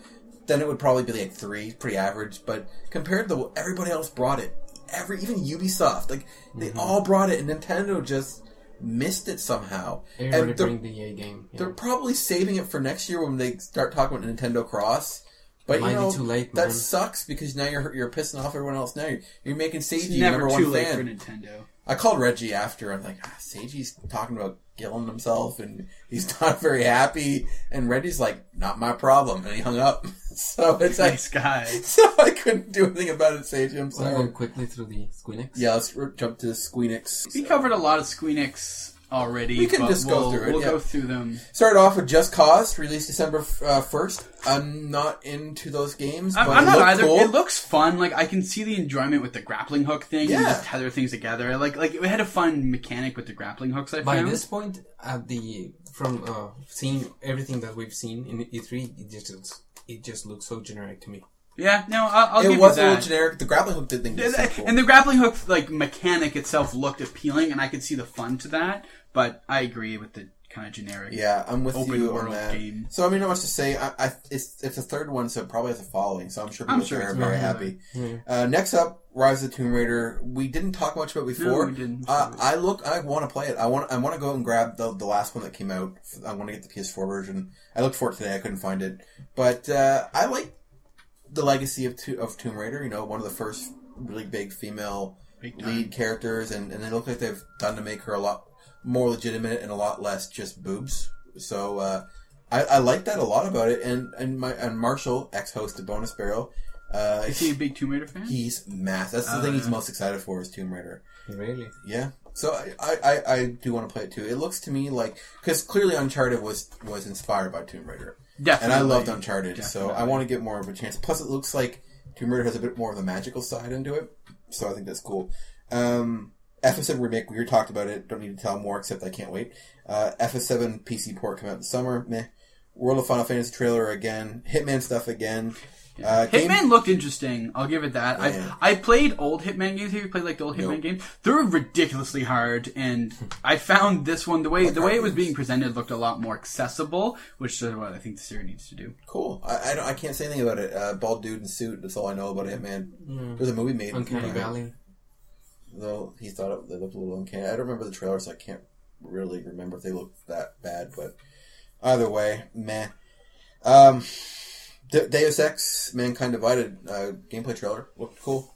then it would probably be like three, pretty average. But compared to what everybody else brought it, every even Ubisoft, like they Mm-hmm. all brought it, and Nintendo just missed it somehow. Everybody and they're, bring the A game. Yeah. they're probably saving it for next year when they start talking about Nintendo Cross. But Might you be know too late, that man. sucks because now you're you're pissing off everyone else. Now you're, you're making It's Seiji your never number too one late for fan. Nintendo. I called Reggie after. I'm like, ah, Seiji's talking about killing himself, and he's not very happy. And Reggie's like, not my problem, and he hung up. so it's like, Nice Oh, guy. so I couldn't do anything about it, Seiji. I'm Wanna sorry. go quickly through the Squeenix. Yeah, let's r- jump to Squeenix. We covered a lot of Squeenix already. We can but just go we'll- through it, We'll yeah. go through them. Started off with Just Cause, released December uh, first. I'm not into those games, I'm, but I'm it not looked either. cool. It looks fun. Like I can see the enjoyment with the grappling hook thing and Yeah. just tether things together. Like like it had a fun mechanic with the grappling hooks. I By found. this point, at the from uh, seeing everything that we've seen in E3, it just looks, it just looks so generic to me. yeah, no, I'll, I'll It give was a you little that. generic. The grappling hook did thing was so cool. And the grappling hook like mechanic itself looked appealing, and I could see the fun to that. But I agree with the kind of generic. Yeah, I'm with open you on world that. game. So I mean, not much to say. I, I it's it's a third one, so it probably has a following. So I'm sure people I'm sure there are it's very popular. happy. Uh, next up, Rise of the Tomb Raider. We didn't talk much about it before. we didn't. Uh, I look. I want to play it. I want. I want to go and grab the the last one that came out. I want to get the PS4 version. I looked for it today. I couldn't find it, but uh, I like the legacy of to- of Tomb Raider. You know, one of the first really big female Big time. lead characters, and, and they look like they've done to make her a lot more legitimate and a lot less just boobs. So uh, I, I like that a lot about it. And and my and Marshall, ex-host of Bonus Barrel, uh, Is he a big Tomb Raider fan? he's mass. That's the Oh, thing he's yeah. most excited for is Tomb Raider. Really? Yeah. So I, I, I- I do want to play it too. It looks to me like because clearly Uncharted was was inspired by Tomb Raider, and Definitely. I loved Uncharted, so I Definitely. want to get more of a chance. Plus, it looks like Tomb Raider has a bit more of the magical side into it, so I think that's cool. Um, FS7 remake, we already talked about it. Don't need to tell more, except I can't wait. Uh, FS7 PC port come out in summer. Meh. World of Final Fantasy trailer again. Hitman stuff again. Uh, game- Hitman looked interesting. I'll give it that. Yeah. I I played old Hitman games. Have you played like the old Hitman Nope. games? They were ridiculously hard, and I found this one the way the way it was games? being presented looked a lot more accessible, which is what I think the series needs to do. Cool. I, I, don't, I can't say anything about it. Uh, bald dude in suit. That's all I know about Hitman. There's a movie made. Uncanny by- Valley. Though he thought it, they looked a little uncanny. I don't remember the trailer, so I can't really remember if they looked that bad. But either way, meh. Um, De- Deus Ex: Mankind Divided uh, gameplay trailer looked cool.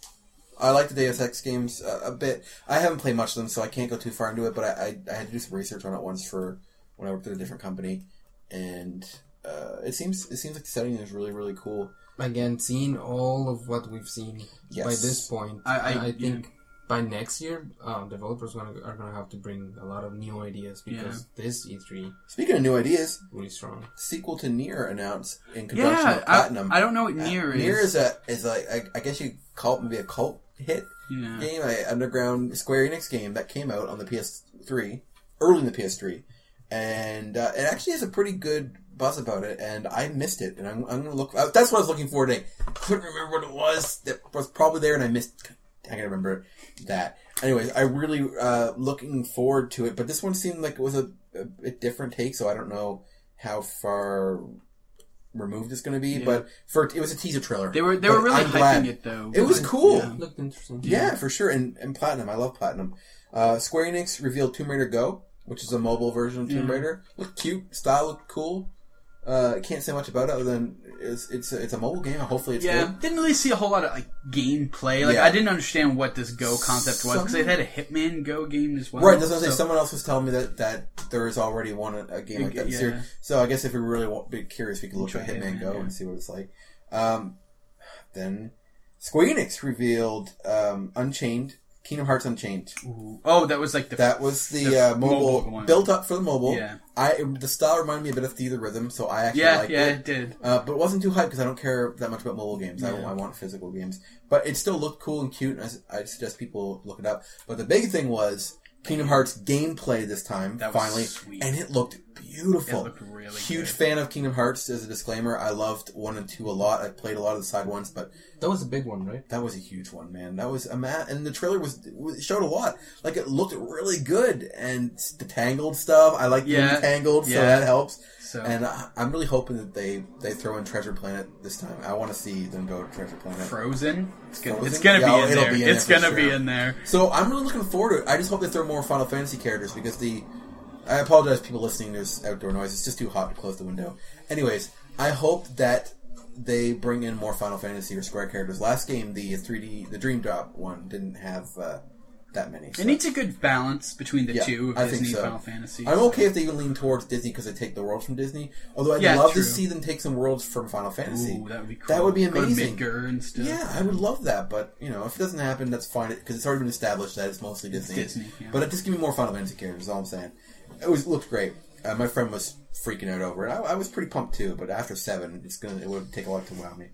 I like the Deus Ex games uh, a bit. I haven't played much of them, so I can't go too far into it. But I, I, I had to do some research on it once for when I worked at a different company, and uh, it seems it seems like the setting is really really cool. Again, seeing all of what we've seen Yes. by this point, I- I, I- I, yeah. think by next year, um, developers gonna, are going to have to bring a lot of new ideas because this E3 Speaking of new ideas, really strong. sequel to Nier announced in conjunction Yeah, with I, Platinum. I don't know what Nier is. Nier is a is like I, I guess you call it maybe a cult hit yeah. game, a underground Square Enix game that came out on the PS3 early in the PS3, and uh, it actually has a pretty good buzz about it. And I missed it, and I'm, I'm gonna look. Uh, that's what I was looking for today. Couldn't remember what it was. That was probably there, and I missed. I gotta remember that. Anyways, I really uh, looking forward to it, but this one seemed like it was a, a, bit different take, so I don't know how far removed it's going to be. Yeah. But for it was a teaser trailer. They were they But were really I'm hyping glad. it though. It was cool. Yeah, looked interesting. Yeah, for sure. And, and Platinum. I love Platinum. Uh, Square Enix revealed Tomb Raider Go, which is a mobile version of Tomb Yeah. Raider. Looked cute. Style looked cool. Uh, can't say much about it other than it's it's a, it's a mobile game. Hopefully it's Yeah, good. didn't really see a whole lot of like gameplay. Like Yeah. I didn't understand what this Go concept was because they Some- had a Hitman Go game as well. Right, that's what I'm saying. so- Someone else was telling me that, that there is already one a game like that. in the Yeah. series. So I guess if we really want, be curious, we could look at Try Hitman Hitman, Go yeah. and see what it's like. Um, then Square Enix revealed um, Unchained, Kingdom Hearts Unchained. Ooh. Oh, that was like the That was the, The uh, mobile, mobile one. built up for the mobile. Yeah. I the style reminded me a bit of Theater Rhythm, so I actually yeah liked yeah it. it did. Uh, but it wasn't too hype because I don't care that much about mobile games. I, Yeah. I want physical games. But it still looked cool and cute, and I s- I, suggest people look it up. But the big thing was Kingdom Hearts gameplay this time, That was finally. sweet. And it looked beautiful. It looked really Huge good. fan of Kingdom Hearts, as a disclaimer. I loved 1 and 2 a lot. I played a lot of the side ones, but That was a big one, right? that was a huge one, man. That was a ma- and the trailer was was- showed a lot. Like it looked really good, and the Tangled stuff. I like Yeah. the Tangled, so Yeah. that helps. So And I, I'm really hoping that they they throw in Treasure Planet this time. I want to see them go to Treasure Planet. Frozen. It's gonna, Frozen? It's gonna Yeah, be in it'll there. be in it's there for gonna be sure. in there. So I'm really looking forward to it. I just hope they throw more Final Fantasy characters because the. I apologize, people listening. There's outdoor noise. It's just too hot to close the window. Anyways, I hope that they bring in more Final Fantasy or Square characters. Last game, the 3D, the Dream Drop one, didn't have uh, that many. so- It needs a good balance between the Yeah, two of I Disney think so. Final Fantasy. I'm okay if they even lean towards Disney because they take the world from Disney. Although I'd Yeah, love true. to see them take some worlds from Final Fantasy. Ooh, that would be cool. That would be Go to amazing. Midgar and stuff. Yeah, I would love that, but you know, if it doesn't happen, that's fine because it's already been established that it's mostly Disney. Disney, yeah. But just give me more Final Fantasy characters. Is all I'm saying. It was looked great. Uh, my friend was freaking out over it. I, I was pretty pumped too, but after seven, it's gonna it would take a lot to wow me.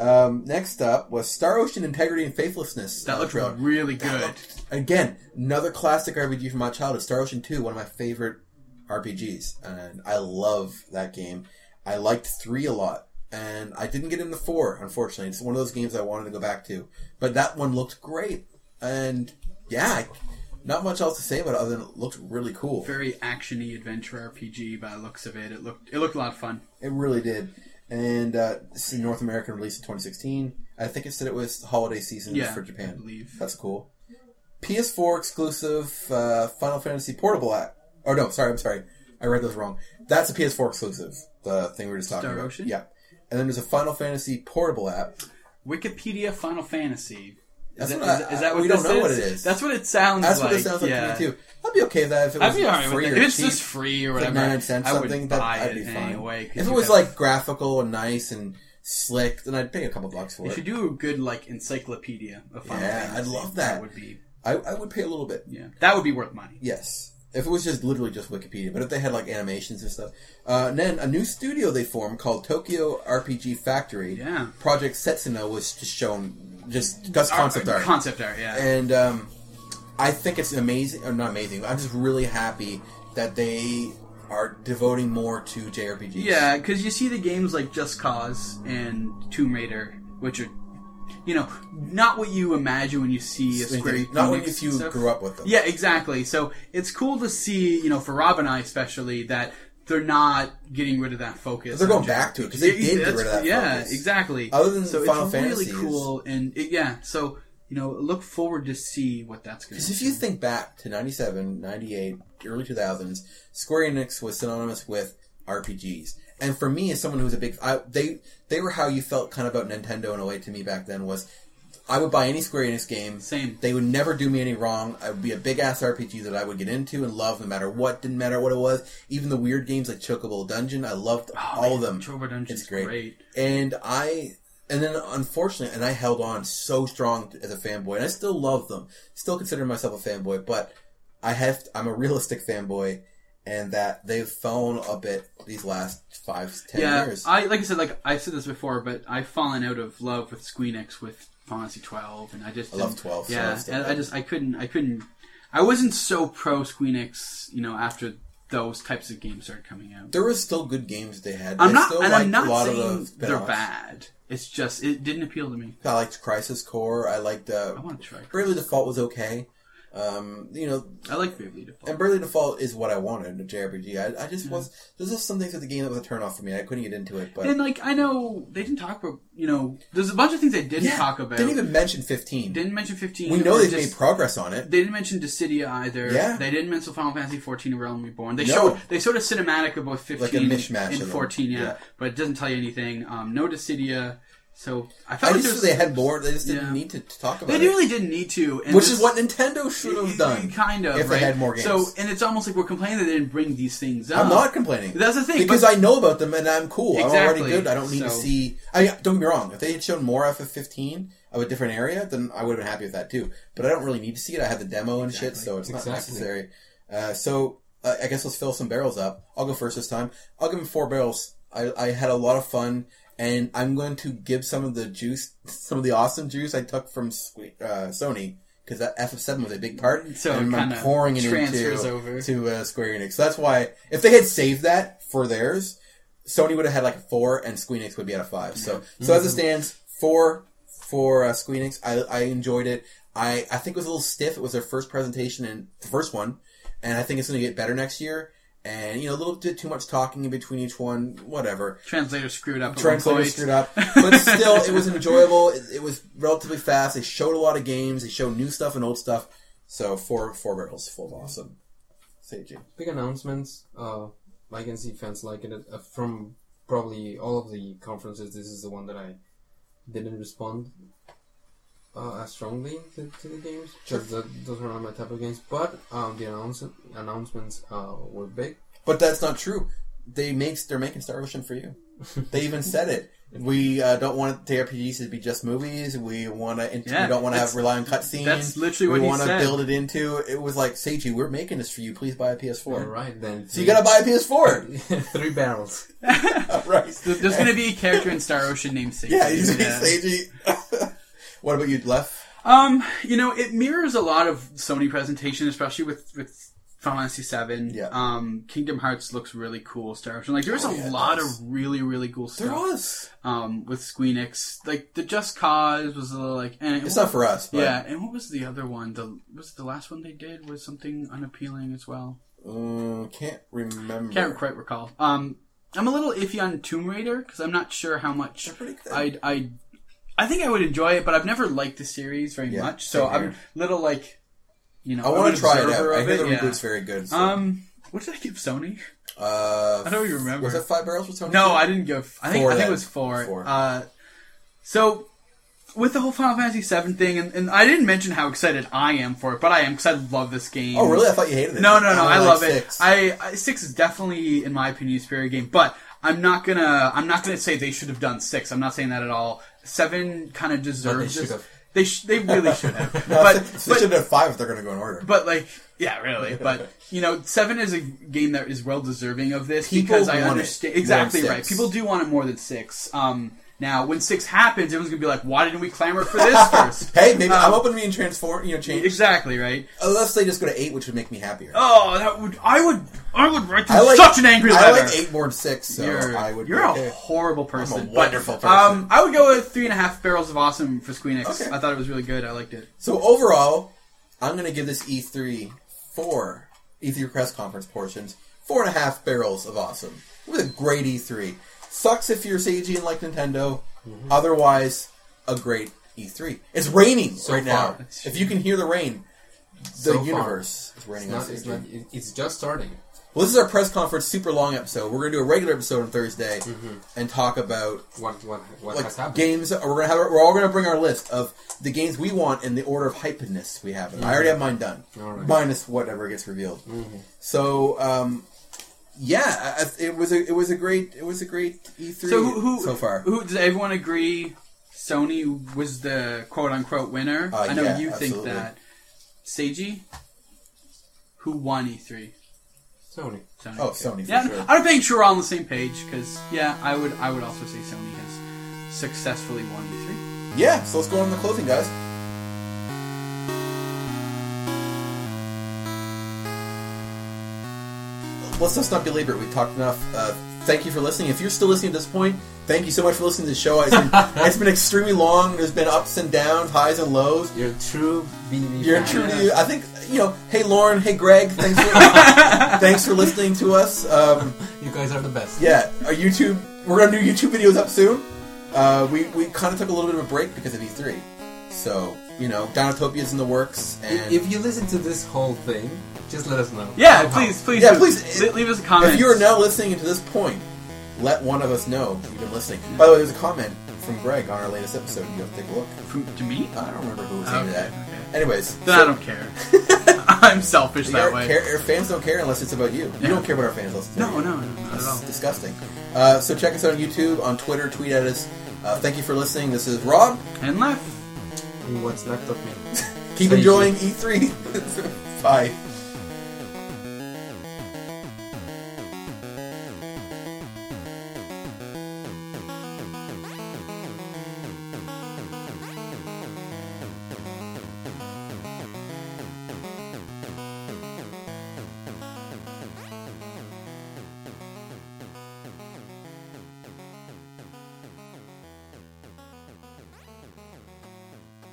Um, next up was Star Ocean Integrity and Faithlessness. That uh, looked trailer. really good. Again, another classic RPG from my childhood, Star Ocean 2, one of my favorite RPGs. And I love that game. I liked 3 a lot. And I didn't get into 4, unfortunately. It's one of those games I wanted to go back to. But that one looked great. And yeah, I- not much else to say about it other than it looked really cool. Very actiony adventure RPG by the looks of it. It looked it looked a lot of fun. It really did. And uh, this is a North American release in 2016. I think it said it was holiday season Yeah, for Japan. I believe. That's cool. PS4 exclusive uh, Final Fantasy Portable app. Oh no, sorry, I'm sorry. I read those wrong. That's a PS4 exclusive. The thing we were just talking Star about. Ocean? Yeah. And then there's a Final Fantasy Portable app. Wikipedia Final Fantasy. That's is, what that- I- is- is that what we don't this know what is? it is. That's what it sounds That's like. what it sounds like yeah. to me too. I'd be okay with that if it I'd was be alright free with or it. If it's cheap, just free or like whatever, 99 cents I would something. That buy I'd it be fine. anyway. 'cause if it you was have- like graphical and nice and slick, then I'd pay a couple bucks for If you it. do a good like encyclopedia of Final Yeah, I'd Fantasy, love that. That would be I, I would pay a little bit. yeah, that would be worth money. Yes. If it was just literally just Wikipedia, but if they had like animations and stuff. Uh, and then a new studio they formed called Tokyo RPG Factory. Yeah. Project Setsuno was just shown, just just concept art. Uh, Concept art. Yeah. and um, I think it's amazing, or not amazing, but I'm just really happy that they are devoting more to JRPGs. Yeah, because you see the games like Just Cause and Tomb Raider, which are, you know, not what you imagine when you see a It's Square like, not Enix when if you and stuff. grew up with them. Yeah, exactly. So it's cool to see, you know, for Rob and I especially, that they're not getting rid of that focus. They're going on back to it, 'cause they JRPGs. did get That's- rid of that Yeah, focus. exactly. Other than so Final it's Fantasies. really cool, and it, yeah, so you know, look forward to see what that's going to. Because if you think back to 97, 98, early 2000s, Square Enix was synonymous with RPGs. And for me, as someone who was a big, I, they they were how you felt kind of about Nintendo in a way to me back then was, I would buy any Square Enix game. Same. They would never do me any wrong. It would be a big ass RPG that I would get into and love no matter what, didn't matter what it was. Even the weird games like Chocobo Dungeon, I loved all of them. Trover Dungeon's It's great. great. And I, and then unfortunately, and I held on so strong as a fanboy, and I still love them. Still consider myself a fanboy, but I have, I'm a realistic fanboy, and that they've fallen a bit these last five, ten yeah, years. I like I said, like I've said this before, but I've fallen out of love with Squeenix with Final Fantasy twelve, and I just I love didn't- 12, so Yeah, I'll stick and with I it. just I couldn't I couldn't I wasn't so pro Squeenix, you know, after those types of games started coming out. there were still good games they had. I'm I not, still and liked I'm a not lot saying of the they're spin-offs. bad. It's just it didn't appeal to me. I liked Crisis Core. I liked uh, I want to try. Bravely Default was okay. Um, you know, I like Bravely Default. And Bravely Default is what I wanted, a JRPG. I, I just was. There's just some things with the game that was a turnoff for me. I couldn't get into it, but. and like I know they didn't talk about you know there's a bunch of things they didn't Yeah, talk about. Didn't even mention 15. Didn't mention fifteen. we know or they've just- made progress on it. They didn't mention Dissidia either. Yeah. They didn't mention Final Fantasy 14 or Realm Reborn. They No. showed they showed a cinematic of both 15 Like a mishmash of and them. 14, yeah, Yeah. But it doesn't tell you anything. Um, no Dissidia. So I I felt like just there's- feel they had more. They just didn't Yeah. need to, to talk about They it. really didn't need to. And Which this- is what Nintendo should have done. Kind of. If right? they had more games. So, and it's almost like we're complaining that they didn't bring these things up. I'm not complaining. That's the thing, Because but- I know about them and I'm cool. I'm already Exactly, good. I don't need to so- see. I mean, don't get me wrong. If they had shown more FF15 of a different area, then I would have been happy with that too. But I don't really need to see it. I have the demo and shit, so it's Exactly. not necessary. Uh, so uh, I guess let's fill some barrels up. I'll go first this time. I'll give them four barrels. I, I had a lot of fun. And I'm going to give some of the juice, some of the awesome juice I took from Sque- uh, Sony, because that FF7 was a big part. So it and I'm kinda pouring it transfers into over. to uh, Square Enix. So that's why if they had saved that for theirs, Sony would have had like a four, and Square Enix would be at a five. So so as it Mm-hmm. stands, four for uh, Square Enix. I, I enjoyed it. I I think it was a little stiff. It was their first presentation and the first one, and I think it's going to get better next year. And you know a little bit too much talking in between each one. Whatever. Translator screwed up. at one Translator point. screwed up, but still, it was enjoyable. It, it was relatively fast. They showed a lot of games. They showed new stuff and old stuff. So four four barrels full of awesome. Say it, Jim. Big announcements. Uh, I can see fans like it uh, from probably all of the conferences. This is the one that I didn't respond uh, as strongly to, to the games. Just that those are not my type of games. But um, the announce- announcements uh, were big. But that's not true. They make they're making Star Ocean for you. They even said it. We uh, don't want the RPGs to be just movies. We want to. Yeah, we don't want to have that's- rely on cutscenes. that's literally we what he wanna said. build it into. It was like Seiji, we're making this for you. Please buy a PS4. All right then. So you gotta buy a PS4, three barrels. right? There's going to be a character in Star Ocean named Sage. Yeah, you see Seiji. what about you, Left? Um, you know, it mirrors a lot of Sony presentation, especially with with Final Fantasy Seven. Yeah. Um, Kingdom Hearts looks really cool. Star Ocean, like there's Oh, a yeah, it lot does. of really really cool There stuff. was. Um, with Squeenix, like the Just Cause was a little like, and It's not for us. But, yeah, and what was the other one? The was it the last one they did was something unappealing as well. um, can't remember. Can't quite recall. Um, I'm a little iffy on Tomb Raider because I'm not sure how much pretty good. I I I think I would enjoy it, but I've never liked the series very Yeah, much, so same I'm here. little like you know. I want to try it out. observer I of hear the yeah. reboot's very good. So. Um, what did I give Sony? uh, I don't even remember. Was that five barrels? or something? No, I didn't give. I think Four I think then. it was four. Four. Uh, so with the whole Final Fantasy VII thing, and, and I didn't mention how excited I am for it, but I am because I love this game. Oh, really? I thought you hated it. No, no, no. I, like love six. it. I, I six is definitely, in my opinion, a superior game. But I'm not gonna. I'm not gonna say they should have done six. I'm not saying that at all. Seven kind of deserves. should this- have. They sh- they really should have. No, but six- they but should have five if they're going to go in order. but like yeah, really. But you know, seven is a game that is well deserving of this People because I want it understand more exactly than right. six. People do want it more than six. Um, now when six happens, everyone's gonna be like, why didn't we clamor for this first? hey, maybe I'm Um, open to being transformed. You know, change. Exactly right. Unless they just go to eight, which would make me happier. Oh, that would I would I would write them I like such an angry I letter. like eight more than six, so you're, I would. you're be a okay. horrible person. but, wonderful person. Um, I would go with three and a half barrels of awesome for Squeenix. Okay. I thought it was really good. I liked it. So overall, I'm going to give this E3 four E3 press conference portions four and a half barrels of awesome. It was a great E3. Sucks if you're Seiji and like Nintendo. Mm-hmm. Otherwise, a great E3 . It's raining right now. far. If you can hear the rain, the So far. universe is raining. It's, on not, Seiji. it's, not, it- it's just starting. Well, this is our press conference, super long episode. We're going to do a regular episode on Thursday Mm-hmm. and talk about What what what has like happened? games. We're gonna have. We're all going to bring our list of the games we want in the order of hypeness we have. And I Mm-hmm. already have mine done, All right. minus whatever gets revealed. So, um, yeah, I- I- it was a it was a great it was a great E three So who, who so far. Who does everyone agree? Sony was the quote unquote winner. Uh, I know yeah, you think absolutely. that. Seiji, who won E3? Sony. Sony. oh, Sony. For yeah, sure. I don't think sure we're all on the same page because yeah, I would I would also say Sony has successfully won E E3. yeah. So let's go on the closing, guys. Let's just not belabor it. We've talked enough. Uh, thank you for listening. If you're still listening at this point, thank you so much for listening to the show. It's been, it's been extremely long. There's been ups and downs, highs and lows. You're a true BB. You're fan. true to you. I think you know. Hey, Lauren. Hey, Greg. Thanks for thanks for listening to us. Um, You guys are the best. yeah, our YouTube. We're gonna do YouTube videos up soon. Uh, we we kind of took a little bit of a break because of E3. So you know, Donotopia's in the works, and If you listen to this whole thing, just let us know. Yeah, Somehow. please, please, Oh, Yeah, do. please, Le- it- leave us a comment. If you are now listening to this point, let one of us know that you've been listening. Mm-hmm. By the way, there's a comment from Greg on our latest episode. You have to take a look. From- to me, I don't remember who was saying Okay, that. okay. Anyways, then I don't care. I'm selfish our, that way. care, our fans don't care unless it's about you. You Yeah. don't care about our fans unless it's No, about you. no, no, not at all. That's disgusting. Uh, so check us out on YouTube, on Twitter, tweet at us. Uh, thank you for listening. This is Rob. And left. What's left of me? Keep Thank enjoying E3. Bye.